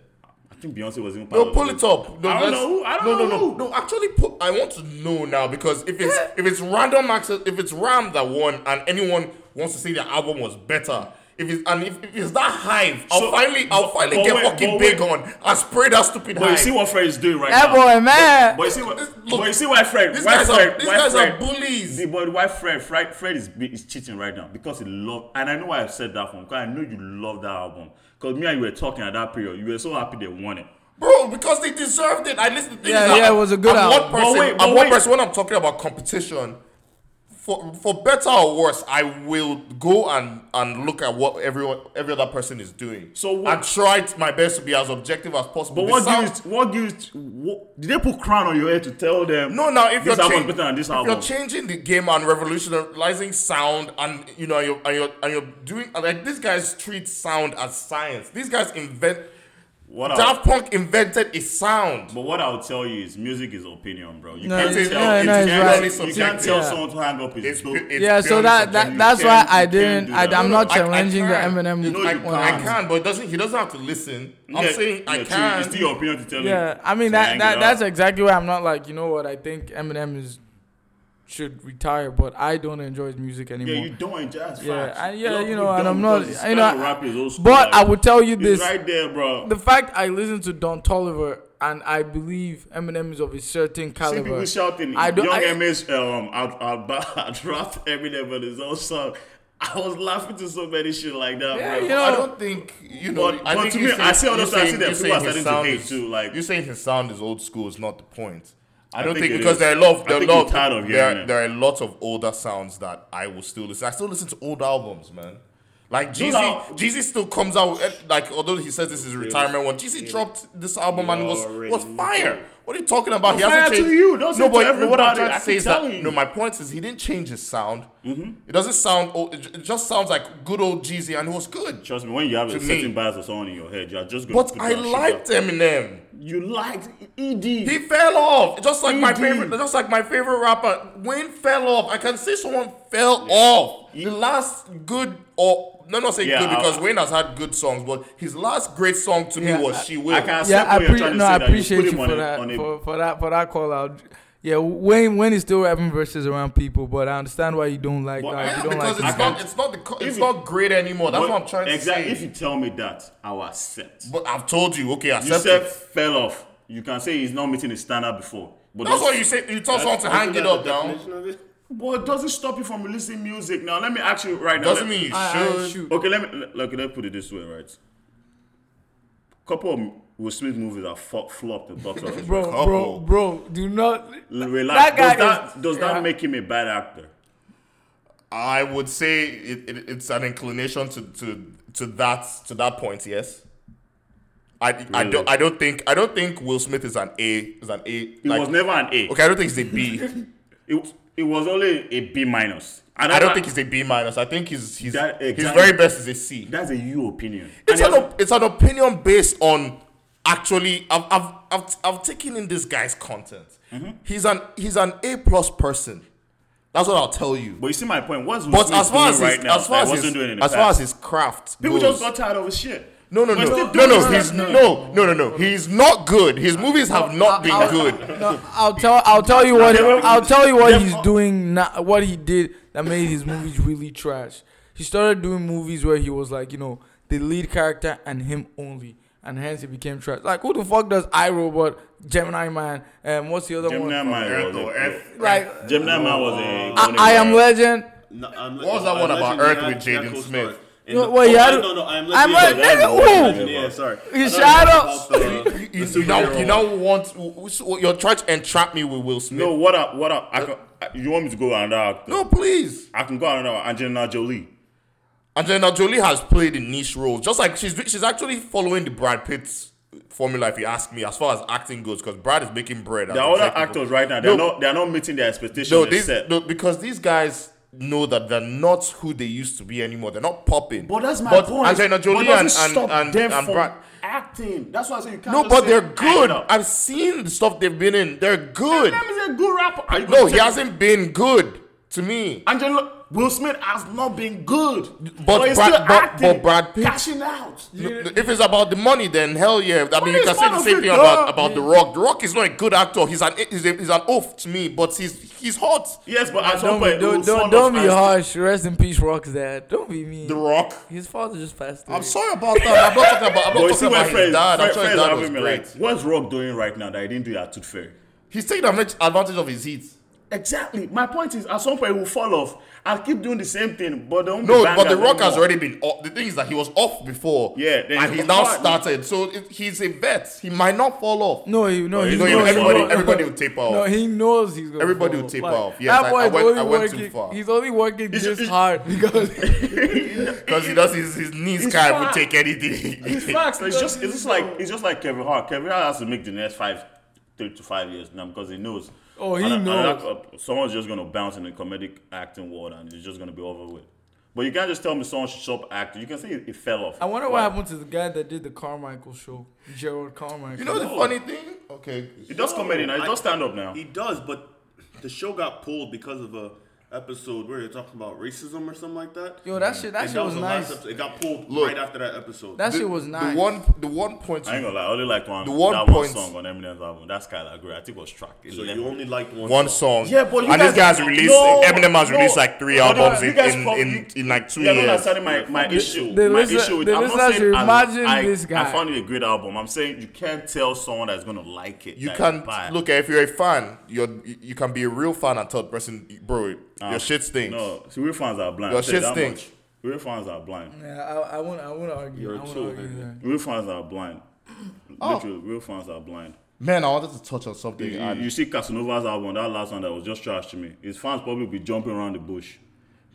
Speaker 2: I think Beyonce was even. part
Speaker 1: No,
Speaker 2: of
Speaker 1: pull
Speaker 2: it.
Speaker 1: it up. No,
Speaker 2: I don't
Speaker 1: let's-
Speaker 2: know who- I don't
Speaker 1: no,
Speaker 2: know
Speaker 1: no, no, no. Actually, pull, I want to know now because if it's if it's random access, if it's Ram that won, and anyone wants to say the album was better. If it's, and if, if it's that hive, I'll
Speaker 2: So-
Speaker 1: finally, I'll
Speaker 2: but-
Speaker 1: finally
Speaker 2: but
Speaker 1: get
Speaker 2: wait,
Speaker 1: fucking
Speaker 2: but
Speaker 1: big
Speaker 2: wait.
Speaker 1: on and spray that stupid
Speaker 2: But you
Speaker 1: hive.
Speaker 2: see what Fred is doing right
Speaker 4: That
Speaker 2: now.
Speaker 4: boy mad.
Speaker 2: But you see what?
Speaker 1: Look,
Speaker 2: but you see why Fred?
Speaker 1: these
Speaker 2: why
Speaker 1: guys
Speaker 2: Fred?
Speaker 1: are these
Speaker 2: why
Speaker 1: guys
Speaker 2: Fred,
Speaker 1: are bullies.
Speaker 2: See, but why Fred? Fred, Fred is, be- is cheating right now because he love. And I know why I said that from. Because I know you love that album. Because me and you were talking at that period. You were so happy they won it.
Speaker 1: Bro, because they deserved it. At least the thing
Speaker 4: Yeah,
Speaker 1: is that
Speaker 4: yeah, it was a good
Speaker 1: I'm
Speaker 4: album.
Speaker 1: One
Speaker 2: But
Speaker 1: person,
Speaker 2: wait, but
Speaker 1: I'm one
Speaker 2: wait.
Speaker 1: person when I'm talking about competition, for for better or worse, I will go and, and look at what everyone every other person is doing.
Speaker 2: So what-
Speaker 1: and try t- my best to be as objective as possible.
Speaker 2: But
Speaker 1: The
Speaker 2: what
Speaker 1: sound-
Speaker 2: gives? What gives? What, did they put crown on your head to tell them?
Speaker 1: No, now if
Speaker 2: this
Speaker 1: you're
Speaker 2: album is
Speaker 1: chang-
Speaker 2: better than this
Speaker 1: if
Speaker 2: album.
Speaker 1: you're changing the game and revolutionizing sound, and you know, you're and you're, and you're doing like these guys treat sound as science. These guys invent.
Speaker 2: what I,
Speaker 1: Daft Punk invented a sound.
Speaker 2: but what I'll tell you is, music is opinion, bro. You
Speaker 4: No,
Speaker 2: can't
Speaker 1: it's-
Speaker 2: tell.
Speaker 1: no,
Speaker 2: you
Speaker 1: no, it's
Speaker 2: can't,
Speaker 1: right.
Speaker 2: you can't
Speaker 1: Subjective.
Speaker 2: tell
Speaker 4: Yeah.
Speaker 2: someone to hang up his
Speaker 1: It's,
Speaker 2: boot.
Speaker 1: it's
Speaker 4: yeah, so
Speaker 1: purely
Speaker 4: that,
Speaker 1: subjective.
Speaker 4: that that's
Speaker 2: You
Speaker 4: why
Speaker 2: can-
Speaker 4: I
Speaker 2: you can
Speaker 4: didn't.
Speaker 2: do
Speaker 4: I,
Speaker 2: that.
Speaker 4: I'm
Speaker 2: No,
Speaker 4: not
Speaker 1: I- I
Speaker 4: challenging the
Speaker 1: can.
Speaker 4: Eminem
Speaker 2: You know
Speaker 1: I,
Speaker 2: you
Speaker 4: one.
Speaker 1: I can, but it doesn't he doesn't have to listen. I'm
Speaker 2: Yeah,
Speaker 1: saying I
Speaker 2: yeah, true.
Speaker 1: can.
Speaker 2: It's still your opinion to tell
Speaker 4: Yeah,
Speaker 2: him
Speaker 4: I mean
Speaker 2: to
Speaker 4: that,
Speaker 2: hang
Speaker 4: that
Speaker 2: it
Speaker 4: that's
Speaker 2: up.
Speaker 4: exactly why I'm not like you know what I think Eminem is should retire, but I don't enjoy his music anymore.
Speaker 2: Yeah, you don't enjoy jazz.
Speaker 4: Yeah,
Speaker 2: facts.
Speaker 4: I-
Speaker 2: A
Speaker 4: yeah,
Speaker 2: lot of
Speaker 4: you
Speaker 2: people
Speaker 4: know, and
Speaker 2: don't
Speaker 4: I'm not-
Speaker 2: because
Speaker 4: you know,
Speaker 2: style of rap is old school,
Speaker 4: but I
Speaker 2: like,
Speaker 4: will tell you
Speaker 2: it's
Speaker 4: this:
Speaker 2: right there, bro.
Speaker 4: the fact I listen to Don Tolliver and I believe Eminem is of a certain
Speaker 2: See
Speaker 4: caliber.
Speaker 2: people shouting,
Speaker 4: I don't-
Speaker 2: young
Speaker 4: I-
Speaker 2: MS, um, I, I, I dropped Eminem on his own song. I was laughing to so many shit like that,
Speaker 4: Yeah,
Speaker 2: bro.
Speaker 4: you know-
Speaker 1: I don't think you know.
Speaker 2: But-
Speaker 1: I
Speaker 2: but
Speaker 1: think
Speaker 2: to
Speaker 1: you
Speaker 2: me,
Speaker 1: say-
Speaker 2: I see all
Speaker 1: you
Speaker 2: those- I see
Speaker 1: saying-
Speaker 2: that
Speaker 1: you
Speaker 2: people
Speaker 1: saying
Speaker 2: are
Speaker 1: his
Speaker 2: starting to
Speaker 1: sound
Speaker 2: hate
Speaker 1: is-
Speaker 2: too, like-
Speaker 1: you saying his sound is old school is not the point. I don't
Speaker 2: think
Speaker 1: think,
Speaker 2: it
Speaker 1: because
Speaker 2: is.
Speaker 1: there are a lot.
Speaker 2: I
Speaker 1: Of, there, are a
Speaker 2: think you're
Speaker 1: lot of-
Speaker 2: tired of hearing
Speaker 1: there,
Speaker 2: it.
Speaker 1: there are a lot of older sounds that I will still listen. I still listen to old albums, man. Like
Speaker 2: Those
Speaker 1: Jeezy,
Speaker 2: are-
Speaker 1: Jeezy still comes out. eh, Like although he says this is retirement one, Jeezy dropped this album and it was was
Speaker 3: already
Speaker 1: fire. What are you talking about? He
Speaker 2: Fire
Speaker 1: hasn't
Speaker 2: to
Speaker 1: changed.
Speaker 2: you, don't say
Speaker 1: no,
Speaker 2: to
Speaker 1: but no, what I'm
Speaker 2: everybody,
Speaker 1: trying
Speaker 2: I
Speaker 1: to
Speaker 2: keep
Speaker 1: say is that
Speaker 2: telling you.
Speaker 1: no, my point is he didn't change his sound.
Speaker 2: Mm-hmm.
Speaker 1: It doesn't sound old. It it just sounds like good old Jeezy, and it was good.
Speaker 2: Trust me, when you have a
Speaker 1: To
Speaker 2: certain
Speaker 1: me.
Speaker 2: bias or someone in your head, you're just gonna.
Speaker 1: But
Speaker 2: put
Speaker 1: I
Speaker 2: that shit
Speaker 1: liked
Speaker 2: down.
Speaker 1: Eminem.
Speaker 2: You liked E ED.
Speaker 1: He fell off, just like my
Speaker 2: He did.
Speaker 1: favorite, just like my favorite rapper. Wayne fell off. I can see someone fell off. The last good, or no, not saying
Speaker 2: Yeah,
Speaker 1: good
Speaker 2: I-
Speaker 1: because Wayne has had good songs, but his last great song to
Speaker 4: Yeah,
Speaker 1: me was
Speaker 4: I-
Speaker 1: "She Will."
Speaker 2: I can accept
Speaker 4: yeah, I
Speaker 2: what you're
Speaker 4: appre-
Speaker 2: trying to
Speaker 4: no,
Speaker 2: say.
Speaker 4: I
Speaker 2: that you
Speaker 4: appreciate
Speaker 2: put
Speaker 4: you,
Speaker 2: him on
Speaker 4: for
Speaker 2: a-
Speaker 4: that
Speaker 2: on a-
Speaker 4: for, for that for that call out. Yeah, Wayne Wayne is still rapping verses around people, but I understand why you don't like
Speaker 2: But
Speaker 4: that.
Speaker 2: I-
Speaker 1: Yeah,
Speaker 4: you don't
Speaker 1: because
Speaker 4: like
Speaker 1: it's
Speaker 4: that.
Speaker 1: not, it's not, the, co- it's
Speaker 2: If-
Speaker 1: not great anymore. That's
Speaker 2: But-
Speaker 1: what I'm trying to
Speaker 2: exactly,
Speaker 1: say.
Speaker 2: If you tell me that, I will accept.
Speaker 1: but I've told you, okay,
Speaker 2: You
Speaker 1: accept
Speaker 2: said
Speaker 1: it.
Speaker 2: fell off. You can say he's not meeting his standard before. But
Speaker 1: That's
Speaker 2: does-
Speaker 1: what you say. You tell someone to
Speaker 3: Isn't
Speaker 1: hang
Speaker 3: that
Speaker 1: it
Speaker 3: the
Speaker 1: up now.
Speaker 3: definition of it?
Speaker 2: But does it stop you from releasing music? Now let me ask you right now.
Speaker 1: Doesn't
Speaker 2: let-
Speaker 1: mean you
Speaker 4: I- I
Speaker 1: should.
Speaker 4: shoot.
Speaker 2: Okay, let me like let me put it this way, right? Couple of Will Smith movies that fu- flopped at box office.
Speaker 4: Bro,
Speaker 1: Couple.
Speaker 2: Oh.
Speaker 4: bro, bro, do not.
Speaker 2: L- Relax.
Speaker 4: That guy
Speaker 2: does that
Speaker 4: is-
Speaker 2: does
Speaker 4: yeah.
Speaker 2: that make him a bad actor?
Speaker 1: I would say it, it, it's an inclination to, to to that to that point. Yes. I, I
Speaker 2: Really?
Speaker 1: don't I don't think I don't think Will Smith is an A is an A.
Speaker 2: It was never an A.
Speaker 1: okay, I don't think he's a B.
Speaker 2: It, it was only a B minus. And
Speaker 1: I don't
Speaker 2: that-
Speaker 1: think he's a B minus. I think he's he's
Speaker 2: That-
Speaker 1: his
Speaker 2: exactly.
Speaker 1: very best is a C.
Speaker 2: that's a you opinion.
Speaker 1: It's an
Speaker 2: And he also-
Speaker 1: op- it's an opinion based on actually I've I've I've, I've taken in this guy's content.
Speaker 2: Mm-hmm.
Speaker 1: He's an he's an A plus person. That's what I'll tell you.
Speaker 2: but you see my point. What's Will
Speaker 1: But
Speaker 2: Smith
Speaker 1: as far as
Speaker 2: doing
Speaker 1: his,
Speaker 2: right now
Speaker 1: as far
Speaker 2: that
Speaker 1: as
Speaker 2: wasn't
Speaker 1: his,
Speaker 2: doing in the
Speaker 1: as far as
Speaker 2: past?
Speaker 1: his craft,
Speaker 2: people
Speaker 1: goes-
Speaker 2: just got tired of his shit.
Speaker 1: no no
Speaker 2: But
Speaker 1: no
Speaker 2: still
Speaker 1: no
Speaker 2: doing
Speaker 1: no
Speaker 2: it.
Speaker 1: he's no no no no he's not good. His movies have not been good.
Speaker 4: No, I'll tell I'll tell you what
Speaker 2: They're-
Speaker 4: I'll tell you what
Speaker 2: they're-
Speaker 4: he's doing now what he did that made his movies really trash. He started doing movies where he was like, you know, the lead character and him only. And hence it became trash. Like who the fuck does iRobot, Gemini Man, and what's the other
Speaker 2: Gemini
Speaker 4: one?
Speaker 2: Man was
Speaker 5: or
Speaker 2: a- Uh,
Speaker 5: F.
Speaker 4: Like
Speaker 2: Gemini Man was a.
Speaker 4: I, I am legend.
Speaker 3: No, I'm
Speaker 1: What was that one about Earth with Jaden Smith?
Speaker 4: No, well, you had-
Speaker 3: oh, no, no, no, I'm
Speaker 4: I'm
Speaker 3: legend.
Speaker 4: a- nigga,
Speaker 3: I'm
Speaker 4: who?
Speaker 3: legend, yeah, sorry.
Speaker 4: You
Speaker 3: I thought
Speaker 4: shout
Speaker 3: you
Speaker 4: out.
Speaker 3: were about, uh,
Speaker 1: You, you, you now you now want you're trying to entrap me with Will Smith.
Speaker 2: No, what up? What up? I can, I- you want me to go another actor?
Speaker 1: no please.
Speaker 2: I can go another Angelina Jolie.
Speaker 1: Angelina Jolie has played a niche role, just like she's she's actually following the Brad Pitt's formula. If you ask me, as far as acting goes, because Brad is making bread. as
Speaker 2: The other
Speaker 1: executive.
Speaker 2: actors right now, they're
Speaker 1: No.
Speaker 2: not they're not meeting their expectations.
Speaker 1: no,
Speaker 2: No,
Speaker 1: these, no, because these guys know that they're not who they used to be anymore. They're not popping.
Speaker 2: but that's my
Speaker 1: but
Speaker 2: point.
Speaker 1: Angelina
Speaker 2: But
Speaker 1: Jolie
Speaker 2: doesn't
Speaker 1: and and
Speaker 2: stop
Speaker 1: and,
Speaker 2: them
Speaker 1: and
Speaker 2: from
Speaker 1: Brad.
Speaker 2: acting. That's why I say you can't.
Speaker 1: No,
Speaker 2: just
Speaker 1: but
Speaker 2: say
Speaker 1: they're good.
Speaker 2: actor.
Speaker 1: I've seen the stuff they've been in. They're good.
Speaker 2: Eminem is a good rapper. Are you
Speaker 1: No,
Speaker 2: gonna
Speaker 1: he
Speaker 2: tell-
Speaker 1: hasn't been good to me.
Speaker 2: Angela Will Smith has not been good, but, he's
Speaker 1: Brad-
Speaker 2: still
Speaker 1: but-
Speaker 2: acting,
Speaker 1: but Brad Pitt-
Speaker 2: cashing out.
Speaker 1: If it's about the money, then hell yeah. I mean,
Speaker 2: Money
Speaker 1: you
Speaker 2: is
Speaker 1: can say
Speaker 2: part
Speaker 1: the
Speaker 2: of
Speaker 1: same
Speaker 2: it,
Speaker 1: thing about,
Speaker 2: dog.
Speaker 1: about The Rock. The Rock is not a good actor. He's an he's, a, he's an oaf to me, but he's he's hot.
Speaker 2: Yes, but at some
Speaker 4: Don't be,
Speaker 2: point, it will
Speaker 4: don't, don't,
Speaker 2: fall
Speaker 4: don't
Speaker 2: off
Speaker 4: be
Speaker 2: as-
Speaker 4: harsh. Rest in peace, Rock's dad. Don't be mean.
Speaker 1: The Rock.
Speaker 4: His father just passed away.
Speaker 1: I'm sorry about that. I'm not talking about. I'm
Speaker 2: But
Speaker 1: not
Speaker 2: you see
Speaker 1: talking
Speaker 2: where
Speaker 1: about his
Speaker 2: friends,
Speaker 1: dad. I'm
Speaker 2: friends,
Speaker 1: sure his
Speaker 2: friends
Speaker 1: dad
Speaker 2: are
Speaker 1: was
Speaker 2: having me
Speaker 1: great.
Speaker 2: like, what's Rock doing right now that he didn't do at Tooth Fairy?
Speaker 1: He's taking advantage advantage of his heat.
Speaker 2: Exactly. My point is, at some point, it will fall off. I'll keep doing the same thing, but don't.
Speaker 1: No,
Speaker 2: be
Speaker 1: but The
Speaker 2: bangers
Speaker 1: Rock has
Speaker 2: anymore.
Speaker 1: already been. Off. The thing is that he was off before.
Speaker 2: Yeah, then
Speaker 1: and
Speaker 2: he
Speaker 1: he's
Speaker 2: got
Speaker 1: now
Speaker 2: caught.
Speaker 1: started. So it, he's a vet. He might not fall off.
Speaker 4: No, he, no, he
Speaker 2: you know,
Speaker 4: knows-
Speaker 2: everybody-
Speaker 4: no, no,
Speaker 1: everybody will taper off.
Speaker 4: No, he knows he's going.
Speaker 1: Everybody will taper off. Yes, I- I went- I went too far.
Speaker 4: He's only working
Speaker 2: It's-
Speaker 4: this
Speaker 2: it's-
Speaker 4: hard because
Speaker 1: because he does his, his knees
Speaker 2: He's
Speaker 1: guy would
Speaker 2: fat.
Speaker 1: take anything.
Speaker 2: It's facts. It's just it's just like it's just like Kevin Hart. Kevin Hart has to make the next five, three to five years now because he knows.
Speaker 4: Oh, he
Speaker 2: and- and
Speaker 4: knows.
Speaker 2: that- someone's just gonna bounce in the comedic acting world, and it's just gonna be over with. But you can't just tell me someone should stop acting. You can say it, it fell off.
Speaker 4: I wonder what
Speaker 2: Why?
Speaker 4: happened to the guy that did the Carmichael show, Gerald Carmichael.
Speaker 1: You know the funny thing? Okay.
Speaker 2: He does comedy now. He
Speaker 3: I-
Speaker 2: does stand up now.
Speaker 3: He does, but the show got pulled because of a episode where they're talking about racism or something like that.
Speaker 4: yo, that shit, that
Speaker 3: And
Speaker 4: shit was
Speaker 3: the last
Speaker 4: nice.
Speaker 3: episode. It got pulled
Speaker 1: Look.
Speaker 3: right after that episode.
Speaker 4: That shit was
Speaker 1: The-
Speaker 4: nice.
Speaker 1: The one the one point
Speaker 2: I ain't gonna lie. I only liked one.
Speaker 1: The one
Speaker 2: that
Speaker 1: point-
Speaker 2: one song on Eminem's album. That's Skylar Grey. I think it was track.
Speaker 3: so
Speaker 2: 11.
Speaker 3: you only liked one.
Speaker 1: one song.
Speaker 2: Yeah, but you
Speaker 1: and this
Speaker 2: guys,
Speaker 1: guy's released
Speaker 2: no,
Speaker 1: Eminem has
Speaker 2: no.
Speaker 1: released like three
Speaker 2: No, no,
Speaker 1: albums
Speaker 2: you
Speaker 1: in,
Speaker 2: guys
Speaker 1: in,
Speaker 2: prob-
Speaker 1: in, in like two
Speaker 2: You're not
Speaker 1: years.
Speaker 2: understanding my, my issue.
Speaker 4: the
Speaker 2: my
Speaker 4: listener-
Speaker 2: issue with
Speaker 4: the
Speaker 2: I'm not
Speaker 4: listeners
Speaker 2: saying I love-
Speaker 4: imagine
Speaker 2: I,
Speaker 4: this guy.
Speaker 2: I found it a great album. I'm saying you can't tell someone that's gonna like it.
Speaker 1: You
Speaker 2: that
Speaker 1: can
Speaker 2: buy it.
Speaker 1: look if you're a fan, you're you you can be a real fan and tell the person, bro, your shit stinks.
Speaker 2: Ah. No, see, real fans are blind.
Speaker 1: Your
Speaker 2: I'll
Speaker 1: shit
Speaker 2: tell you that
Speaker 1: stinks.
Speaker 2: much. Real fans are blind.
Speaker 4: yeah, I, I won't, I won't argue.
Speaker 3: You're
Speaker 4: I
Speaker 3: a
Speaker 4: won't
Speaker 3: tool,
Speaker 4: argue
Speaker 3: nigga.
Speaker 4: that.
Speaker 2: Real fans are blind.
Speaker 1: Oh.
Speaker 2: Literally, real fans are blind.
Speaker 1: Man, I wanted to touch on something.
Speaker 2: You,
Speaker 1: and-
Speaker 2: you see Casanova's album, that last one that was just trash to me. His fans probably be jumping around the bush.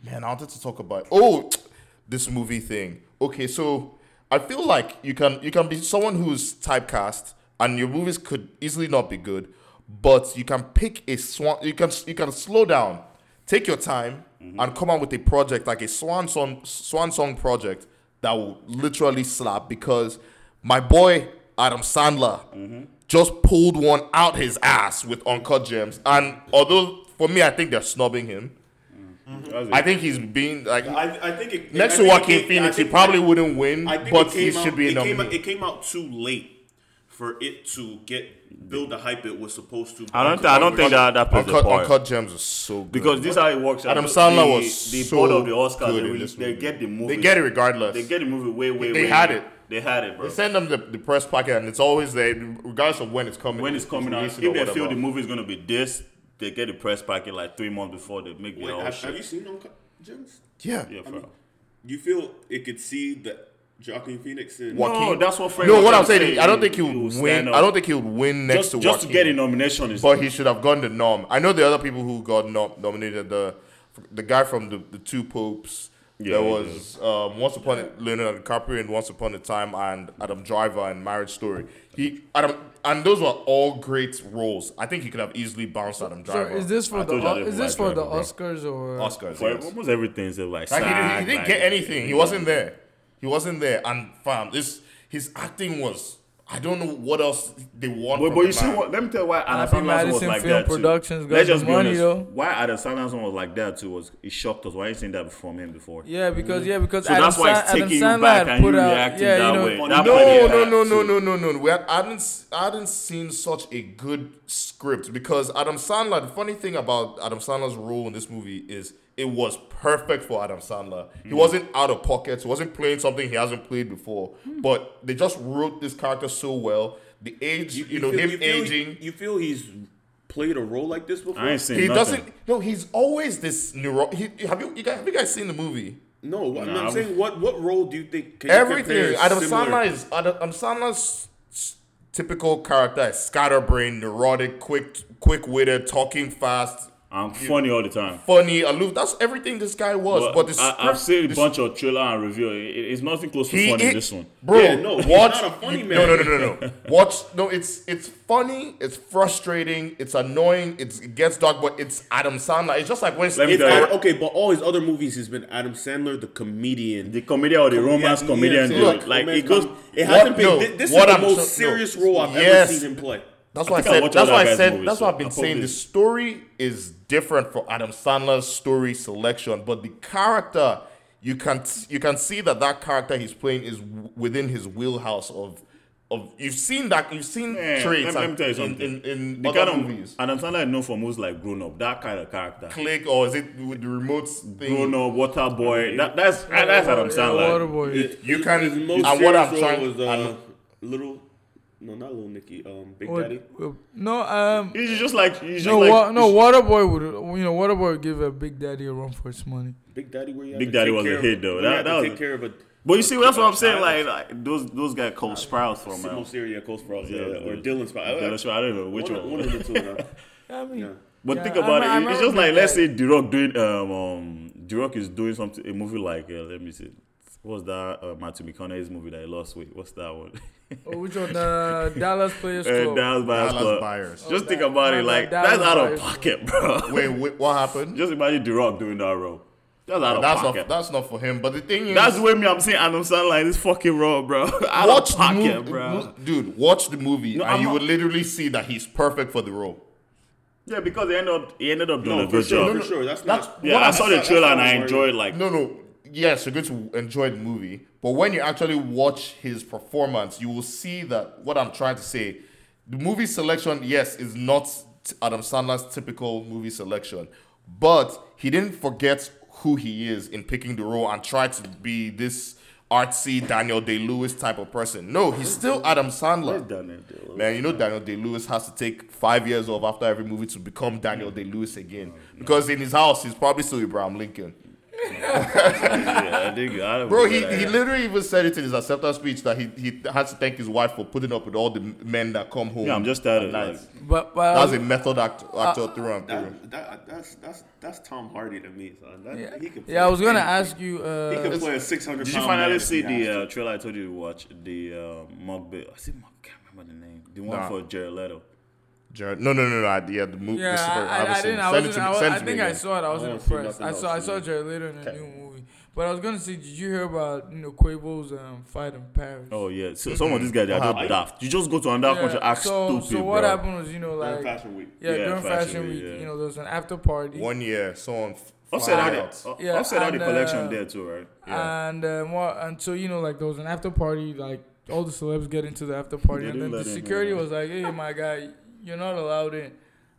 Speaker 1: Man, I wanted to talk about oh, this movie thing. Okay, so I feel like you can you can be someone who's typecast, and your movies could easily not be good, but you can pick a swan. You can you can slow down, take your time, and come out with a project like a swan song swan song project that will literally slap because my boy Adam Sandler just pulled one out his ass with Uncut Gems, and although for me I think they're snubbing him.
Speaker 2: That's it.
Speaker 1: I think he's being like
Speaker 3: I, I think it,
Speaker 1: next
Speaker 3: I
Speaker 1: to
Speaker 3: think
Speaker 1: Joaquin
Speaker 3: it came- I
Speaker 1: Phoenix, he
Speaker 3: think-
Speaker 1: probably wouldn't win,
Speaker 3: I think
Speaker 1: but
Speaker 3: it
Speaker 1: he
Speaker 3: came
Speaker 1: should
Speaker 3: out-
Speaker 1: be
Speaker 3: it
Speaker 1: in
Speaker 3: came out-
Speaker 1: the
Speaker 3: It came out too late for it to get build the hype it was supposed to.
Speaker 2: I don't, think I don't think that that plays a
Speaker 1: Uncut,
Speaker 2: part.
Speaker 1: Uncut Gems is so good
Speaker 2: Because this is how it works.
Speaker 1: Adam
Speaker 2: The-
Speaker 1: Sandler
Speaker 2: the,
Speaker 1: was
Speaker 2: the
Speaker 1: so
Speaker 2: board of the Oscars.
Speaker 1: good
Speaker 2: They,
Speaker 1: in
Speaker 2: will-
Speaker 1: this
Speaker 2: they
Speaker 1: movie.
Speaker 2: get the movie.
Speaker 1: they get it regardless.
Speaker 2: They get the movie way, way,
Speaker 1: They
Speaker 2: way.
Speaker 1: had
Speaker 2: way.
Speaker 1: it.
Speaker 2: They had it, bro.
Speaker 1: Send them the, the press packet, and it's always there, regardless of when it's coming.
Speaker 2: When it's coming out, if
Speaker 1: releasing
Speaker 2: they
Speaker 1: or
Speaker 2: feel
Speaker 1: whatever.
Speaker 2: the movie is gonna be this, they get the press packet like three months before they make
Speaker 3: Wait,
Speaker 2: their own
Speaker 3: have, have you
Speaker 2: shit.
Speaker 3: seen Uncut Gems?
Speaker 1: yeah,
Speaker 2: Yeah,
Speaker 3: I mean,
Speaker 2: fam.
Speaker 3: you feel it could see that Joaquin Phoenix in
Speaker 1: Joaquin-
Speaker 2: No, that's what Fred
Speaker 1: No,
Speaker 2: was
Speaker 1: what I'm
Speaker 2: trying to
Speaker 1: saying, is
Speaker 2: say.
Speaker 1: I don't think he
Speaker 2: He will
Speaker 1: would win.
Speaker 2: stand up.
Speaker 1: I don't think he would win next
Speaker 2: Just,
Speaker 1: to
Speaker 2: just to
Speaker 1: Joaquin.
Speaker 2: get a nomination is
Speaker 1: But he should have gone the nom. I know the other people who got nom- nominated the the guy from the, the two popes,
Speaker 2: Yeah,
Speaker 1: there
Speaker 2: he
Speaker 1: was um, Once Upon a Leonardo DiCaprio and Once Upon a Time and Adam Driver and Marriage Story. He Adam and those were all great roles. I think he could have easily bounced Adam
Speaker 4: So
Speaker 1: Driver.
Speaker 4: is this
Speaker 2: I
Speaker 4: for the
Speaker 2: told you I
Speaker 4: O-
Speaker 2: didn't
Speaker 4: is this for
Speaker 2: like
Speaker 4: the
Speaker 2: Driver,
Speaker 4: Oscars or
Speaker 1: Oscars?
Speaker 2: For
Speaker 1: yes.
Speaker 2: almost everything, so like,
Speaker 1: Like he didn't, he
Speaker 2: sad,
Speaker 1: didn't
Speaker 2: like-
Speaker 1: get anything. He wasn't there. He wasn't there. And fam, this his acting was. I don't know what else they want.
Speaker 2: But,
Speaker 1: from
Speaker 2: but
Speaker 1: the
Speaker 2: you see
Speaker 1: man.
Speaker 2: what? Let me tell you why Adam
Speaker 4: Happy
Speaker 2: Sandler's was
Speaker 4: Madison
Speaker 2: like
Speaker 4: Film
Speaker 2: that too.
Speaker 4: Productions got
Speaker 2: Let's
Speaker 4: the
Speaker 2: just be
Speaker 4: money,
Speaker 2: honest.
Speaker 4: though.
Speaker 2: Why Adam Sandler's one was like that too was it shocked us? Why you seen that from him before?
Speaker 4: Yeah, because yeah, because
Speaker 2: So
Speaker 4: Adam
Speaker 2: that's why it's
Speaker 4: Sa- Adam
Speaker 2: taking you
Speaker 4: Sandler
Speaker 2: back
Speaker 4: had
Speaker 2: and
Speaker 4: put
Speaker 2: you
Speaker 4: out-
Speaker 2: reacting
Speaker 4: yeah,
Speaker 2: that
Speaker 4: you know,
Speaker 2: way.
Speaker 4: funny-
Speaker 2: That part
Speaker 1: No,
Speaker 2: is
Speaker 1: no,
Speaker 2: bad,
Speaker 1: no, no,
Speaker 2: too.
Speaker 1: no, no, no. We had, I hadn't, s- I hadn't seen such a good script because Adam Sandler. The funny thing about Adam Sandler's role in this movie is it was perfect for Adam Sandler. He wasn't out of pocket. He wasn't playing something he hasn't played before. But they just wrote this character so well. The age, you, know,
Speaker 3: feel-
Speaker 1: him
Speaker 3: you feel-
Speaker 1: aging.
Speaker 3: you feel he's played a role like this before?
Speaker 2: I ain't seen
Speaker 1: he
Speaker 2: nothing.
Speaker 1: doesn't. No, he's always this neuro. He, have you, you guys, have you guys seen the movie?
Speaker 3: No, what-
Speaker 2: Nah, I
Speaker 3: I'm saying what what role do you think? Can you
Speaker 1: Everything.
Speaker 3: compare
Speaker 1: Adam
Speaker 3: similar-
Speaker 1: Sandler is Adam um, Sandler's s- typical character is scatterbrained, neurotic, quick, quick-witted, talking fast,
Speaker 2: I'm funny all the time.
Speaker 1: funny, aloof. That's everything this guy was. But, the script,
Speaker 2: I, I've seen a
Speaker 1: the
Speaker 2: bunch of trailer and review. It, it- it's nothing close to
Speaker 1: He
Speaker 2: funny.
Speaker 1: is-
Speaker 2: This one.
Speaker 1: Bro,
Speaker 3: Yeah, no, he's
Speaker 1: watch.
Speaker 3: not a funny
Speaker 1: you-
Speaker 3: man.
Speaker 1: No, no, no, no, no. watch. No, it's it's funny. It's frustrating. It's annoying. It's, it gets dark, but it's Adam Sandler. It's just like when
Speaker 2: Let me
Speaker 1: it's
Speaker 2: tell you.
Speaker 1: Adam-
Speaker 3: Ad- okay, but all his other movies has been Adam Sandler, the comedian.
Speaker 2: The comedian or the romance
Speaker 3: Yeah,
Speaker 2: comedian,
Speaker 3: yeah,
Speaker 2: dude.
Speaker 3: look,
Speaker 2: like
Speaker 3: romance
Speaker 2: it goes.
Speaker 3: com-
Speaker 2: It
Speaker 3: It
Speaker 2: hasn't.
Speaker 3: hasn't
Speaker 1: no,
Speaker 3: been. thi- This
Speaker 1: what
Speaker 3: is the
Speaker 1: I'm
Speaker 3: most
Speaker 1: so- no.
Speaker 3: serious role I've
Speaker 1: Yes.
Speaker 3: ever seen him play.
Speaker 1: That's why I,
Speaker 2: think I
Speaker 1: said.
Speaker 2: watched
Speaker 1: That's
Speaker 2: all
Speaker 1: why
Speaker 2: that
Speaker 1: I
Speaker 2: guy's
Speaker 1: said.
Speaker 2: movies,
Speaker 1: that's
Speaker 2: so
Speaker 1: why I've been
Speaker 2: I
Speaker 1: saying. The
Speaker 2: probably-
Speaker 1: story is different for Adam Sandler's story selection, but the character you can you can see that that character he's playing is w- within his wheelhouse of of you've seen that you've seen
Speaker 2: Man,
Speaker 1: traits.
Speaker 2: let, me- let me
Speaker 1: and-
Speaker 2: tell you
Speaker 1: in- In,
Speaker 2: something.
Speaker 1: in,
Speaker 2: the
Speaker 1: other
Speaker 2: kind of
Speaker 1: movies,
Speaker 2: Adam Sandler is known for movies like Grown Up. That kind of character.
Speaker 1: click or is it with the remote thing?
Speaker 2: Grown Up, Water Boy. That, that's that's Adam Sandler.
Speaker 4: Waterboy.
Speaker 1: You
Speaker 3: His-
Speaker 1: can-
Speaker 3: his most
Speaker 1: and what
Speaker 3: serious
Speaker 1: I'm
Speaker 3: role
Speaker 1: trying-
Speaker 3: was
Speaker 1: I'm-
Speaker 3: uh, little. No, not little Nicky. Um, Big
Speaker 4: What-
Speaker 3: Daddy.
Speaker 4: No, um,
Speaker 2: He's just like he's just
Speaker 4: no,
Speaker 2: like
Speaker 4: wa- no. Waterboy would, you know, Waterboy would give a Big Daddy a run for his money.
Speaker 3: Big Daddy, where you had
Speaker 2: Big
Speaker 3: to
Speaker 2: Daddy
Speaker 3: take
Speaker 2: was a
Speaker 3: care of-
Speaker 2: hit, though.
Speaker 3: where you
Speaker 2: That-
Speaker 3: had to
Speaker 2: that was
Speaker 3: take
Speaker 2: a-
Speaker 3: care of a
Speaker 2: But you see, that's what I'm saying.
Speaker 3: I-
Speaker 2: Like, like those those guys called Sprouts from uh,
Speaker 3: Simon Syria, Coast Frost,
Speaker 2: Yeah,
Speaker 3: yeah,
Speaker 2: yeah.
Speaker 3: or Dylan uh, Spot.
Speaker 2: Dallas, I don't know which
Speaker 3: One,
Speaker 2: one.
Speaker 3: of- one of the two. Now.
Speaker 4: I mean,
Speaker 3: Yeah.
Speaker 2: But
Speaker 4: Yeah,
Speaker 2: think
Speaker 4: I
Speaker 2: about
Speaker 4: me- I
Speaker 2: it. It's
Speaker 4: remember
Speaker 2: just like
Speaker 4: Big
Speaker 2: let's say
Speaker 4: Daddy.
Speaker 2: Duroc doing um um Duroc is doing something a movie like uh, let me see what's that uh, Matthew McConaughey's movie that he lost weight? What's that one?
Speaker 4: Oh, which one? The Dallas Players
Speaker 2: Uh,
Speaker 4: Club.
Speaker 2: Dallas Buyers
Speaker 1: Dallas
Speaker 2: Club.
Speaker 1: Buyers.
Speaker 2: Just think
Speaker 4: Oh, that-
Speaker 2: about it.
Speaker 4: that-
Speaker 2: Like
Speaker 4: that
Speaker 2: that's
Speaker 4: was
Speaker 2: out of
Speaker 4: Buyers Club.
Speaker 2: pocket, bro.
Speaker 1: Wait, wait, what happened?
Speaker 2: Just imagine Duroc doing that role. That's out of
Speaker 1: That's
Speaker 2: pocket.
Speaker 1: not that's not for him. But the thing is,
Speaker 2: that's the way me I'm saying Adam Sandler is fucking raw, bro. out
Speaker 1: watch
Speaker 2: of
Speaker 1: the
Speaker 2: pocket,
Speaker 1: movie,
Speaker 2: bro.
Speaker 1: dude. Watch the movie, and
Speaker 2: I'm
Speaker 1: you
Speaker 2: not-
Speaker 1: would literally see that he's perfect for the role.
Speaker 2: Yeah, because he ended up he ended up doing a
Speaker 3: No, for
Speaker 2: good
Speaker 3: sure,
Speaker 2: job.
Speaker 3: for sure. That's
Speaker 1: That's-
Speaker 3: not.
Speaker 2: Yeah,
Speaker 1: What
Speaker 2: I
Speaker 1: I'm
Speaker 2: saw the
Speaker 3: sa-
Speaker 2: trailer
Speaker 3: that's
Speaker 2: and
Speaker 3: how
Speaker 2: I
Speaker 3: I'm
Speaker 2: enjoyed
Speaker 3: worried.
Speaker 2: like
Speaker 1: No, no. Yes, you're going to enjoy the movie, but when you actually watch his performance, you will see that what I'm trying to say. The movie selection, yes, is not t- Adam Sandler's typical movie selection, but he didn't forget who he is in picking the role and try to be this artsy Daniel Day Lewis type of person. No, he's still Adam Sandler. Man, you know Daniel Day Lewis has to take five years off after every movie to become Daniel Day Lewis again. Because in his house, he's probably still Abraham Lincoln.
Speaker 2: yeah, I think I don't
Speaker 1: Bro, he,
Speaker 2: remember that.
Speaker 1: he literally even said it in his acceptance speech that he, he has to thank his wife for putting up with all the men that come home.
Speaker 2: Yeah, I'm just tired of
Speaker 1: at
Speaker 2: like,
Speaker 1: night.
Speaker 4: But, but um,
Speaker 1: That's a method act, actor
Speaker 4: Uh,
Speaker 1: through and through.
Speaker 3: That, that, that's that's that's Tom Hardy to me, son. That,
Speaker 4: yeah,
Speaker 3: he can play
Speaker 4: yeah, I was gonna
Speaker 3: anything.
Speaker 4: ask you. Uh,
Speaker 3: He can play a six hundred.
Speaker 2: Did you finally see the uh, trailer I told you to watch? The uh, mock bit. I see mock. I can't remember the name. The one
Speaker 1: Nah.
Speaker 2: for Jared Leto.
Speaker 1: Jared, no, no, no, no. I, yeah, the movie.
Speaker 4: Yeah,
Speaker 1: the super,
Speaker 4: I,
Speaker 1: haven't
Speaker 4: I, I
Speaker 1: seen it.
Speaker 4: didn't. I
Speaker 1: Send it
Speaker 4: wasn't.
Speaker 1: to me,
Speaker 4: I, was,
Speaker 1: send
Speaker 4: I
Speaker 1: it to me
Speaker 4: think I
Speaker 1: again.
Speaker 4: saw it. I wasn't
Speaker 3: wanna see
Speaker 4: impressed.
Speaker 3: nothing
Speaker 4: I saw. I
Speaker 3: else,
Speaker 4: saw
Speaker 3: man.
Speaker 4: Jared later in a new movie. But I was gonna say, did you hear about you know Quavo's um, fight in Paris?
Speaker 2: Oh yeah. So some of these guys they are just daft. You just go to another country, act
Speaker 4: so,
Speaker 2: stupid,
Speaker 4: so what
Speaker 2: bro.
Speaker 4: happened was you know like
Speaker 3: Fashion Week.
Speaker 4: yeah,
Speaker 2: Yeah,
Speaker 4: during
Speaker 2: Fashion
Speaker 4: Fashion,
Speaker 2: Week,
Speaker 4: Week,
Speaker 2: yeah.
Speaker 4: you know there was an after party.
Speaker 1: One year, someone.
Speaker 2: Offset
Speaker 1: fly
Speaker 2: had
Speaker 1: out.
Speaker 2: it. O-
Speaker 4: Yeah,
Speaker 2: Offset had the
Speaker 4: and,
Speaker 2: collection
Speaker 4: uh,
Speaker 2: there too, right?
Speaker 4: And um, what, and so you know, like there was an after party. Like all the celebs get into the after party,
Speaker 2: They
Speaker 4: and
Speaker 2: do
Speaker 4: then the
Speaker 2: let in,
Speaker 4: security
Speaker 2: yeah.
Speaker 4: was like, "Hey, my guy, you're not allowed in."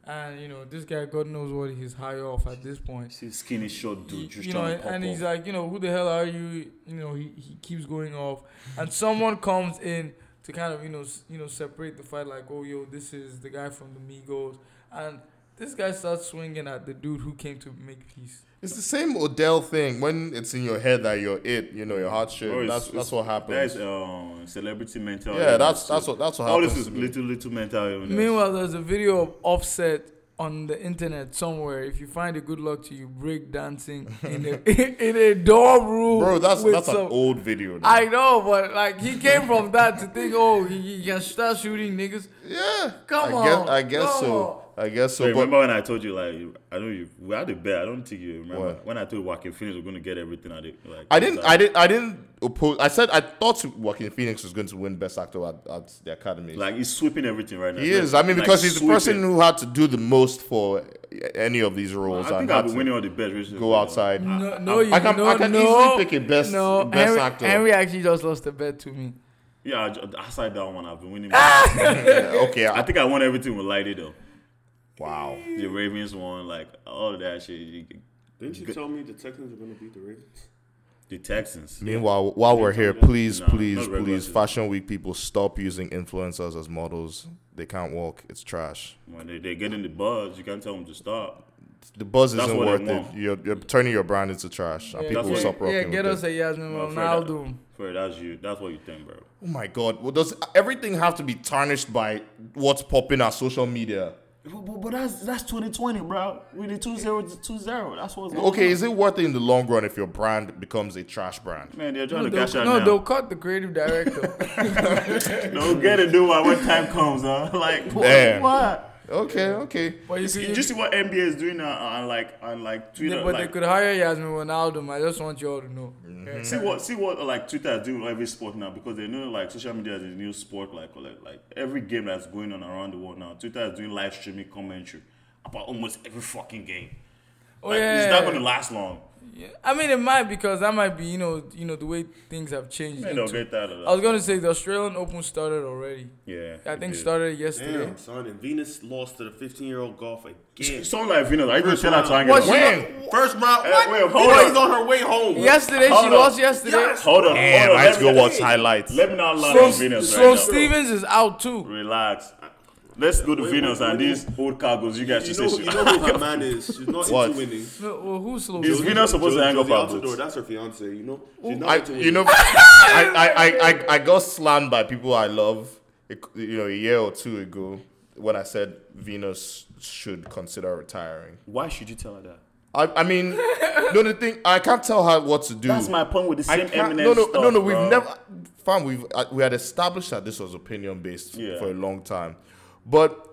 Speaker 4: And you know, this guy, God knows what he's high off at this point.
Speaker 2: See skinny short dude just
Speaker 4: you know,
Speaker 2: trying to
Speaker 4: and,
Speaker 2: pop
Speaker 4: and he's
Speaker 2: off.
Speaker 4: like, you know, who the hell are you? You know, he, he keeps going off, and someone comes in to kind of you know s- you know separate the fight, like, oh yo, this is the guy from the Migos, and this guy starts swinging at the dude who came to make peace.
Speaker 1: It's the same Odell thing. When it's in your head that you're it, you know, your heart shape.
Speaker 2: Bro, it's-
Speaker 1: That's
Speaker 2: it's-
Speaker 1: that's what happens.
Speaker 2: That's uh, celebrity mental.
Speaker 1: Yeah, that's
Speaker 2: illness,
Speaker 1: that's
Speaker 2: too.
Speaker 1: what that's what
Speaker 2: All this
Speaker 1: happens. to
Speaker 2: is
Speaker 1: me.
Speaker 2: little little mental illness.
Speaker 4: Meanwhile, there's a video of Offset on the internet somewhere, if you find it, good luck to you. Break dancing in a in a dorm room,
Speaker 1: Bro, that's
Speaker 4: with
Speaker 1: that's an
Speaker 4: some-
Speaker 1: old video. now.
Speaker 4: I know, but like he came from that to think, oh, he, he can start shooting niggas.
Speaker 1: yeah.
Speaker 4: Come
Speaker 1: I guess,
Speaker 4: on,
Speaker 1: I guess
Speaker 4: come
Speaker 1: so. I guess so.
Speaker 2: Wait,
Speaker 1: but
Speaker 2: remember when I told you like I know you we had a bet. I don't think you remember
Speaker 1: What?
Speaker 2: when I told you Joaquin Phoenix we're gonna get everything at it. Like
Speaker 1: I didn't.
Speaker 2: like-
Speaker 1: I didn't. I didn't oppose. I said I thought Joaquin Phoenix was going to win Best Actor at, at the Academy.
Speaker 2: Like he's sweeping everything right now.
Speaker 1: he
Speaker 2: Like,
Speaker 1: is. I mean,
Speaker 2: like,
Speaker 1: because he's the person
Speaker 2: sweeping.
Speaker 1: who had to do the most for any of these roles.
Speaker 2: I think
Speaker 1: had
Speaker 2: I've been
Speaker 1: to
Speaker 2: winning all the bets recently.
Speaker 1: Go outside.
Speaker 4: No, no, you
Speaker 1: I can-
Speaker 4: no,
Speaker 1: I can
Speaker 4: no,
Speaker 1: easily pick a best-
Speaker 4: no,
Speaker 1: best
Speaker 4: Henry,
Speaker 1: actor.
Speaker 4: Henry actually just lost a bet to me.
Speaker 2: Yeah, I ju- outside that one, I've been winning.
Speaker 1: Yeah, Uh, okay. I,
Speaker 2: I think I won everything with Lighty though.
Speaker 1: wow.
Speaker 2: The Ravens won, like all of that shit. You-
Speaker 3: Didn't you tell me the Texans are going to beat the Ravens?
Speaker 2: The Texans.
Speaker 1: Meanwhile, while we're here, please,
Speaker 2: Nah,
Speaker 1: please,
Speaker 2: not regular
Speaker 1: please,
Speaker 2: season.
Speaker 1: Fashion Week people, stop using influencers as models. They can't walk. It's trash.
Speaker 2: When they, they're getting the buzz, you can't tell them to stop.
Speaker 1: The buzz
Speaker 2: That's
Speaker 1: isn't
Speaker 2: what they
Speaker 1: worth it.
Speaker 2: want.
Speaker 1: You're, you're turning your brand into trash, and people
Speaker 2: That's
Speaker 1: will
Speaker 2: what-
Speaker 1: stop rocking
Speaker 4: yeah,
Speaker 1: with
Speaker 4: get
Speaker 1: it.
Speaker 4: us a Yasmin
Speaker 2: No,
Speaker 4: Ronaldo.
Speaker 2: Fred, that's you. That's what you think, bro.
Speaker 1: Oh my god! Well, does everything have to be tarnished by what's popping on social media?
Speaker 3: But, but, but that's that's 2020, bro. We did 2 0 2 0. That's what's going
Speaker 1: Okay, is it worth it in the long run if your brand becomes a trash brand?
Speaker 2: Man, they're trying
Speaker 4: No,
Speaker 2: to cash
Speaker 4: they'll,
Speaker 2: out
Speaker 4: no, they'll
Speaker 2: now.
Speaker 4: cut the creative director.
Speaker 2: Don't get it, do what when time comes, huh? Like what?
Speaker 1: Damn.
Speaker 2: what?
Speaker 1: Okay, okay.
Speaker 4: but you
Speaker 2: You,
Speaker 4: see,
Speaker 2: see, you see what NBA is doing now on like on like Twitter.
Speaker 4: they, but
Speaker 2: like,
Speaker 4: they could hire Yasmin Ronaldo. I just want you all to know.
Speaker 1: Mm-hmm.
Speaker 4: Yeah.
Speaker 2: See what see what like Twitter is doing with every sport now because they know like social media is a new sport like like, like every game that's going on around the world now Twitter is doing live streaming commentary about almost every fucking game.
Speaker 4: Oh,
Speaker 2: Like,
Speaker 4: yeah.
Speaker 2: It's not gonna last long.
Speaker 4: Yeah. I mean, it might because that might be you know you know the way things have changed.
Speaker 2: Man, they'll
Speaker 4: into-
Speaker 2: get tired of that.
Speaker 4: I was gonna say the Australian Open started already.
Speaker 2: yeah.
Speaker 4: I
Speaker 2: it
Speaker 4: think
Speaker 2: did.
Speaker 4: started yesterday.
Speaker 3: Damn, son. And Venus lost to the 15 year old golf again.
Speaker 2: Sound like Venus. I just tell her to hang
Speaker 4: What
Speaker 2: it
Speaker 4: she-
Speaker 2: up.
Speaker 1: When?
Speaker 3: First round.
Speaker 2: Eh,
Speaker 3: What?
Speaker 2: wait, hold
Speaker 3: Venus
Speaker 2: on.
Speaker 3: is on her way home.
Speaker 4: Yesterday she
Speaker 2: Hold on.
Speaker 4: lost. Yesterday.
Speaker 2: Hold on.
Speaker 1: Damn,
Speaker 2: hold on.
Speaker 1: I have to go
Speaker 2: let me-
Speaker 1: watch highlights.
Speaker 2: Let me not lie
Speaker 4: Sloan,
Speaker 2: on Venus
Speaker 4: Sloan
Speaker 2: right now.
Speaker 4: Stevens is out too.
Speaker 2: Relax. Let's go to
Speaker 3: Wait,
Speaker 2: Venus
Speaker 3: wait,
Speaker 2: and
Speaker 3: wait.
Speaker 2: these old cargoes. You guys
Speaker 3: You
Speaker 2: just
Speaker 3: know,
Speaker 2: say
Speaker 3: you know who her man is. She's not
Speaker 1: What?
Speaker 3: into winning.
Speaker 4: No, well, who's Sloan?
Speaker 2: Is
Speaker 4: Stevens?
Speaker 2: Venus supposed to hang up
Speaker 3: Josie
Speaker 2: our
Speaker 3: Altidore,
Speaker 2: boots?
Speaker 3: That's her fiance. You know, she's not
Speaker 1: I,
Speaker 3: into
Speaker 1: you
Speaker 3: winning.
Speaker 1: know, I, I, I, I, I got slammed by people I love, a- you know, a year or two ago when I said Venus should consider retiring.
Speaker 2: Why should you tell her that?
Speaker 1: I, I mean, no, the thing I can't tell her what to do.
Speaker 2: That's my point with the
Speaker 1: I
Speaker 2: same
Speaker 1: can't-
Speaker 2: Eminem
Speaker 1: no, no,
Speaker 2: stuff,
Speaker 1: no, no. We've
Speaker 2: bro.
Speaker 1: never, fam. We've uh, we had established that this was opinion based
Speaker 2: Yeah.
Speaker 1: for a long time, but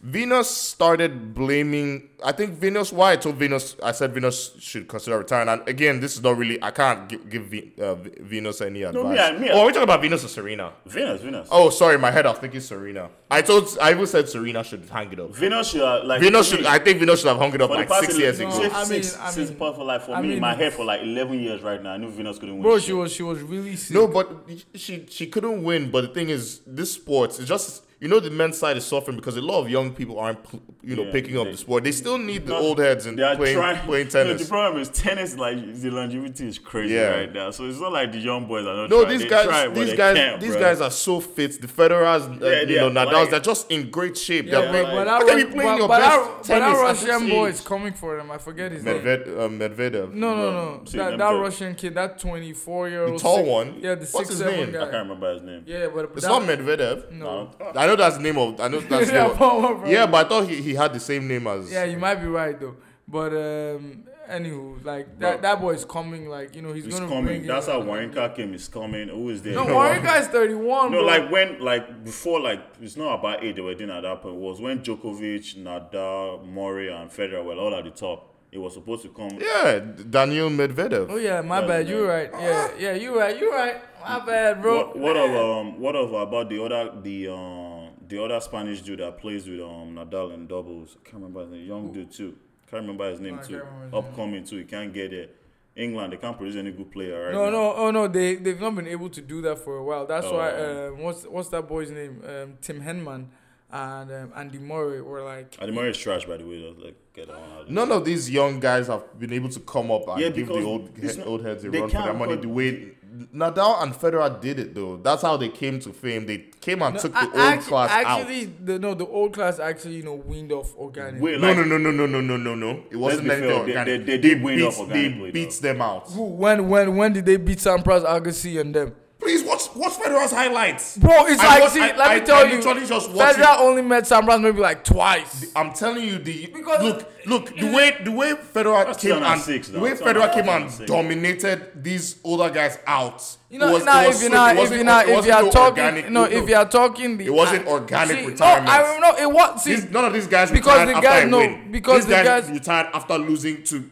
Speaker 1: Venus started blaming. I think Venus. Why I told Venus, I said Venus should consider retiring. And again, this is not really. I can't give, give Ve- uh, Ve- Venus any advice.
Speaker 2: me, I- me, I-
Speaker 1: oh, are we talking about Venus or Serena?
Speaker 2: Venus, Venus.
Speaker 1: Oh, sorry, in my head. I was thinking Serena. I told. I even said Serena should hang it up.
Speaker 2: Venus should uh, like
Speaker 1: Venus
Speaker 2: for
Speaker 1: should.
Speaker 2: me,
Speaker 1: I think Venus should have hung it up
Speaker 2: for the
Speaker 1: like
Speaker 2: past
Speaker 1: six
Speaker 2: ele-
Speaker 1: years
Speaker 2: no,
Speaker 1: ago.
Speaker 2: Six,
Speaker 4: I mean-
Speaker 2: six,
Speaker 4: I
Speaker 2: six
Speaker 4: mean-
Speaker 2: part for like for
Speaker 4: I
Speaker 2: me,
Speaker 4: mean-
Speaker 2: my hair for like eleven years right now. I knew Venus couldn't win.
Speaker 4: Bro,
Speaker 2: shit.
Speaker 4: she was she was really sick.
Speaker 1: No, but she she couldn't win. But the thing is, this sport is just you know the men's side is suffering because a lot of young people aren't pl- you know
Speaker 2: Yeah,
Speaker 1: picking up
Speaker 2: they-
Speaker 1: the sport. They still need the
Speaker 2: No,
Speaker 1: old heads and
Speaker 2: they are
Speaker 1: playing
Speaker 2: trying-
Speaker 1: playing
Speaker 2: No, the
Speaker 1: tennis.
Speaker 2: problem is tennis. Like the longevity is crazy
Speaker 1: Yeah.
Speaker 2: right now. So it's not like the young boys are not.
Speaker 1: No,
Speaker 2: trying.
Speaker 1: these
Speaker 2: They
Speaker 1: guys,
Speaker 2: try, but
Speaker 1: these
Speaker 2: they
Speaker 1: guys,
Speaker 2: can't,
Speaker 1: these
Speaker 2: bro.
Speaker 1: guys are so fit. The Federers, uh,
Speaker 2: Yeah,
Speaker 1: you
Speaker 2: yeah,
Speaker 1: know, Nadals,
Speaker 2: like-
Speaker 1: they're just in great shape.
Speaker 4: yeah,
Speaker 1: they're
Speaker 4: but,
Speaker 1: playing,
Speaker 4: but,
Speaker 1: How
Speaker 4: that,
Speaker 1: can
Speaker 4: Ru-
Speaker 1: you play in
Speaker 4: but,
Speaker 1: your
Speaker 4: but,
Speaker 1: best
Speaker 4: that, but that
Speaker 1: tennis at
Speaker 4: Russian
Speaker 1: this
Speaker 4: boy
Speaker 1: age?
Speaker 4: is coming for them. I forget his name.
Speaker 1: Medved, uh, Medvedev.
Speaker 4: No, no,
Speaker 2: Bro,
Speaker 4: no.
Speaker 2: see,
Speaker 4: That,
Speaker 2: them
Speaker 4: that
Speaker 2: two.
Speaker 4: Russian kid, that 24 year old.
Speaker 1: The tall one?
Speaker 4: Yeah, the
Speaker 1: What's
Speaker 4: 6
Speaker 1: his
Speaker 4: 7
Speaker 1: name?
Speaker 4: guy.
Speaker 1: I
Speaker 2: I can't remember his name.
Speaker 4: Yeah, but.
Speaker 1: It's
Speaker 4: that-
Speaker 1: not Medvedev.
Speaker 4: No.
Speaker 1: I know that's the name of. I know that's the
Speaker 4: Yeah,
Speaker 1: name of-
Speaker 4: Paul Rudd.
Speaker 1: Yeah, but I thought he, he had the same name as.
Speaker 4: Yeah, you might be right, though. But, um, anywho, like, that, that boy is coming. Like, you know, he's,
Speaker 2: He's
Speaker 4: going to
Speaker 2: coming.
Speaker 4: bring
Speaker 2: That's
Speaker 4: it.
Speaker 2: how Wawrinka came. He's coming. Who is there?
Speaker 4: No, Wawrinka is 31.
Speaker 2: No,
Speaker 4: bro.
Speaker 2: like when, like before, like it's not about age they were doing at that point. It was when Djokovic, Nadal, Murray, and Federer were all at the top. It was supposed to come.
Speaker 1: Yeah, Daniel Medvedev.
Speaker 4: Oh, yeah, my
Speaker 2: Yeah,
Speaker 4: bad.
Speaker 2: no.
Speaker 4: You're right. Yeah, yeah, you're right. You're right. My bad, bro.
Speaker 2: What, what of um, what of about the other the um the other Spanish dude that plays with um Nadal in doubles? I can't remember his name. Young dude too. Can't remember his name
Speaker 4: I
Speaker 2: too.
Speaker 4: can't remember his name.
Speaker 2: Upcoming too. He can't get it. England, they can't produce any good player right
Speaker 4: No,
Speaker 2: now.
Speaker 4: no, oh no, they they've not been able to do that for a while. That's why
Speaker 2: Oh.
Speaker 4: um, what's what's that boy's name? Um, Tim Henman and um, Andy Murray were like
Speaker 2: And Murray is trash, by the way. Though. Like get that one out. of there.
Speaker 1: None of these young guys have been able to come up and
Speaker 2: Yeah,
Speaker 1: give the
Speaker 2: because
Speaker 1: old
Speaker 2: it's
Speaker 1: he-
Speaker 2: not-
Speaker 1: old heads a
Speaker 2: they
Speaker 1: run for their
Speaker 2: can't,
Speaker 1: money
Speaker 2: but-
Speaker 1: the way Nadal and Federer did it though. That's how they came to fame. They came and took the
Speaker 4: I-
Speaker 1: old
Speaker 4: I actu-
Speaker 1: class
Speaker 4: actually, The, no, the old class actually you know weaned off organic.
Speaker 2: Wait,
Speaker 1: out.
Speaker 2: like,
Speaker 1: no, no, no, no, no, no, no, no, no. It wasn't
Speaker 2: be
Speaker 1: anything
Speaker 2: fair, they-
Speaker 1: organic.
Speaker 2: they- they did win
Speaker 1: beat,
Speaker 2: off organically,
Speaker 1: They beat them out.
Speaker 4: Who- When when when did they beat Sampras, Agassi, and them?
Speaker 1: Please watch Watch Federer's highlights.
Speaker 4: Bro, it's
Speaker 1: I
Speaker 4: like,
Speaker 1: was-
Speaker 4: see,
Speaker 1: I-
Speaker 4: let me
Speaker 1: I-
Speaker 4: tell
Speaker 1: I
Speaker 4: you,
Speaker 1: literally just watched
Speaker 4: Federer only met Sampras maybe like twice.
Speaker 1: I'm telling you, the
Speaker 4: Because-
Speaker 1: look, look, the way the way Federer
Speaker 2: That's
Speaker 1: came and
Speaker 2: 2006
Speaker 1: the way
Speaker 2: now.
Speaker 1: Federer came
Speaker 2: 2006.
Speaker 1: and dominated these older guys out.
Speaker 4: You
Speaker 1: it
Speaker 4: know,
Speaker 1: was- it
Speaker 4: now
Speaker 1: was
Speaker 4: if you're
Speaker 1: so- it
Speaker 4: not, if
Speaker 1: wasn't-
Speaker 4: you're not,
Speaker 1: it
Speaker 4: if
Speaker 1: wasn't
Speaker 4: you're
Speaker 1: no
Speaker 4: talking,
Speaker 1: organic-
Speaker 4: no, if you're talking, the
Speaker 1: It wasn't organic
Speaker 4: See,
Speaker 1: retirement.
Speaker 4: No, I don't know. It was see,
Speaker 1: These- none of these guys
Speaker 4: Because
Speaker 1: retired
Speaker 4: the
Speaker 1: after
Speaker 4: guys-
Speaker 1: a
Speaker 4: no,
Speaker 1: win.
Speaker 4: because
Speaker 1: these
Speaker 4: the guys-
Speaker 1: retired after losing to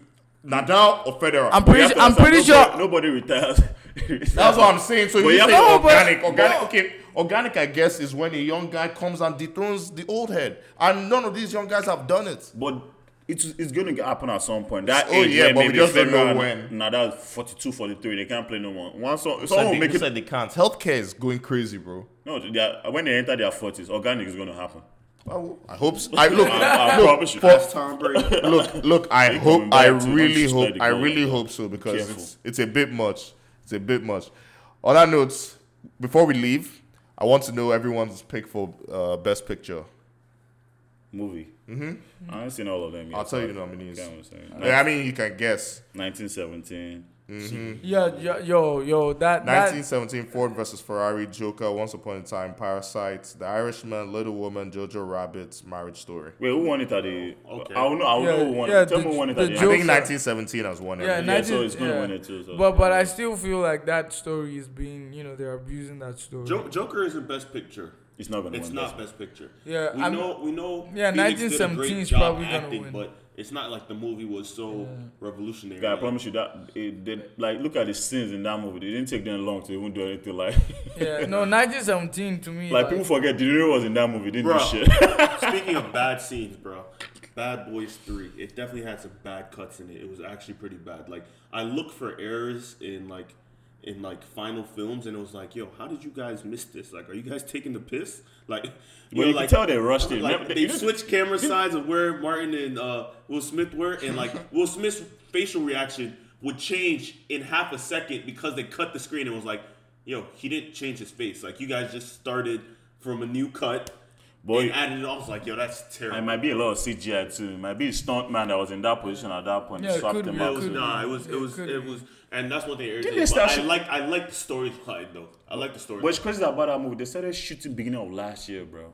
Speaker 1: Nadal or Federer.
Speaker 4: I'm pretty,
Speaker 2: You have
Speaker 4: sure,
Speaker 2: to
Speaker 4: I'm
Speaker 2: understand,
Speaker 4: pretty
Speaker 2: nobody-
Speaker 4: sure.
Speaker 2: nobody retires.
Speaker 1: That's what I'm saying. So if
Speaker 2: But
Speaker 1: you
Speaker 2: you
Speaker 1: say
Speaker 2: have to-
Speaker 4: No, but-
Speaker 1: organic, organic,
Speaker 4: no.
Speaker 1: okay. Organic, I guess, is when a young guy comes and dethrones the old head, and none of these young guys have done it.
Speaker 2: But it's it's going to happen at some point. That
Speaker 1: Oh,
Speaker 2: age
Speaker 1: yeah,
Speaker 2: where
Speaker 1: but we
Speaker 2: maybe
Speaker 1: just don't know
Speaker 2: Federer-
Speaker 1: when.
Speaker 2: Now that's 42, 43. They can't play no more. Once so, someone will make it.
Speaker 1: they can't. Healthcare is going crazy, bro.
Speaker 2: No, they are, when they enter their forties, organic is going to happen.
Speaker 1: I hope. So. I look.
Speaker 2: I, I
Speaker 1: look,
Speaker 2: promise you.
Speaker 1: for-
Speaker 3: Tom Brady.
Speaker 1: look, look. I
Speaker 2: Think
Speaker 1: hope.
Speaker 2: going
Speaker 1: I
Speaker 2: back to
Speaker 1: really
Speaker 2: Manchester
Speaker 1: hope. I
Speaker 2: United,
Speaker 1: really
Speaker 2: bro.
Speaker 1: hope so because
Speaker 2: Careful.
Speaker 1: it's it's a bit much. It's a bit much. On that note, before we leave, I want to know everyone's pick for uh, best picture.
Speaker 2: Movie. Mm-hmm. I haven't seen all of them yet.
Speaker 1: I'll tell you the
Speaker 2: so I
Speaker 1: nominees.
Speaker 2: can't say.
Speaker 1: I mean, you can guess.
Speaker 2: 1917.
Speaker 4: Yeah, yo, yo, yo, that, that
Speaker 1: 1917 Ford versus Ferrari, Joker, Once Upon a Time, Parasite, The Irishman, Little Woman, Jojo Rabbit, Marriage Story.
Speaker 2: Wait, who won it at the?
Speaker 3: Okay.
Speaker 2: I don't know. I don't
Speaker 4: Yeah,
Speaker 2: know who won
Speaker 4: yeah,
Speaker 2: it. Tell
Speaker 4: the-
Speaker 2: me who won it
Speaker 4: the
Speaker 2: at the.
Speaker 1: I think
Speaker 4: Joker.
Speaker 1: 1917 has won
Speaker 4: yeah,
Speaker 1: everything.
Speaker 2: Yeah, so
Speaker 4: 19
Speaker 2: it's gonna
Speaker 4: yeah.
Speaker 2: win it too, so-
Speaker 4: But but
Speaker 2: yeah.
Speaker 4: I still feel like that story is being, you know, they're abusing that story.
Speaker 3: Jo- Joker isn't best picture.
Speaker 2: It's not gonna
Speaker 3: It's
Speaker 2: win.
Speaker 3: not
Speaker 2: this.
Speaker 3: best picture.
Speaker 4: Yeah,
Speaker 3: we
Speaker 4: I'm-
Speaker 3: know. We know.
Speaker 4: Yeah,
Speaker 3: Phoenix did a
Speaker 4: 1917
Speaker 3: great
Speaker 4: is
Speaker 3: job
Speaker 4: probably gonna
Speaker 3: acting,
Speaker 4: win.
Speaker 3: But it's not like the movie was so revolutionary.
Speaker 2: Guy, I
Speaker 3: Like,
Speaker 2: promise you that it did. Like, look at the scenes in that movie. It didn't take them long to even do anything. Like,
Speaker 4: yeah, no, 1917 to me.
Speaker 2: like people forget De Niro was in that movie. Didn't
Speaker 3: Bruh.
Speaker 2: do shit.
Speaker 3: Speaking of bad scenes, bro, Bad Boys Three. It definitely had some bad cuts in it. It was actually pretty bad. Like I look for errors in like in like final films, and it was like, yo, how did you guys miss this? Like, are you guys taking the piss? Like, you
Speaker 2: Well, you could tell they rushed it.
Speaker 3: Like,
Speaker 2: Remember-
Speaker 3: they
Speaker 2: you know-
Speaker 3: switched camera sides of where Martin and uh, Will Smith were, and like Will Smith's facial reaction would change in half a second because they cut the screen and was like, yo, he didn't change his face. Like, you guys just started from a new cut.
Speaker 2: Boy.
Speaker 3: and added it. I was like, yo, that's terrible.
Speaker 2: It might be a lot of CGI too. It might be stunt man that was in that position at that point.
Speaker 4: Yeah,
Speaker 2: Yeah,
Speaker 4: it
Speaker 2: swapped
Speaker 4: could
Speaker 2: him
Speaker 4: be,
Speaker 2: out.
Speaker 4: could
Speaker 2: too.
Speaker 4: be.
Speaker 3: Nah, it was it was
Speaker 4: could
Speaker 3: it
Speaker 4: be.
Speaker 3: was, and that's what they
Speaker 2: they
Speaker 3: irritated.
Speaker 2: start
Speaker 3: But I
Speaker 2: shoot-
Speaker 3: like I like the storyline though. I like the story.
Speaker 2: What's crazy about that movie? They started shooting beginning of last year, bro.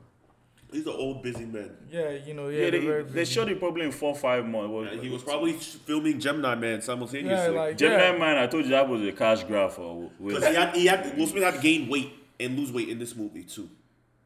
Speaker 3: He's an old busy man.
Speaker 4: yeah, you know, yeah,
Speaker 2: Yeah,
Speaker 4: they're
Speaker 2: they,
Speaker 4: very
Speaker 2: they shot it probably in four five months. Well,
Speaker 3: And he was probably sh- filming Gemini Man
Speaker 4: yeah,
Speaker 3: simultaneously.
Speaker 4: like
Speaker 2: Gemini
Speaker 4: yeah.
Speaker 2: Man. I told you that was a cash grab for Will.
Speaker 3: Because he had, he had Will Smith had to gain weight and lose weight in this movie too,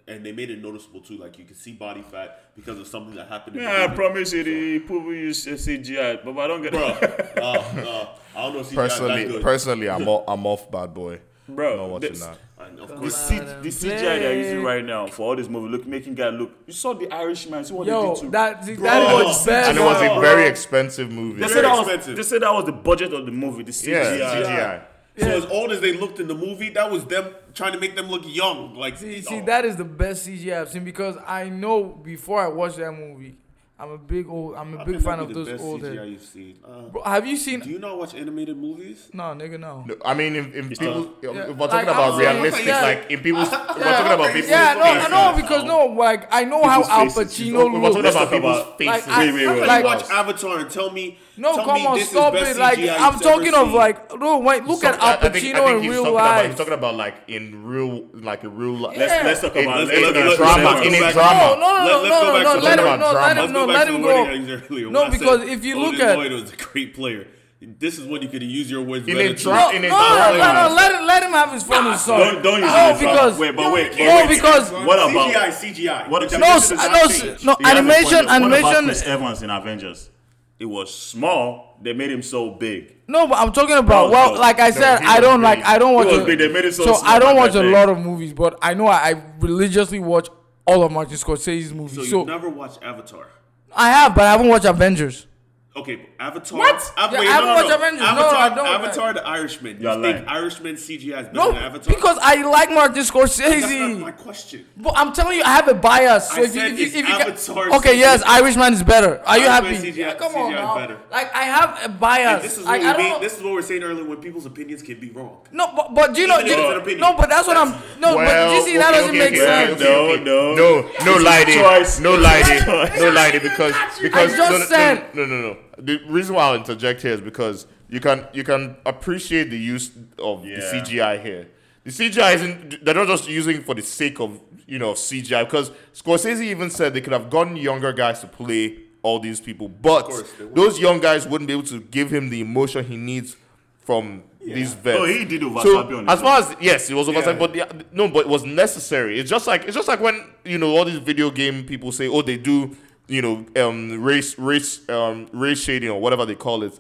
Speaker 3: and they made it noticeable too. Like you could see body fat because of something that happened. in the
Speaker 2: Yeah, I
Speaker 3: movie.
Speaker 2: promise you, the people use uh, CGI, but I don't get
Speaker 3: Bro, uh, uh, I don't know if you guys that
Speaker 1: Personally,
Speaker 3: good.
Speaker 1: personally, I'm all, I'm off Bad Boy.
Speaker 2: Bro,
Speaker 1: not watching
Speaker 2: this-
Speaker 1: that.
Speaker 3: And of
Speaker 2: The,
Speaker 3: course,
Speaker 2: C- the CGI they're using right now for all this movie, look, making guy look. You saw the Irishman. See what they
Speaker 4: Yo,
Speaker 2: did to.
Speaker 4: that see, that
Speaker 3: Bro.
Speaker 4: was bad.
Speaker 1: And it was a
Speaker 3: Bro.
Speaker 1: very expensive movie.
Speaker 2: they
Speaker 3: Very
Speaker 2: said that was.
Speaker 3: expensive.
Speaker 2: They said that was the budget of the movie. The CGI.
Speaker 1: Yeah,
Speaker 3: CGI.
Speaker 1: CGI.
Speaker 3: So as old as they looked in the movie, that was them trying to make them look young. Like
Speaker 4: See,
Speaker 3: oh.
Speaker 4: see, that is the best CGI I've seen because I know before I watched that movie, I'm a big old, I'm a
Speaker 3: I
Speaker 4: big
Speaker 3: think
Speaker 4: fan
Speaker 3: that'd
Speaker 4: of
Speaker 3: be
Speaker 4: those
Speaker 3: the best
Speaker 4: old.
Speaker 3: CGI
Speaker 4: head.
Speaker 3: you've seen. Uh,
Speaker 4: Bro, have you seen?
Speaker 3: do you not watch animated movies?
Speaker 4: no, nigga, no.
Speaker 1: No, I mean, if, if people, if
Speaker 4: yeah,
Speaker 1: we're talking
Speaker 4: like, I'm
Speaker 1: about
Speaker 4: saying,
Speaker 1: realistic,
Speaker 4: yeah.
Speaker 1: like in people's, we're talking about people's
Speaker 4: Yeah, no,
Speaker 1: faces.
Speaker 4: I know because no, like I know how
Speaker 2: People's
Speaker 4: Al
Speaker 2: faces, you
Speaker 1: We're
Speaker 4: Pacino
Speaker 1: talking
Speaker 4: looks.
Speaker 1: about people's
Speaker 2: about-
Speaker 1: faces.
Speaker 4: Like, I-
Speaker 2: Wait, wait,
Speaker 4: I'm
Speaker 2: wait.
Speaker 4: like-
Speaker 3: watch Avatar and tell me.
Speaker 4: No,
Speaker 3: tell
Speaker 4: come
Speaker 3: me
Speaker 4: on,
Speaker 3: this is
Speaker 4: stop
Speaker 3: best
Speaker 4: it! Like
Speaker 3: CGI you've
Speaker 4: I'm
Speaker 3: ever
Speaker 4: talking of
Speaker 3: seen.
Speaker 4: like, no, wait, look at
Speaker 1: I-
Speaker 4: Al
Speaker 1: I think- I think
Speaker 4: Pacino in
Speaker 1: he's
Speaker 4: real
Speaker 1: talking about-
Speaker 4: life.
Speaker 1: he's talking about like in real, like in real life.
Speaker 2: Let's
Speaker 4: Yeah.
Speaker 2: let's talk
Speaker 1: In-
Speaker 2: about
Speaker 1: in-
Speaker 2: let's
Speaker 1: in
Speaker 2: talk about
Speaker 1: drama,
Speaker 2: let's
Speaker 1: in
Speaker 2: go
Speaker 1: a
Speaker 2: back-
Speaker 1: drama.
Speaker 4: No, no,
Speaker 3: Let- let's
Speaker 4: no, no,
Speaker 3: go
Speaker 4: no,
Speaker 3: back
Speaker 4: no,
Speaker 3: to
Speaker 4: let
Speaker 3: the
Speaker 4: him,
Speaker 1: drama.
Speaker 4: no, let
Speaker 3: Let's
Speaker 4: him, no,
Speaker 3: go back
Speaker 4: let
Speaker 3: to
Speaker 4: him
Speaker 3: the
Speaker 4: go.
Speaker 3: wording I used earlier when
Speaker 4: No,
Speaker 3: I said
Speaker 4: because if you
Speaker 3: Odin
Speaker 4: look at-
Speaker 3: Lloyd was a great player. This is when you could use your words.
Speaker 1: In
Speaker 3: better
Speaker 1: a
Speaker 3: too.
Speaker 1: drama- Not
Speaker 4: No, no,
Speaker 1: in
Speaker 4: no,
Speaker 1: a
Speaker 4: no,
Speaker 1: drama.
Speaker 4: no, let him, let him have his fun and song.
Speaker 2: Don't don't use
Speaker 4: no,
Speaker 2: it.
Speaker 4: because
Speaker 2: wait, but wait, but
Speaker 4: no,
Speaker 2: wait.
Speaker 4: because
Speaker 2: what about
Speaker 3: CGI? CGI.
Speaker 2: What-
Speaker 3: The
Speaker 2: no,
Speaker 4: no,
Speaker 3: definition
Speaker 4: s-
Speaker 3: does not
Speaker 4: no,
Speaker 3: change.
Speaker 4: s- no,
Speaker 2: He has a point.
Speaker 4: animation,
Speaker 2: What about
Speaker 4: animation.
Speaker 2: Chris Evans in Avengers? It was small. They made him so big.
Speaker 4: No, but I'm talking about
Speaker 2: No,
Speaker 4: well,
Speaker 2: no,
Speaker 4: like I said,
Speaker 1: he
Speaker 4: I
Speaker 1: was
Speaker 4: don't like
Speaker 1: big.
Speaker 4: I don't
Speaker 2: He
Speaker 4: watch
Speaker 2: was
Speaker 4: a-
Speaker 2: big. They made it so
Speaker 4: so I
Speaker 2: small
Speaker 4: don't
Speaker 2: back
Speaker 4: watch a
Speaker 2: then.
Speaker 4: lot of movies, but I know I, I religiously watch all of Martin Scorsese's
Speaker 3: So
Speaker 4: movies.
Speaker 3: you've
Speaker 4: So,
Speaker 3: never watched Avatar.
Speaker 4: I have, but I haven't watched Avengers.
Speaker 3: Okay, but Avatar.
Speaker 4: What?
Speaker 3: Av-
Speaker 4: Yeah,
Speaker 3: wait,
Speaker 4: I haven't
Speaker 3: no, no,
Speaker 4: watched
Speaker 3: no.
Speaker 4: Avengers. No,
Speaker 3: Avatar,
Speaker 4: I don't.
Speaker 3: Avatar, the Irishman. You
Speaker 2: You're lying.
Speaker 3: think Irishman CGI is better
Speaker 4: No,
Speaker 3: than Avatar?
Speaker 4: because I like Martin
Speaker 3: that's not
Speaker 4: Scorsese.
Speaker 3: my question.
Speaker 4: but I'm telling you, I have a bias. So
Speaker 3: I
Speaker 4: if you,
Speaker 3: said
Speaker 4: if you,
Speaker 3: it's
Speaker 4: if you
Speaker 3: Avatar
Speaker 4: can, okay,
Speaker 3: CGI.
Speaker 4: yes, Irishman is better. Are you
Speaker 3: Irishman
Speaker 4: happy?
Speaker 3: CGI
Speaker 4: Yeah, come
Speaker 3: CGI
Speaker 4: on
Speaker 3: is
Speaker 4: now.
Speaker 3: better.
Speaker 4: Like I have a bias.
Speaker 3: And this is
Speaker 4: I,
Speaker 3: what
Speaker 4: I
Speaker 3: we
Speaker 4: don't.
Speaker 3: mean, this is what we're saying earlier when people's opinions can be wrong.
Speaker 4: no, but, but do you know?
Speaker 3: Even if
Speaker 4: do you-
Speaker 3: it's an opinion.
Speaker 4: no, but that's what I'm. No, but you see, that
Speaker 1: okay,
Speaker 4: doesn't
Speaker 1: okay,
Speaker 4: make
Speaker 1: okay,
Speaker 4: sense.
Speaker 1: okay, okay, okay.
Speaker 2: No, no.
Speaker 1: no, no, lie
Speaker 2: choice.
Speaker 1: there, no, lie there,
Speaker 2: choice.
Speaker 1: no, lie there, because because
Speaker 4: I just
Speaker 1: no, no,
Speaker 4: said-
Speaker 1: no, no, no, no. The reason why I will interject here is because you can you can appreciate the use of
Speaker 2: Yeah.
Speaker 1: the CGI here. The CGI isn't. They're not just using it for the sake of you know CGI because Scorsese even said they could have gotten younger guys to play all these people, but
Speaker 3: course they would.
Speaker 1: those young guys wouldn't be able to give him the emotion he needs from these vets.
Speaker 2: Oh, he did over Sabi
Speaker 1: So
Speaker 2: on
Speaker 1: as
Speaker 2: his
Speaker 1: far as yes, it was over
Speaker 5: Yeah.
Speaker 1: but the, no, but it was necessary. It's just like it's just like when you know all these video game people say, oh, they do you know um race race um race shading or whatever they call it.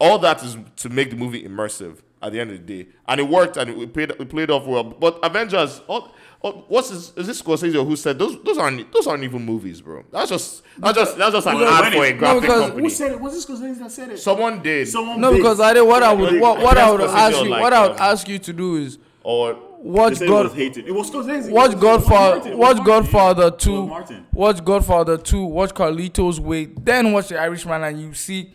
Speaker 1: All that is to make the movie immersive at the end of the day, and it worked and it played it played off well. But Avengers, all, all, what's his, is this Scorsese who said those those aren't those aren't even movies, bro? That's just that's just that's just an
Speaker 2: Because-
Speaker 1: ad for a
Speaker 2: No,
Speaker 1: graphic
Speaker 4: because-
Speaker 1: company.
Speaker 2: it? Was this Scorsese that said it?
Speaker 1: Someone did,
Speaker 2: Someone
Speaker 4: No,
Speaker 2: big.
Speaker 4: because I did what I would what, what I would
Speaker 1: That's
Speaker 4: ask
Speaker 1: what
Speaker 4: you
Speaker 1: you like,
Speaker 4: what I would
Speaker 1: um,
Speaker 4: ask you to do is
Speaker 1: or
Speaker 3: uh, They
Speaker 4: watch
Speaker 3: said it was
Speaker 4: God
Speaker 3: hated. It was Scorsese.
Speaker 4: watch
Speaker 3: It was
Speaker 4: Godfather
Speaker 3: Martin. It was Martin.
Speaker 4: watch Godfather
Speaker 2: It
Speaker 4: two
Speaker 2: was Martin.
Speaker 4: watch Godfather two watch Carlito's Way then watch The Irishman and you see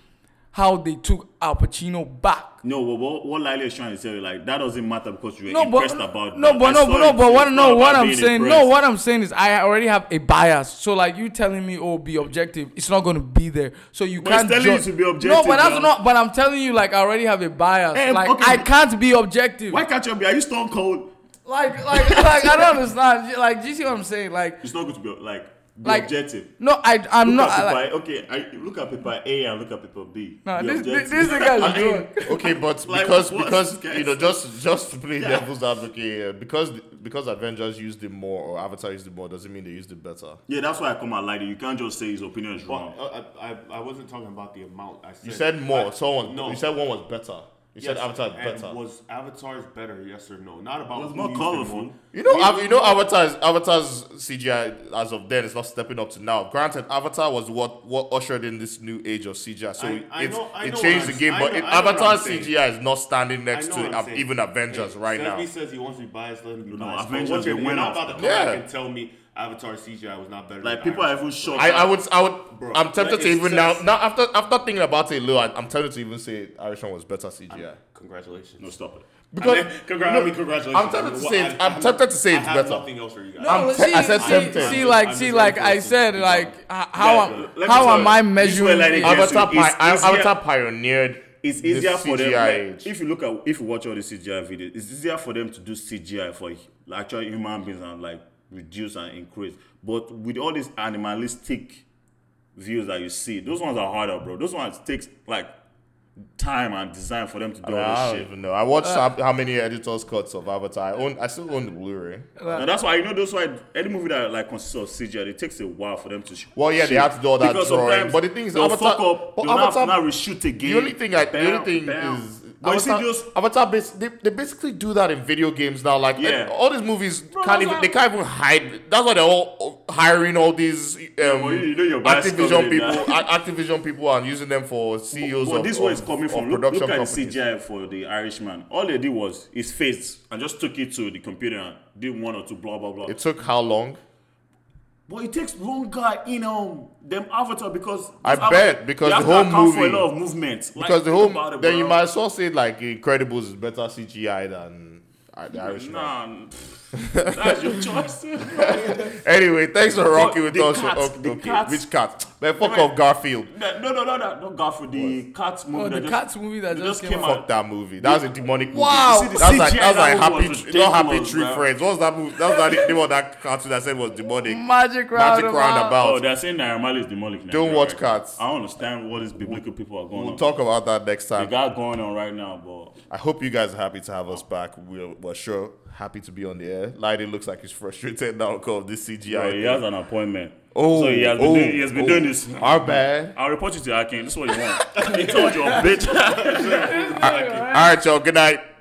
Speaker 4: how they took Al Pacino back.
Speaker 2: No, what what, what Lyle is trying to tell you, like that doesn't matter because you're
Speaker 4: No, but
Speaker 2: impressed about.
Speaker 4: no,
Speaker 2: that.
Speaker 4: but
Speaker 2: I
Speaker 4: no,
Speaker 2: saw
Speaker 4: but
Speaker 2: it.
Speaker 4: no, but
Speaker 2: It's
Speaker 4: what?
Speaker 2: not
Speaker 4: No,
Speaker 2: about
Speaker 4: what I'm
Speaker 2: being
Speaker 4: saying, no,
Speaker 2: impressed.
Speaker 4: what I'm saying is, I already have a bias. So like you telling me, oh, be objective. It's not going to be there. So you
Speaker 2: But it's
Speaker 4: can't.
Speaker 2: telling you
Speaker 4: judge-
Speaker 2: to be
Speaker 4: No,
Speaker 2: objective
Speaker 4: but that's
Speaker 2: now.
Speaker 4: not. But I'm telling you, like I already have a bias.
Speaker 2: Eh,
Speaker 4: like
Speaker 2: okay.
Speaker 4: I can't be objective.
Speaker 2: Why can't you be? Are you stone cold?
Speaker 4: Like, like, like I don't understand. Like, do you see what I'm saying? Like,
Speaker 2: It's not good to be like be
Speaker 4: like
Speaker 2: objective.
Speaker 4: No, I, I'm
Speaker 2: Look
Speaker 4: not.
Speaker 2: at
Speaker 4: I,
Speaker 2: paper
Speaker 4: like,
Speaker 2: A, okay, I, look at paper A and look at paper B.
Speaker 4: nah,
Speaker 2: Be
Speaker 4: this,
Speaker 2: objective.
Speaker 4: this, this nigga is
Speaker 1: I mean,
Speaker 4: drunk.
Speaker 1: okay, but
Speaker 2: Like,
Speaker 1: because
Speaker 2: what?
Speaker 1: because
Speaker 2: Guys.
Speaker 1: you know just just to play devil's advocate here, because because Avengers used it more or Avatar used it more doesn't mean they used it better.
Speaker 2: yeah, that's why I come out like that. You can't just say his opinion is
Speaker 3: But,
Speaker 2: wrong.
Speaker 3: uh, I, I, I wasn't talking about the amount. I said,
Speaker 1: You said more.
Speaker 3: I-
Speaker 1: someone
Speaker 3: No.
Speaker 1: you said one was better. You said
Speaker 3: Yes,
Speaker 1: Avatar is
Speaker 3: and
Speaker 1: better.
Speaker 3: Was Avatar's better? Yes or no? Not about.
Speaker 2: It was
Speaker 3: who
Speaker 2: more
Speaker 3: used it
Speaker 2: colourful.
Speaker 3: more.
Speaker 1: you know, Av- you know, Avatar's Avatar's CGI as of then is not stepping up to now. Granted, Avatar was what what ushered in this new age of CGI, so
Speaker 3: I-
Speaker 1: it,
Speaker 3: I
Speaker 1: it's-
Speaker 3: know- I
Speaker 1: it
Speaker 3: know
Speaker 1: changed
Speaker 3: what
Speaker 1: the
Speaker 3: I'm-
Speaker 1: game.
Speaker 3: I
Speaker 1: But
Speaker 3: know-
Speaker 1: it,
Speaker 3: I know what I'm
Speaker 1: Avatar's
Speaker 3: saying.
Speaker 1: CGI is not standing
Speaker 3: I
Speaker 1: next
Speaker 3: know
Speaker 1: to
Speaker 3: what I'm
Speaker 1: Av-
Speaker 3: saying.
Speaker 1: even Avengers
Speaker 3: Hey,
Speaker 1: right
Speaker 3: Seth
Speaker 1: now.
Speaker 3: Lee says he wants to be biased. Let him be
Speaker 2: No,
Speaker 3: biased.
Speaker 2: Avengers,
Speaker 3: But what
Speaker 2: they
Speaker 3: you're, you're
Speaker 2: went
Speaker 3: not
Speaker 2: after
Speaker 3: about to come
Speaker 1: them.
Speaker 3: back
Speaker 1: Yeah.
Speaker 3: and tell me Avatar CGI was not better.
Speaker 2: Like
Speaker 3: than
Speaker 2: people are
Speaker 3: Iron
Speaker 2: even
Speaker 3: Man.
Speaker 2: shocked.
Speaker 1: I, I would I would
Speaker 3: Bro,
Speaker 1: I'm tempted
Speaker 3: like
Speaker 1: to
Speaker 3: it
Speaker 1: even now
Speaker 3: says-
Speaker 1: now after after thinking about it a little I, am tempted to even say Irishman was better CGI
Speaker 3: Congratulations.
Speaker 2: no, stop it.
Speaker 1: because
Speaker 3: I mean, congra- I mean, congratulations.
Speaker 1: I'm tempted
Speaker 3: I mean,
Speaker 1: to
Speaker 3: what-
Speaker 1: say it- I'm tempted to say
Speaker 3: I
Speaker 1: it's
Speaker 3: have
Speaker 1: better.
Speaker 3: Nothing else for you guys.
Speaker 1: I'm
Speaker 4: No,
Speaker 1: te- I
Speaker 4: see,
Speaker 1: said
Speaker 4: see,
Speaker 1: tempted.
Speaker 4: see, like,
Speaker 3: I'm
Speaker 4: see,
Speaker 3: just
Speaker 4: like
Speaker 3: very
Speaker 4: I said,
Speaker 3: close to
Speaker 4: like
Speaker 3: the
Speaker 4: h- how
Speaker 2: Let
Speaker 4: am
Speaker 2: me
Speaker 4: how
Speaker 2: tell
Speaker 4: am I
Speaker 2: you, this way,
Speaker 4: measuring?
Speaker 2: like,
Speaker 4: it?
Speaker 2: Yeah, so
Speaker 1: Avatar,
Speaker 2: it's
Speaker 1: pi-
Speaker 2: easier-
Speaker 1: Avatar pioneered
Speaker 2: It's
Speaker 1: the
Speaker 2: easier for them.
Speaker 1: CGI
Speaker 2: Like,
Speaker 1: age.
Speaker 2: if you look at, if you watch all the CGI videos, it's easier for them to do CGI for like, actual human beings and like reduce and increase. But with all these animalistic views that you see, those ones are harder, bro. Those ones takes like time and design for them to do all
Speaker 1: I
Speaker 2: this
Speaker 1: don't
Speaker 2: shit.
Speaker 1: even know. I watched
Speaker 3: Uh.
Speaker 1: how, how many editors cuts of Avatar. I own. I still own the Blu-ray.
Speaker 2: Now, that's why you know that's why any movie that like consists of CGI, it takes a while for them to. Sh-
Speaker 1: Well, yeah, they
Speaker 2: shoot.
Speaker 1: have to do all that
Speaker 2: Because
Speaker 1: drawing,
Speaker 2: sometimes
Speaker 1: but the thing is,
Speaker 2: they'll
Speaker 1: Avatar-
Speaker 2: fuck up.
Speaker 1: but
Speaker 2: They'll have to
Speaker 1: Avatar-
Speaker 2: now reshoot again.
Speaker 1: The only thing I, the
Speaker 2: Bam,
Speaker 1: only thing
Speaker 2: bam.
Speaker 1: is
Speaker 2: But you see
Speaker 1: Avatar,
Speaker 2: those-
Speaker 1: Avatar bas- they, they basically do that in video games now. Like
Speaker 2: Yeah.
Speaker 1: and all these movies
Speaker 2: that's
Speaker 1: can't even
Speaker 2: why-
Speaker 1: they can't even hide. That's why they're all hiring all these um,
Speaker 2: well, you- you know your bias
Speaker 1: Activision
Speaker 2: coming in
Speaker 1: people,
Speaker 2: now.
Speaker 1: A- Activision people, and using them for CEOs
Speaker 2: But
Speaker 1: of,
Speaker 2: this one is
Speaker 1: of-
Speaker 2: coming
Speaker 1: of
Speaker 2: from look, look
Speaker 1: production
Speaker 2: at the
Speaker 1: companies.
Speaker 2: CGI for the Irishman. All they did was his face and just took it to the computer and did one or two blah blah blah.
Speaker 1: It took how long?
Speaker 2: but it takes longer in um them avatar because
Speaker 1: I
Speaker 2: those
Speaker 1: bet,
Speaker 2: avatar-
Speaker 1: because
Speaker 2: they have
Speaker 1: the
Speaker 2: to
Speaker 1: whole
Speaker 2: account for
Speaker 1: movie-
Speaker 2: a lot of movements. Like,
Speaker 1: Because the
Speaker 2: think
Speaker 1: whole
Speaker 2: about it,
Speaker 1: then you
Speaker 2: bro.
Speaker 1: might as well say like Incredibles is better CGI than uh, the Irishman.
Speaker 2: Nah, pff, that's your choice.
Speaker 1: Anyway, thanks for rocking with
Speaker 2: the
Speaker 1: us.
Speaker 2: cat,
Speaker 1: okay,
Speaker 2: the
Speaker 1: okay,
Speaker 2: cat.
Speaker 1: which cat? Man, fuck
Speaker 2: Wait.
Speaker 1: off Garfield.
Speaker 2: no, no, no, no, no, not God for the cats movie.
Speaker 4: Oh, the
Speaker 2: that
Speaker 4: Cats movie that
Speaker 2: they
Speaker 4: just came out.
Speaker 1: Fuck that movie. That was a demonic
Speaker 4: Wow.
Speaker 1: movie.
Speaker 2: You see the
Speaker 1: That's like
Speaker 2: CGI
Speaker 1: that's like
Speaker 2: that movie
Speaker 1: happy,
Speaker 2: was
Speaker 1: Tree- not happy
Speaker 2: ridiculous,
Speaker 1: tree
Speaker 2: bruh.
Speaker 1: friends. What's that movie? That's that name of that cartoon that said was demonic.
Speaker 4: Magic round.
Speaker 1: Magic Roundabout.
Speaker 2: Oh, they're saying Naira Marley is demonic. Now.
Speaker 1: Don't
Speaker 2: You're
Speaker 1: watch
Speaker 2: right.
Speaker 1: Cats.
Speaker 2: I understand what these biblical people are going
Speaker 1: We'll
Speaker 2: on.
Speaker 1: talk about that next
Speaker 2: they
Speaker 1: time.
Speaker 2: got going on right now, but
Speaker 1: I hope you guys are happy to have us back. We're, we're sure happy to be on the air. Lightning looks like he's frustrated now because of this CGI.
Speaker 2: Bro, he
Speaker 1: thing.
Speaker 2: has an appointment.
Speaker 1: Oh,
Speaker 2: so he has been,
Speaker 1: oh,
Speaker 2: doing, he has been
Speaker 1: oh.
Speaker 2: doing this.
Speaker 1: Our bad.
Speaker 2: I'll report you to Akin. This is what you want. he told you, bitch.
Speaker 1: All right, y'all. Good night.